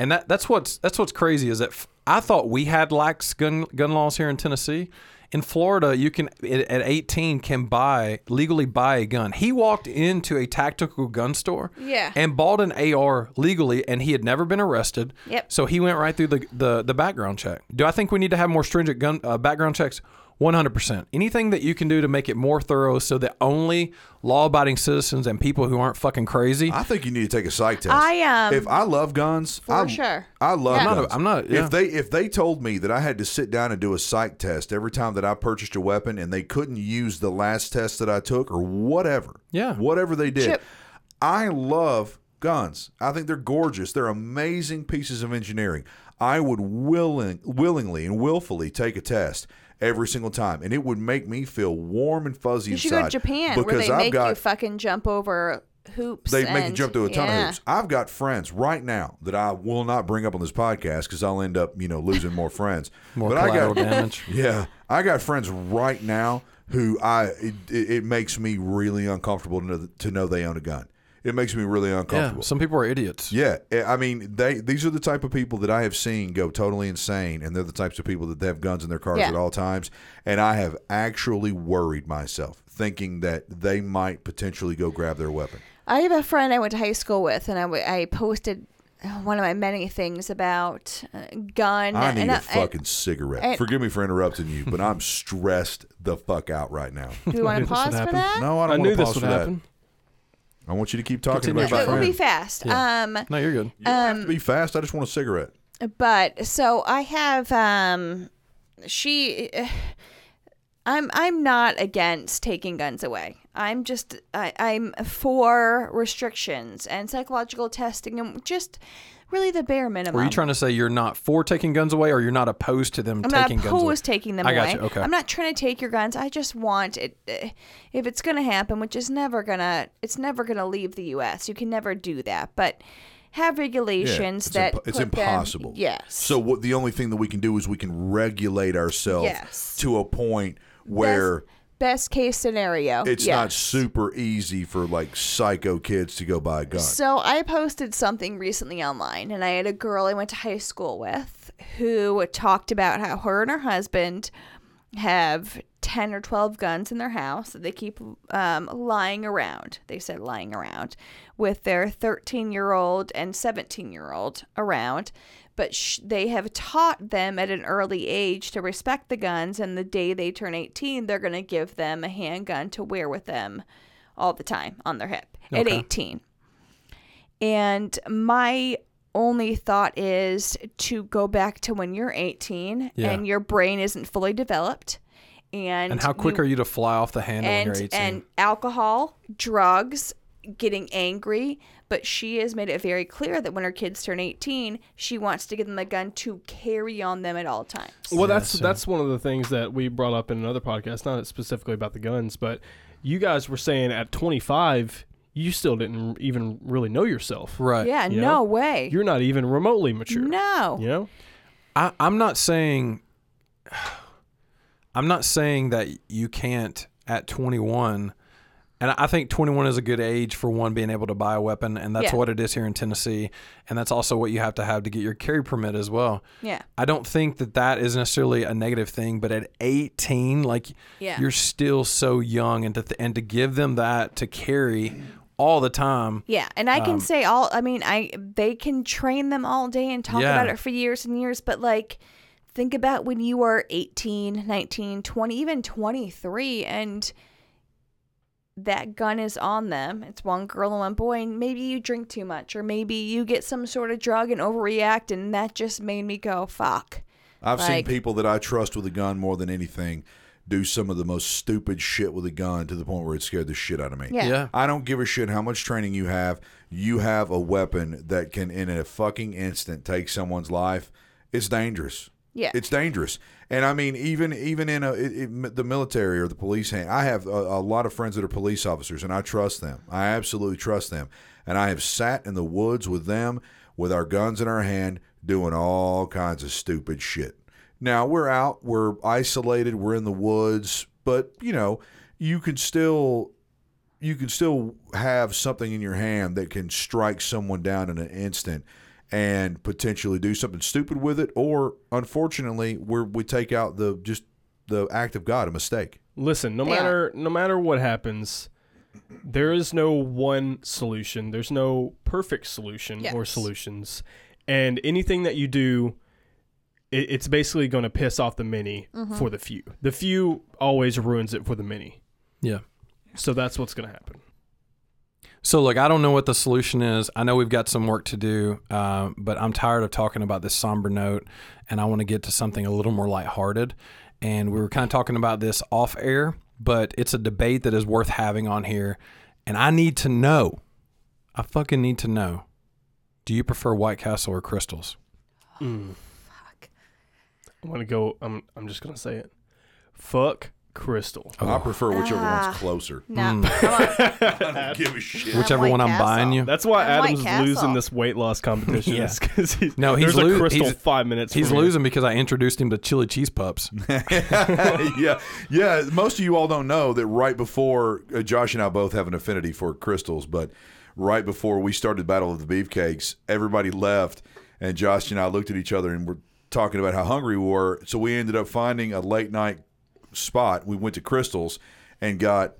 Speaker 2: and that that's what's that's what's crazy is that f- I thought we had lax gun gun laws here in Tennessee. In Florida, you can at at 18 can buy legally buy a gun. He walked into a tactical gun store,
Speaker 4: Yeah.
Speaker 2: and bought an AR legally, and he had never been arrested.
Speaker 4: Yep.
Speaker 2: So he went right through the, the, the background check. Do I think we need to have more stringent gun uh, background checks? 100%. Anything that you can do to make it more thorough so that only law abiding citizens and people who aren't fucking crazy.
Speaker 1: I think you need to take a psych test.
Speaker 4: I, um,
Speaker 1: If I love guns,
Speaker 4: for
Speaker 1: I,
Speaker 4: sure.
Speaker 1: I love.
Speaker 4: Yeah.
Speaker 1: Guns.
Speaker 4: I'm
Speaker 2: not a- I'm not- yeah.
Speaker 1: If they if they told me that I had to sit down and do a psych test every time that I purchased a weapon, and they couldn't use the last test that I took or whatever,
Speaker 2: Yeah.
Speaker 1: whatever they did,
Speaker 4: Chip.
Speaker 1: I love guns. I think they're gorgeous. They're amazing pieces of engineering. I would willing willingly and willfully take a test. Every single time, and it would make me feel warm and fuzzy
Speaker 4: You should
Speaker 1: inside.
Speaker 4: go to Japan where
Speaker 1: because
Speaker 4: they
Speaker 1: I've
Speaker 4: make you
Speaker 1: got
Speaker 4: fucking jump over hoops.
Speaker 1: they make you
Speaker 4: and-
Speaker 1: jump through a ton
Speaker 4: yeah.
Speaker 1: of hoops. I've got friends right now that I will not bring up on this podcast because I'll end up, you know, losing more friends.
Speaker 2: more
Speaker 1: but I
Speaker 2: collateral
Speaker 1: got,
Speaker 2: damage.
Speaker 1: yeah, I got friends right now who I it, it it makes me really uncomfortable to know, to know they own a gun. It makes me really
Speaker 2: Yeah.
Speaker 1: uncomfortable.
Speaker 2: Some people are idiots.
Speaker 1: Yeah, eh, I mean, they these are the type of people that I have seen go totally insane, and they're the types of people that they have guns in their cars
Speaker 4: Yeah.
Speaker 1: at all times. And I have actually worried myself, thinking that they might potentially go grab their weapon.
Speaker 4: I have a friend I went to high school with, and I, w- I posted one of my many things about uh, gun.
Speaker 1: I need
Speaker 4: and
Speaker 1: a
Speaker 4: I-
Speaker 1: fucking cigarette.
Speaker 4: and-
Speaker 1: Forgive me for interrupting you, but I'm stressed the fuck out right now.
Speaker 4: do we want
Speaker 3: knew this would
Speaker 4: to pause for
Speaker 3: happen.
Speaker 4: that?
Speaker 1: No, I
Speaker 3: I,
Speaker 1: don't want
Speaker 3: knew
Speaker 1: to pause
Speaker 3: this
Speaker 1: for
Speaker 3: would
Speaker 1: that.
Speaker 3: happen.
Speaker 1: I want you to keep talking
Speaker 2: Continue
Speaker 1: about your
Speaker 4: it will
Speaker 1: friend.
Speaker 4: be um, fast.
Speaker 2: Yeah.
Speaker 4: Um,
Speaker 2: No, you're good.
Speaker 1: You don't have to be fast. I just want a cigarette.
Speaker 4: but so I have um she I'm I'm not against taking guns away. I'm just I, I'm for restrictions and psychological testing and just really the bare minimum.
Speaker 2: Were you trying to say you're not for taking guns away or you're not opposed to them
Speaker 4: I'm
Speaker 2: taking
Speaker 4: not
Speaker 2: guns away?
Speaker 4: opposed taking them
Speaker 2: I got
Speaker 4: away.
Speaker 2: you. Okay.
Speaker 4: I'm not trying to take your guns. I just want it. eh, If it's gonna happen, which is never gonna, it's never gonna leave the U.S. You can never do that. But have
Speaker 1: Yeah,
Speaker 4: regulations
Speaker 1: it's
Speaker 4: that
Speaker 1: impo- it's
Speaker 4: put them-
Speaker 1: impossible.
Speaker 4: yes.
Speaker 1: So what? The only thing that we can do is we can regulate ourselves
Speaker 4: Yes.
Speaker 1: to a point where
Speaker 4: best case scenario.
Speaker 1: it's
Speaker 4: yeah.
Speaker 1: not super easy for like psycho kids to go buy a gun.
Speaker 4: So I posted something recently online, and I had a girl I went to high school with who talked about how her and her husband have 10 or 12 guns in their house that they keep um, lying around. They said lying around with their 13 year old and 17 year old around. But sh- they have taught them at an early age to respect the guns, and the day they turn 18, they're going to give them a handgun to wear with them all the time on their hip at
Speaker 2: Okay.
Speaker 4: 18. And my only thought is to go back to when you're 18
Speaker 2: Yeah.
Speaker 4: and your brain isn't fully developed. And,
Speaker 2: And how quick are you to fly off the handle
Speaker 4: and,
Speaker 2: when you're 18?
Speaker 4: and alcohol, drugs, getting angry. But she has made it very clear that when her kids turn 18, she wants to give them a gun to carry on them at all times.
Speaker 3: Well, that's
Speaker 2: so-
Speaker 3: that's one of the things that we brought up in another podcast, not specifically about the guns, but you guys were saying at 25, you still didn't even really know yourself.
Speaker 2: right.
Speaker 4: yeah,
Speaker 3: you
Speaker 4: no
Speaker 3: know,
Speaker 4: way.
Speaker 3: You're not even remotely mature.
Speaker 4: no.
Speaker 3: You know?
Speaker 2: I, I'm not saying I'm not saying that you can't at 21 and I think 21 is a good age for one being able to buy a weapon and that's
Speaker 4: Yeah.
Speaker 2: what it is here in Tennessee and that's also what you have to have to get your carry permit as well.
Speaker 4: Yeah.
Speaker 2: I don't think that that is necessarily a negative thing, but at 18, like
Speaker 4: Yeah.
Speaker 2: you're still so young, and to th- and to give them that to carry all the time,
Speaker 4: Yeah, and I
Speaker 1: Um,
Speaker 4: can say all. I mean, I they can train them all day and talk
Speaker 2: Yeah.
Speaker 4: about it for years and years, but like think about when you are 18, 19, 20, even 23 and that gun is on them. It's one girl and one boy and maybe you drink too much or maybe you get some sort of drug and overreact and that just made me go fuck.
Speaker 1: I've seen
Speaker 4: Like-
Speaker 1: people that I trust with a gun more than anything do some of the most stupid shit with a gun to the point where it scared the shit out of me.
Speaker 4: Yeah.
Speaker 2: yeah,
Speaker 1: I don't give a shit how much training you have. You have a weapon that can, in a fucking instant, take someone's life. It's dangerous.
Speaker 4: Yeah.
Speaker 1: It's dangerous. And I mean, even even in a, it, it, the military or the police hand, I have a, a lot of friends that are police officers, and I trust them. I absolutely trust them. And I have sat in the woods with them, with our guns in our hand, doing all kinds of stupid shit. Now we're out, we're isolated, we're in the woods, but you know, you can still you can still have something in your hand that can strike someone down in an instant and potentially do something stupid with it or unfortunately where we take out the just the act of god a mistake
Speaker 3: Listen, no
Speaker 4: Yeah.
Speaker 3: matter no matter what happens, there is no one solution. There's no perfect solution or
Speaker 4: Yes.
Speaker 3: solutions. And anything that you do it, it's basically going to piss off the many
Speaker 4: Mm-hmm.
Speaker 3: for the few. The few always ruins it for the many.
Speaker 2: Yeah.
Speaker 3: So that's what's going to happen.
Speaker 2: So look, I don't know what the solution is. I know we've got some work to do, um, but I'm tired of talking about this somber note, and I want to get to something a little more lighthearted. And we were kind of talking about this off air, but it's a debate that is worth having on here. And I need to know. I fucking need to know. Do you prefer White Castle or crystals?
Speaker 4: Mm.
Speaker 3: I'm going to go. I'm, I'm just going to say it. Fuck Crystal.
Speaker 1: I
Speaker 2: Oh,
Speaker 1: prefer whichever
Speaker 4: Ah.
Speaker 1: one's closer.
Speaker 4: No, I want-
Speaker 1: I don't give a shit.
Speaker 4: Which-
Speaker 2: Whichever
Speaker 4: White
Speaker 2: one I'm
Speaker 4: Castle.
Speaker 2: buying you.
Speaker 3: That's why
Speaker 4: And White
Speaker 3: Adam's
Speaker 4: Castle.
Speaker 3: losing this weight loss competition.
Speaker 2: Yeah.
Speaker 3: because he's,
Speaker 2: No, he's
Speaker 3: there's
Speaker 2: lo-
Speaker 3: a crystal
Speaker 2: he's-
Speaker 3: five minutes.
Speaker 2: He's
Speaker 3: from here.
Speaker 2: losing because I introduced him to chili cheese pups.
Speaker 1: yeah, yeah. Most of you all don't know that right before uh, Josh and I both have an affinity for crystals, but right before we started Battle of the Beefcakes, everybody left, and Josh and I looked at each other and were talking about how hungry we were. So we ended up finding a late night spot. We went to Crystals and got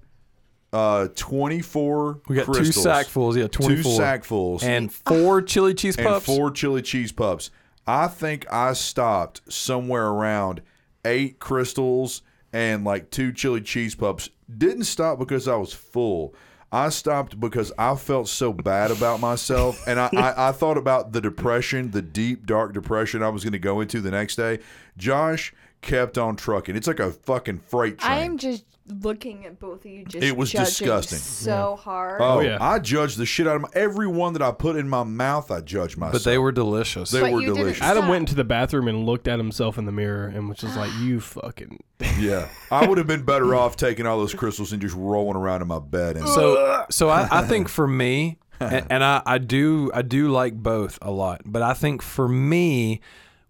Speaker 1: uh, twenty four.
Speaker 2: We got
Speaker 1: crystals,
Speaker 2: two sackfuls, yeah,
Speaker 1: two
Speaker 2: 24.
Speaker 1: sackfuls,
Speaker 2: and four chili cheese
Speaker 1: and
Speaker 2: pups.
Speaker 1: four chili cheese pups. I think I stopped somewhere around eight crystals and like two chili cheese pups. Didn't stop because I was full. I stopped because I felt so bad about myself, and I, I, I thought about the depression, the deep dark depression I was going to go into the next day. Josh kept on trucking. It's like a fucking freight train.
Speaker 4: I'm just looking at both of you. Just
Speaker 1: It was
Speaker 4: judging
Speaker 1: disgusting.
Speaker 4: So hard.
Speaker 1: oh,
Speaker 3: yeah.
Speaker 1: I judged the shit out of my, every one that I put in my mouth. I judged myself.
Speaker 2: but they were delicious.
Speaker 1: They
Speaker 4: But
Speaker 1: were
Speaker 4: you didn't
Speaker 1: delicious.
Speaker 3: Adam
Speaker 4: Stop.
Speaker 3: went into the bathroom and looked at himself in the mirror and was just like, "You fucking."
Speaker 1: Yeah, I would have been better off taking all those crystals and just rolling around in my bed. And
Speaker 2: so so I, I think for me and, and I, I do I do like both a lot, but I think for me,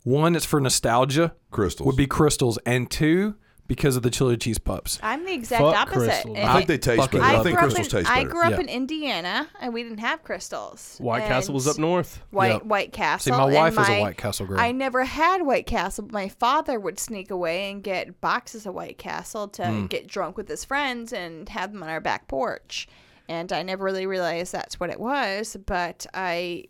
Speaker 2: one it's for nostalgia
Speaker 1: crystals
Speaker 2: would be crystals, and two because of the chili cheese pups.
Speaker 4: I'm the exact
Speaker 3: Fuck
Speaker 4: opposite.
Speaker 3: crystals.
Speaker 4: and
Speaker 1: I think
Speaker 4: it-
Speaker 1: they taste
Speaker 2: Fucking
Speaker 1: better. I
Speaker 2: love
Speaker 1: think
Speaker 4: grew up
Speaker 1: crystals
Speaker 4: in-
Speaker 1: taste
Speaker 4: I
Speaker 1: better.
Speaker 4: grew up
Speaker 2: Yeah.
Speaker 4: in Indiana and we didn't have crystals.
Speaker 3: White
Speaker 4: And
Speaker 3: Castle was up north.
Speaker 4: White
Speaker 2: Yep.
Speaker 4: White Castle.
Speaker 2: See, my
Speaker 4: and
Speaker 2: wife is a
Speaker 4: my-
Speaker 2: White Castle girl.
Speaker 4: I never had White Castle, but my father would sneak away and get boxes of White Castle to get drunk with his friends and have them on our back porch. And I never really realized that's what it was, but I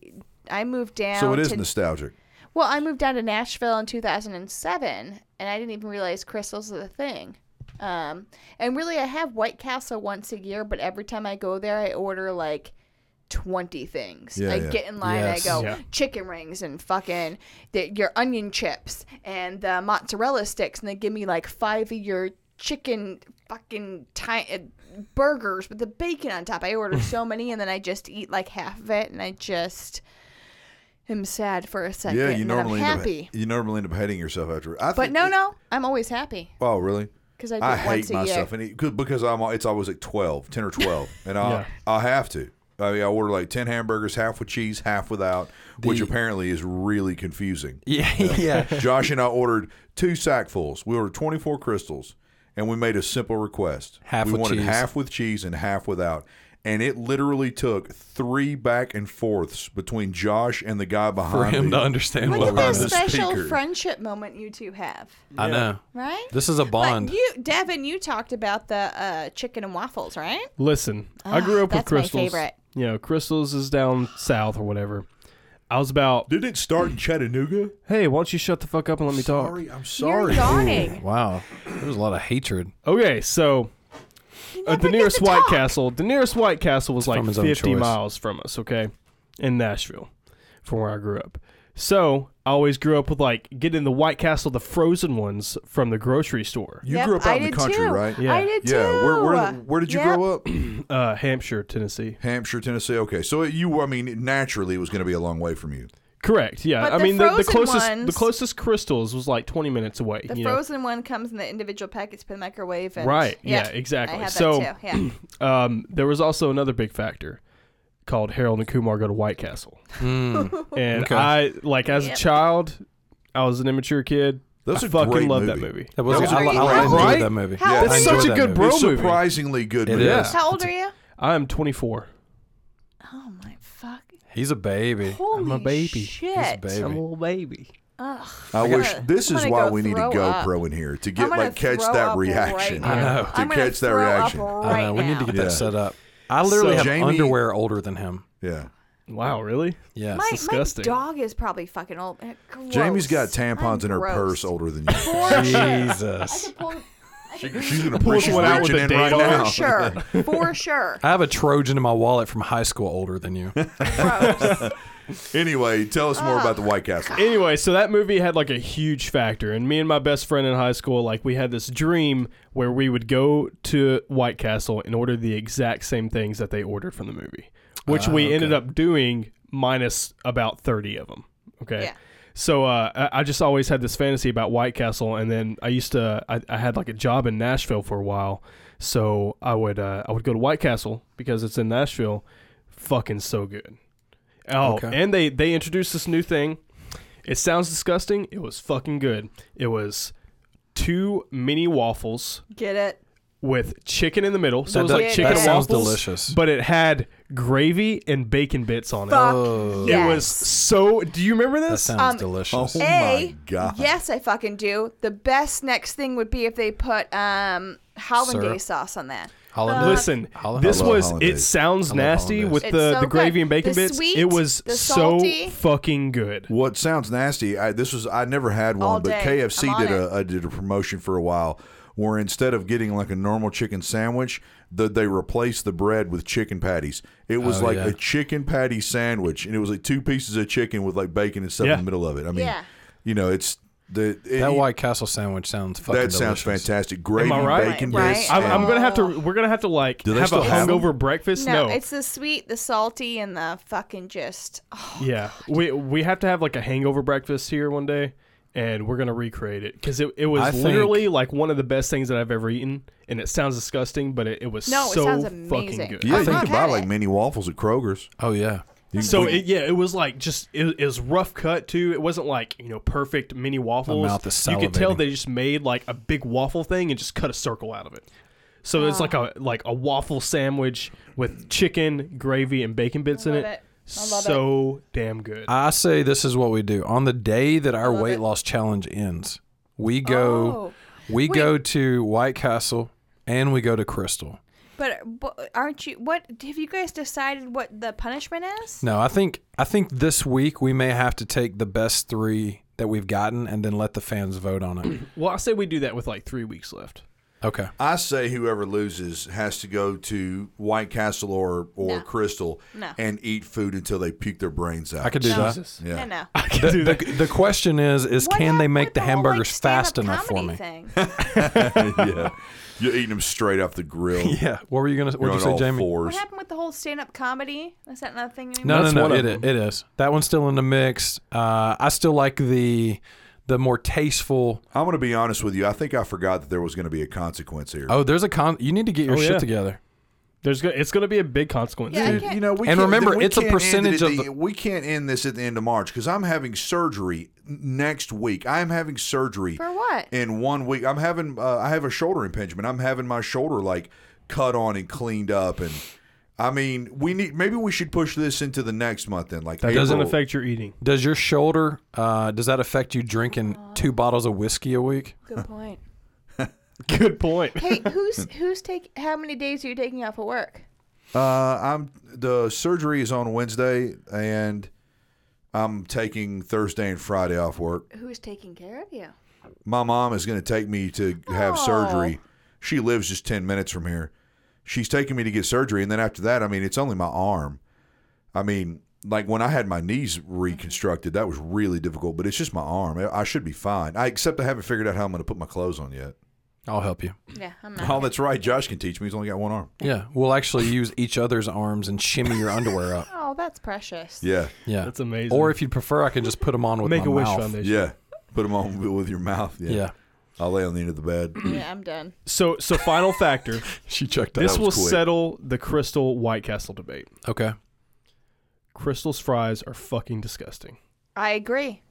Speaker 4: I moved down
Speaker 1: so it is
Speaker 4: to
Speaker 1: nostalgic.
Speaker 4: Well, I moved down to Nashville in 2007, and I didn't even realize crystals are the thing. Um, and really, I have White Castle once a year, but every time I go there, I order like 20 things.
Speaker 1: Yeah,
Speaker 4: I
Speaker 1: yeah.
Speaker 4: get in line
Speaker 2: Yes.
Speaker 4: and I go
Speaker 3: Yeah.
Speaker 4: chicken rings and fucking the, your onion chips and the mozzarella sticks, and they give me like five of your chicken fucking ti- uh, burgers with the bacon on top. I order so many, and then I just eat like half of it, and I just am sad for a second.
Speaker 1: Yeah,
Speaker 4: and
Speaker 1: you
Speaker 4: then
Speaker 1: normally
Speaker 4: I'm
Speaker 1: end up,
Speaker 4: happy.
Speaker 1: you normally end up hating yourself after. I
Speaker 4: But
Speaker 1: think-
Speaker 4: no, no, I'm always happy
Speaker 1: Oh, really?
Speaker 4: because I do
Speaker 1: I
Speaker 4: it once
Speaker 1: hate
Speaker 4: a
Speaker 1: myself,
Speaker 4: year.
Speaker 1: and it, 'cause- because I'm it's always like 12, 10 or twelve, and I
Speaker 3: Yeah.
Speaker 1: I have to. I mean, I order like ten hamburgers, half with cheese, half without, which apparently is really confusing.
Speaker 2: yeah, yeah.
Speaker 1: Josh and I ordered two sackfuls. We ordered 24 crystals, and we made a simple request.
Speaker 2: Half
Speaker 1: we
Speaker 2: with
Speaker 1: wanted
Speaker 2: cheese.
Speaker 1: half with cheese and half without. And it literally took three back and forths between Josh and the guy
Speaker 2: For
Speaker 1: behind
Speaker 2: him
Speaker 1: me.
Speaker 2: to understand
Speaker 4: Look
Speaker 2: what
Speaker 4: at
Speaker 2: we're
Speaker 1: Well,
Speaker 4: the
Speaker 1: I'm the
Speaker 2: doing.
Speaker 4: special
Speaker 1: speaker.
Speaker 4: friendship moment you two have,
Speaker 2: I know.
Speaker 4: right?
Speaker 2: This is a bond.
Speaker 4: But you, Devin, you talked about the uh, chicken and waffles, right?
Speaker 3: Listen, I grew up with
Speaker 4: Ah, that's my
Speaker 3: crystals.
Speaker 4: favorite.
Speaker 3: You know, crystals is down south or whatever. I was about,
Speaker 1: Did it start in Chattanooga?
Speaker 3: hey, why don't you shut the fuck up and let me talk?
Speaker 1: Sorry, I'm
Speaker 4: You're
Speaker 1: sorry.
Speaker 4: yawning.
Speaker 2: Wow, there was a lot of hatred.
Speaker 3: Okay, so at
Speaker 4: never
Speaker 3: Uh, the
Speaker 4: get
Speaker 3: nearest
Speaker 4: to
Speaker 3: White
Speaker 4: talk.
Speaker 3: Castle, the nearest White Castle was like
Speaker 2: from his own
Speaker 3: 50
Speaker 2: choice.
Speaker 3: miles from us, okay? In Nashville, from where I grew up. So I always grew up with like getting the White Castle, the frozen ones from the grocery store,
Speaker 1: You
Speaker 4: Yep,
Speaker 1: grew up out
Speaker 4: I
Speaker 1: in the
Speaker 4: did
Speaker 1: country,
Speaker 4: too.
Speaker 1: right?
Speaker 3: Yeah.
Speaker 4: I did too.
Speaker 1: Yeah. Where, where, where did you grow up?
Speaker 3: uh, Hampshire, Tennessee.
Speaker 1: Hampshire, Tennessee. Okay. So you, were- I mean, naturally, it was going to be a long way from you.
Speaker 3: Correct. Yeah,
Speaker 4: But
Speaker 3: I
Speaker 4: the
Speaker 3: mean the, the
Speaker 4: frozen
Speaker 3: closest the
Speaker 4: ones-
Speaker 3: closest crystals was like twenty minutes away.
Speaker 4: The
Speaker 3: you know?
Speaker 4: frozen one comes in the individual packets, put in the microwave, and
Speaker 3: Right. Yeah. exactly.
Speaker 4: I have
Speaker 3: so
Speaker 4: that too. Yeah.
Speaker 3: um, there was also another big factor called Harold and Kumar go to White Castle, and
Speaker 2: Okay.
Speaker 3: I like as
Speaker 4: Yep.
Speaker 3: a child, I was an immature kid.
Speaker 1: That's
Speaker 3: I
Speaker 1: a
Speaker 3: fucking
Speaker 1: great
Speaker 3: love
Speaker 1: movie.
Speaker 3: that movie.
Speaker 2: That was,
Speaker 4: That was
Speaker 2: I,
Speaker 4: a
Speaker 2: I,
Speaker 4: great
Speaker 2: I
Speaker 4: movie.
Speaker 2: enjoyed
Speaker 3: Right?
Speaker 2: that movie.
Speaker 4: How
Speaker 2: I
Speaker 4: old
Speaker 2: enjoyed
Speaker 4: That's such a
Speaker 2: that
Speaker 3: good
Speaker 2: movie.
Speaker 3: bro
Speaker 1: it's
Speaker 3: movie.
Speaker 1: surprisingly good
Speaker 2: It
Speaker 1: movie.
Speaker 2: is.
Speaker 3: Yeah.
Speaker 4: How old are you?
Speaker 3: I am 24.
Speaker 4: Oh my fuck!
Speaker 2: He's a baby.
Speaker 4: Holy
Speaker 3: baby.
Speaker 4: shit!
Speaker 2: He's a baby.
Speaker 3: little baby.
Speaker 4: Ugh.
Speaker 1: I
Speaker 4: gotta-
Speaker 1: wish this
Speaker 4: I'm
Speaker 1: is
Speaker 4: gonna
Speaker 1: why
Speaker 4: go
Speaker 1: we need a
Speaker 4: throw up.
Speaker 1: GoPro in here to get
Speaker 4: gonna
Speaker 1: like catch
Speaker 4: throw
Speaker 1: that
Speaker 4: up
Speaker 1: reaction.
Speaker 4: right
Speaker 2: now. I know.
Speaker 1: To
Speaker 4: I'm gonna
Speaker 1: catch that
Speaker 4: throw up
Speaker 1: reaction.
Speaker 2: I
Speaker 4: Right
Speaker 2: know. We need
Speaker 4: now.
Speaker 2: to get
Speaker 1: Yeah.
Speaker 2: that set up. I literally
Speaker 1: So-
Speaker 2: have
Speaker 1: Jamie-
Speaker 2: underwear older than him.
Speaker 1: Yeah.
Speaker 3: Wow, really?
Speaker 2: Yeah.
Speaker 4: my,
Speaker 3: disgusting.
Speaker 4: my dog is probably fucking old. Eh,
Speaker 1: Jamie's got
Speaker 4: gross.
Speaker 1: tampons
Speaker 4: I'm
Speaker 1: in her
Speaker 4: gross.
Speaker 1: purse older than you.
Speaker 2: Jesus.
Speaker 1: She's gonna push
Speaker 3: one out with
Speaker 1: reaching
Speaker 3: a
Speaker 1: in right
Speaker 3: date on it.
Speaker 1: now.
Speaker 4: For sure. For sure.
Speaker 2: I have a Trojan in my wallet from high school older than you.
Speaker 1: Anyway, tell us more about the White Castle.
Speaker 3: anyway, so that movie had like a huge factor, and me and my best friend in high school, like we had this dream where we would go to White Castle and order the exact same things that they ordered from the movie, which we ended up doing minus about thirty of them. Okay.
Speaker 4: Yeah.
Speaker 3: So uh, I- I just always had this fantasy about White Castle, and then I used to I, I had like a job in Nashville for a while, so I would uh, I would go to White Castle because it's in Nashville, fucking so good. Oh,
Speaker 2: Okay.
Speaker 3: and they they introduced this new thing. It sounds disgusting. It was fucking good. It was two mini waffles
Speaker 4: Get it?
Speaker 3: with chicken in the middle. So it was
Speaker 2: That-
Speaker 3: like
Speaker 4: that-
Speaker 3: chicken
Speaker 4: that
Speaker 3: and
Speaker 4: sounds
Speaker 3: waffles,
Speaker 2: delicious.
Speaker 3: But it had gravy and bacon bits on it.
Speaker 4: Fuck.
Speaker 2: Oh.
Speaker 4: yes.
Speaker 3: It was so. Do you remember
Speaker 2: That
Speaker 3: this?
Speaker 2: sounds
Speaker 4: Um,
Speaker 2: delicious.
Speaker 1: Oh my
Speaker 4: A,
Speaker 1: God.
Speaker 4: yes, I fucking do. The best next thing would be if they put um, hollandaise
Speaker 2: Syrup.
Speaker 4: sauce on that.
Speaker 2: Hollandaise.
Speaker 3: Listen,
Speaker 2: Holland-
Speaker 3: this
Speaker 1: I love
Speaker 3: was. It
Speaker 1: hollandaise.
Speaker 3: sounds
Speaker 2: love
Speaker 3: nasty
Speaker 2: hollandaise.
Speaker 3: with
Speaker 4: It's
Speaker 3: the,
Speaker 4: so
Speaker 3: the gravy
Speaker 4: good.
Speaker 3: and bacon
Speaker 4: The
Speaker 3: bits.
Speaker 4: sweet,
Speaker 3: it was
Speaker 4: the
Speaker 3: so
Speaker 4: salty.
Speaker 3: fucking good.
Speaker 1: What sounds nasty? I, this was I never had
Speaker 4: All
Speaker 1: one, but
Speaker 4: day.
Speaker 1: KFC
Speaker 4: I'm on
Speaker 1: did a, a did a promotion for a while where instead of getting like a normal chicken sandwich, the, they replaced the bread with chicken patties. It was
Speaker 2: Oh,
Speaker 1: like
Speaker 2: yeah.
Speaker 1: a chicken patty sandwich, and it was like two pieces of chicken with like bacon and stuff
Speaker 3: Yeah.
Speaker 1: in the middle of it. I mean,
Speaker 4: Yeah.
Speaker 1: you know, it's the it,
Speaker 2: That White Castle sandwich sounds fucking
Speaker 1: that sounds
Speaker 2: delicious.
Speaker 1: fantastic. Gravy,
Speaker 3: right?
Speaker 1: bacon,
Speaker 4: Right.
Speaker 1: bits,
Speaker 3: I'm,
Speaker 1: and-
Speaker 3: I'm gonna have to. We're gonna have to like
Speaker 1: Do they
Speaker 3: have a
Speaker 1: still have them?
Speaker 3: hungover breakfast.
Speaker 4: No, it's the sweet, the salty, and the fucking just. Oh,
Speaker 3: Yeah, we we have to have like a hangover breakfast here one day, and we're gonna recreate it because it, it was
Speaker 2: I think-
Speaker 3: literally like one of the best things that I've ever eaten, and it sounds disgusting, but it, it was
Speaker 4: No, it
Speaker 3: so
Speaker 4: sounds
Speaker 3: fucking
Speaker 4: amazing.
Speaker 3: good.
Speaker 1: Yeah,
Speaker 4: I've
Speaker 1: you
Speaker 4: not
Speaker 1: can buy
Speaker 4: had
Speaker 1: like
Speaker 4: it.
Speaker 1: mini waffles at Kroger's.
Speaker 2: Oh yeah.
Speaker 1: You
Speaker 3: So
Speaker 1: can-
Speaker 3: it, yeah, it was like just it, it was rough cut too. It wasn't like you know perfect mini waffles.
Speaker 2: mouth is
Speaker 3: you could tell
Speaker 2: salivating.
Speaker 3: they just made like a big waffle thing and just cut a circle out of it. So it's like
Speaker 4: Ah.
Speaker 3: a like a waffle sandwich with chicken, gravy, and bacon bits in
Speaker 4: love
Speaker 3: it.
Speaker 4: it. I love it.
Speaker 3: so damn good.
Speaker 2: I say this is what we do. On the day that our weight
Speaker 4: it.
Speaker 2: loss challenge ends, we go
Speaker 4: Oh.
Speaker 2: we go to White Castle and we go to Crystal.
Speaker 4: But, but aren't you? What have you guys decided? What the punishment is?
Speaker 2: No, I think I think this week we may have to take the best 3 that we've gotten and then let the fans vote on it.
Speaker 3: well, I say we do that with like three weeks left.
Speaker 2: Okay.
Speaker 1: I say whoever loses has to go to White Castle or, or
Speaker 4: No.
Speaker 1: Crystal
Speaker 4: No.
Speaker 1: and eat food until they puke their brains out.
Speaker 2: I could do that.
Speaker 3: Jesus.
Speaker 1: Yeah.
Speaker 4: no, no.
Speaker 2: The, the, the question is is
Speaker 4: What
Speaker 2: can they
Speaker 4: happened
Speaker 2: make
Speaker 4: with
Speaker 2: the
Speaker 4: whole, like,
Speaker 2: hamburgers
Speaker 4: stand-up
Speaker 2: fast enough for
Speaker 4: comedy
Speaker 2: me?
Speaker 4: thing?
Speaker 1: yeah. You're eating them straight off the grill.
Speaker 2: Yeah. What were you going to
Speaker 1: You're
Speaker 2: what
Speaker 1: on
Speaker 2: you say
Speaker 1: all
Speaker 2: Jamie?
Speaker 1: fours.
Speaker 4: What happened with the whole stand-up comedy? Is that not a thing anymore?
Speaker 2: No,
Speaker 3: That's
Speaker 2: no,
Speaker 3: one
Speaker 2: no,
Speaker 3: of
Speaker 2: it, i-
Speaker 3: them.
Speaker 2: it is. That one's still in the mix. Uh, I still like the the more tasteful.
Speaker 1: I'm going to be honest with you. I think I forgot that there was going to be a consequence here.
Speaker 2: Oh, there's a con. You need to get your
Speaker 3: Oh,
Speaker 2: shit
Speaker 3: yeah.
Speaker 2: together.
Speaker 3: There's go- it's gonna be a big consequence.
Speaker 4: Yeah, I
Speaker 1: Dude,
Speaker 4: can't-
Speaker 1: you know, we
Speaker 2: And
Speaker 1: can't-
Speaker 2: remember,
Speaker 1: we
Speaker 2: it's a
Speaker 1: can't end it
Speaker 2: percentage
Speaker 1: at
Speaker 2: of the-
Speaker 1: We can't end this at the end of March because I'm having surgery n- next week. I am having surgery
Speaker 4: For what?
Speaker 1: in one week. I'm having uh, I have a shoulder impingement. I'm having my shoulder like cut on and cleaned up, and I mean, we need maybe we should push this into the next month. Then like
Speaker 3: That doesn't
Speaker 1: April.
Speaker 3: affect your eating.
Speaker 2: Does your shoulder? Uh, does that affect you drinking
Speaker 4: Uh,
Speaker 2: two bottles of whiskey a week?
Speaker 4: Good point.
Speaker 3: Good point.
Speaker 4: hey, who's who's take? How many days are you taking off of work?
Speaker 1: Uh, I'm the surgery is on Wednesday, and I'm taking Thursday and Friday off work.
Speaker 4: Who's taking care of you?
Speaker 1: My mom is going to take me to have
Speaker 4: Oh.
Speaker 1: surgery. She lives just ten minutes from here. She's taking me to get surgery, and then after that, I mean, it's only my arm. I mean, like when I had my knees reconstructed, that was really difficult. But it's just my arm. I- I should be fine. I except I haven't figured out how I'm going to put my clothes on yet.
Speaker 2: I'll help you.
Speaker 4: Yeah, I'm not.
Speaker 1: Oh, that's right. Josh can teach me. He's only got one arm.
Speaker 2: Yeah, we'll actually use each other's arms and shimmy your underwear up.
Speaker 4: Oh, that's precious.
Speaker 1: Yeah,
Speaker 2: Yeah,
Speaker 3: That's amazing.
Speaker 2: Or if you'd prefer, I can just put them on with
Speaker 3: Make
Speaker 2: my
Speaker 3: a wish
Speaker 2: mouth.
Speaker 3: foundation.
Speaker 1: yeah. Put them on with your mouth.
Speaker 2: Yeah.
Speaker 1: I'll lay on the end of the bed.
Speaker 4: Yeah, I'm done.
Speaker 3: So so final factor.
Speaker 2: she checked out.
Speaker 3: this will
Speaker 1: was quick.
Speaker 3: settle the Crystal White Castle debate.
Speaker 2: Okay,
Speaker 3: Crystal's fries are fucking disgusting.
Speaker 4: I agree.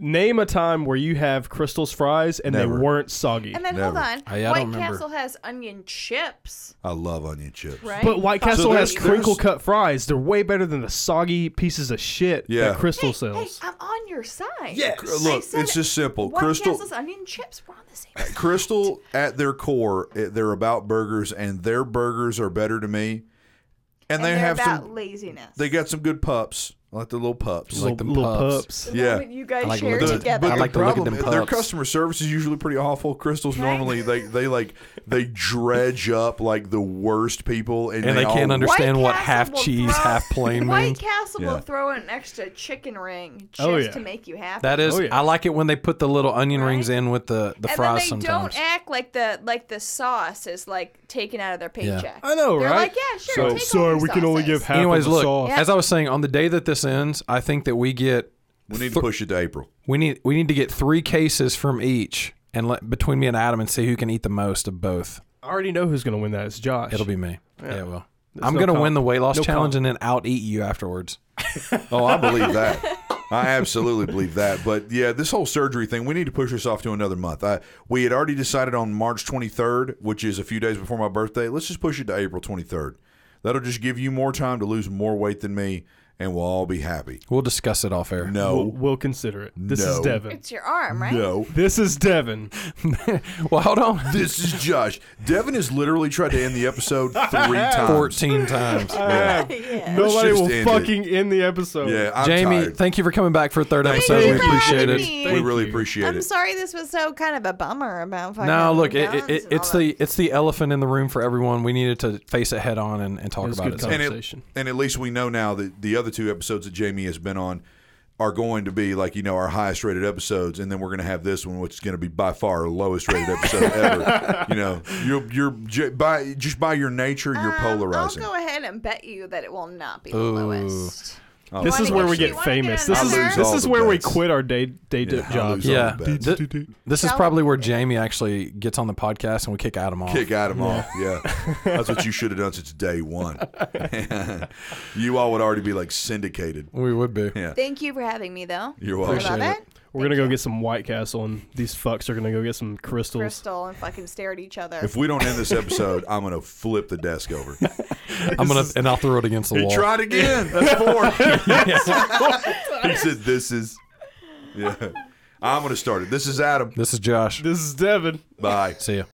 Speaker 3: Name a time where you have Crystal's fries and
Speaker 1: Never.
Speaker 3: they weren't soggy.
Speaker 4: And then hold
Speaker 1: Never.
Speaker 4: on,
Speaker 2: I- I don't
Speaker 4: White
Speaker 2: remember.
Speaker 4: Castle has onion chips,
Speaker 1: I love onion chips.
Speaker 4: right?
Speaker 3: But White
Speaker 4: Fuck
Speaker 3: Castle
Speaker 1: So
Speaker 4: you.
Speaker 3: has
Speaker 1: there's-
Speaker 3: crinkle cut fries. They're way better than the soggy pieces of shit
Speaker 1: Yeah.
Speaker 3: that Crystal
Speaker 4: Hey, hey, uh,
Speaker 3: sells.
Speaker 4: I'm on your side.
Speaker 1: Yes.
Speaker 4: I
Speaker 1: Look,
Speaker 4: said
Speaker 1: it's just simple.
Speaker 4: White
Speaker 1: Crystal-
Speaker 4: Castle's onion chips. We're on the same. side.
Speaker 1: Crystal, at their core, eh, they're about burgers, and their burgers are better to me. and,
Speaker 4: and
Speaker 1: they
Speaker 4: they're
Speaker 1: have
Speaker 4: about
Speaker 1: some.
Speaker 4: laziness.
Speaker 2: They
Speaker 1: Got some good pups. I like the little pups.
Speaker 2: Like them pups.
Speaker 4: The
Speaker 1: yeah.
Speaker 4: moment you guys
Speaker 2: I like
Speaker 4: share
Speaker 2: looking-
Speaker 4: together.
Speaker 1: But
Speaker 2: I
Speaker 1: the
Speaker 2: like to look at
Speaker 1: problem,
Speaker 2: them
Speaker 1: their
Speaker 2: pups.
Speaker 1: customer service is usually pretty awful. Crystals
Speaker 4: Right.
Speaker 1: normally they they like they dredge up like the worst people, and,
Speaker 2: And they
Speaker 1: all-
Speaker 2: can't understand
Speaker 4: White
Speaker 2: what
Speaker 4: Castle
Speaker 2: half
Speaker 4: will
Speaker 2: cheese,
Speaker 4: throw-
Speaker 2: half plain
Speaker 4: White
Speaker 2: means.
Speaker 4: Castle
Speaker 1: Yeah.
Speaker 4: will throw an extra chicken ring just
Speaker 3: Oh, yeah.
Speaker 4: to make you happy.
Speaker 2: That is,
Speaker 3: Oh, yeah.
Speaker 2: I like it when they put the little onion
Speaker 4: Right?
Speaker 2: rings in with the the
Speaker 4: and then
Speaker 2: fries
Speaker 4: they
Speaker 2: sometimes.
Speaker 4: don't act like the like the sauce is like taken out of their paycheck.
Speaker 3: I know,
Speaker 4: They're
Speaker 3: right?
Speaker 4: like, yeah, sure.
Speaker 3: So-
Speaker 4: take all
Speaker 3: sorry,
Speaker 4: these
Speaker 3: we can only give
Speaker 4: sauces.
Speaker 3: half
Speaker 2: Anyways,
Speaker 3: of the
Speaker 2: look,
Speaker 3: sauce.
Speaker 4: Yeah.
Speaker 2: as I was saying, on the day that this ends, I think that we get
Speaker 1: We need to push it to April.
Speaker 2: we need we need to get three cases from each and let between me and Adam and see who can eat the most of both.
Speaker 3: I already know who's going to win that. It's Josh.
Speaker 2: It'll be me. Yeah, it will.
Speaker 3: There's
Speaker 2: I'm
Speaker 3: no
Speaker 2: gonna
Speaker 3: comp.
Speaker 2: win the weight loss
Speaker 3: No
Speaker 2: challenge and then out eat you afterwards.
Speaker 1: Oh, I believe that. I absolutely believe that. But yeah, this whole surgery thing, we need to push this off to another month. I, we had already decided on March 23rd, which is a few days before my birthday. Let's just push it to April 23rd. That'll just give you more time to lose more weight than me, and we'll all be happy.
Speaker 2: We'll discuss it off air.
Speaker 3: We'll,
Speaker 1: No,
Speaker 3: we'll consider it. This is
Speaker 1: No.
Speaker 3: Devin.
Speaker 4: It's your arm, right?
Speaker 1: no.
Speaker 3: This is Devin.
Speaker 2: well, hold on.
Speaker 1: This is Josh. Devin has literally tried to end the episode three times.
Speaker 2: Fourteen times.
Speaker 1: Yeah,
Speaker 4: Yeah.
Speaker 3: Nobody
Speaker 1: just
Speaker 3: will
Speaker 1: end it.
Speaker 3: fucking end the episode.
Speaker 1: yeah I'm
Speaker 2: Jamie,
Speaker 1: tired.
Speaker 2: thank you for coming back for a third
Speaker 1: Thank
Speaker 2: episode.
Speaker 1: you
Speaker 2: we
Speaker 1: for
Speaker 2: appreciate
Speaker 4: having
Speaker 2: it.
Speaker 4: me.
Speaker 1: we
Speaker 3: Thank
Speaker 1: really
Speaker 3: you.
Speaker 1: appreciate
Speaker 4: I'm
Speaker 1: it.
Speaker 4: sorry this was so kind of a bummer about fucking
Speaker 2: No, look, it,
Speaker 4: guns
Speaker 2: it, it,
Speaker 4: and
Speaker 2: it's
Speaker 4: all
Speaker 2: the it's the elephant in the room for everyone. We needed to face it head on and, and talk
Speaker 3: was
Speaker 2: about it.
Speaker 3: good content.
Speaker 1: and, it,
Speaker 3: conversation.
Speaker 1: and at least we know now that the other two episodes that Jamie has been on are going to be like you know our highest rated episodes, and then we're going to have this one, which is going to be by far our lowest rated episode ever. You know, you're you're j- by just by your nature, you're
Speaker 4: that. Um,
Speaker 1: polarizing.
Speaker 4: I'll go ahead and bet you that it will not be the
Speaker 2: Ooh.
Speaker 4: lowest.
Speaker 1: Oh.
Speaker 3: This
Speaker 4: Wanna
Speaker 3: is where we
Speaker 4: get-
Speaker 3: get
Speaker 4: wanna get
Speaker 3: famous. This is
Speaker 1: another?
Speaker 3: this
Speaker 1: All
Speaker 3: is
Speaker 1: the
Speaker 3: where we
Speaker 1: bets.
Speaker 3: quit our day day dip
Speaker 1: Yeah, I
Speaker 3: jobs.
Speaker 1: lose all
Speaker 2: Yeah.
Speaker 1: the bets.
Speaker 2: Th- This is
Speaker 4: Shall
Speaker 2: probably where Jamie actually gets on the podcast and we kick Adam off.
Speaker 1: Kick Adam off. Yeah. That's what you should have done since day one. you all would already be like syndicated.
Speaker 2: We would be.
Speaker 1: Yeah.
Speaker 4: Thank you for having me, though.
Speaker 1: You're
Speaker 4: I
Speaker 1: welcome.
Speaker 4: love
Speaker 2: Appreciate
Speaker 4: it.
Speaker 3: We're gonna go get some White Castle, and these fucks are gonna go get some crystals.
Speaker 4: Crystal and fucking stare at each other.
Speaker 1: If we don't end this episode, I'm going to flip the desk over.
Speaker 2: I'm gonna and I'll throw it against the
Speaker 1: He
Speaker 2: wall.
Speaker 1: tried again. That's four. he said, "This is." Yeah, I'm gonna start it. This is Adam.
Speaker 2: This is Josh.
Speaker 3: This is Devin.
Speaker 1: Bye.
Speaker 2: See ya.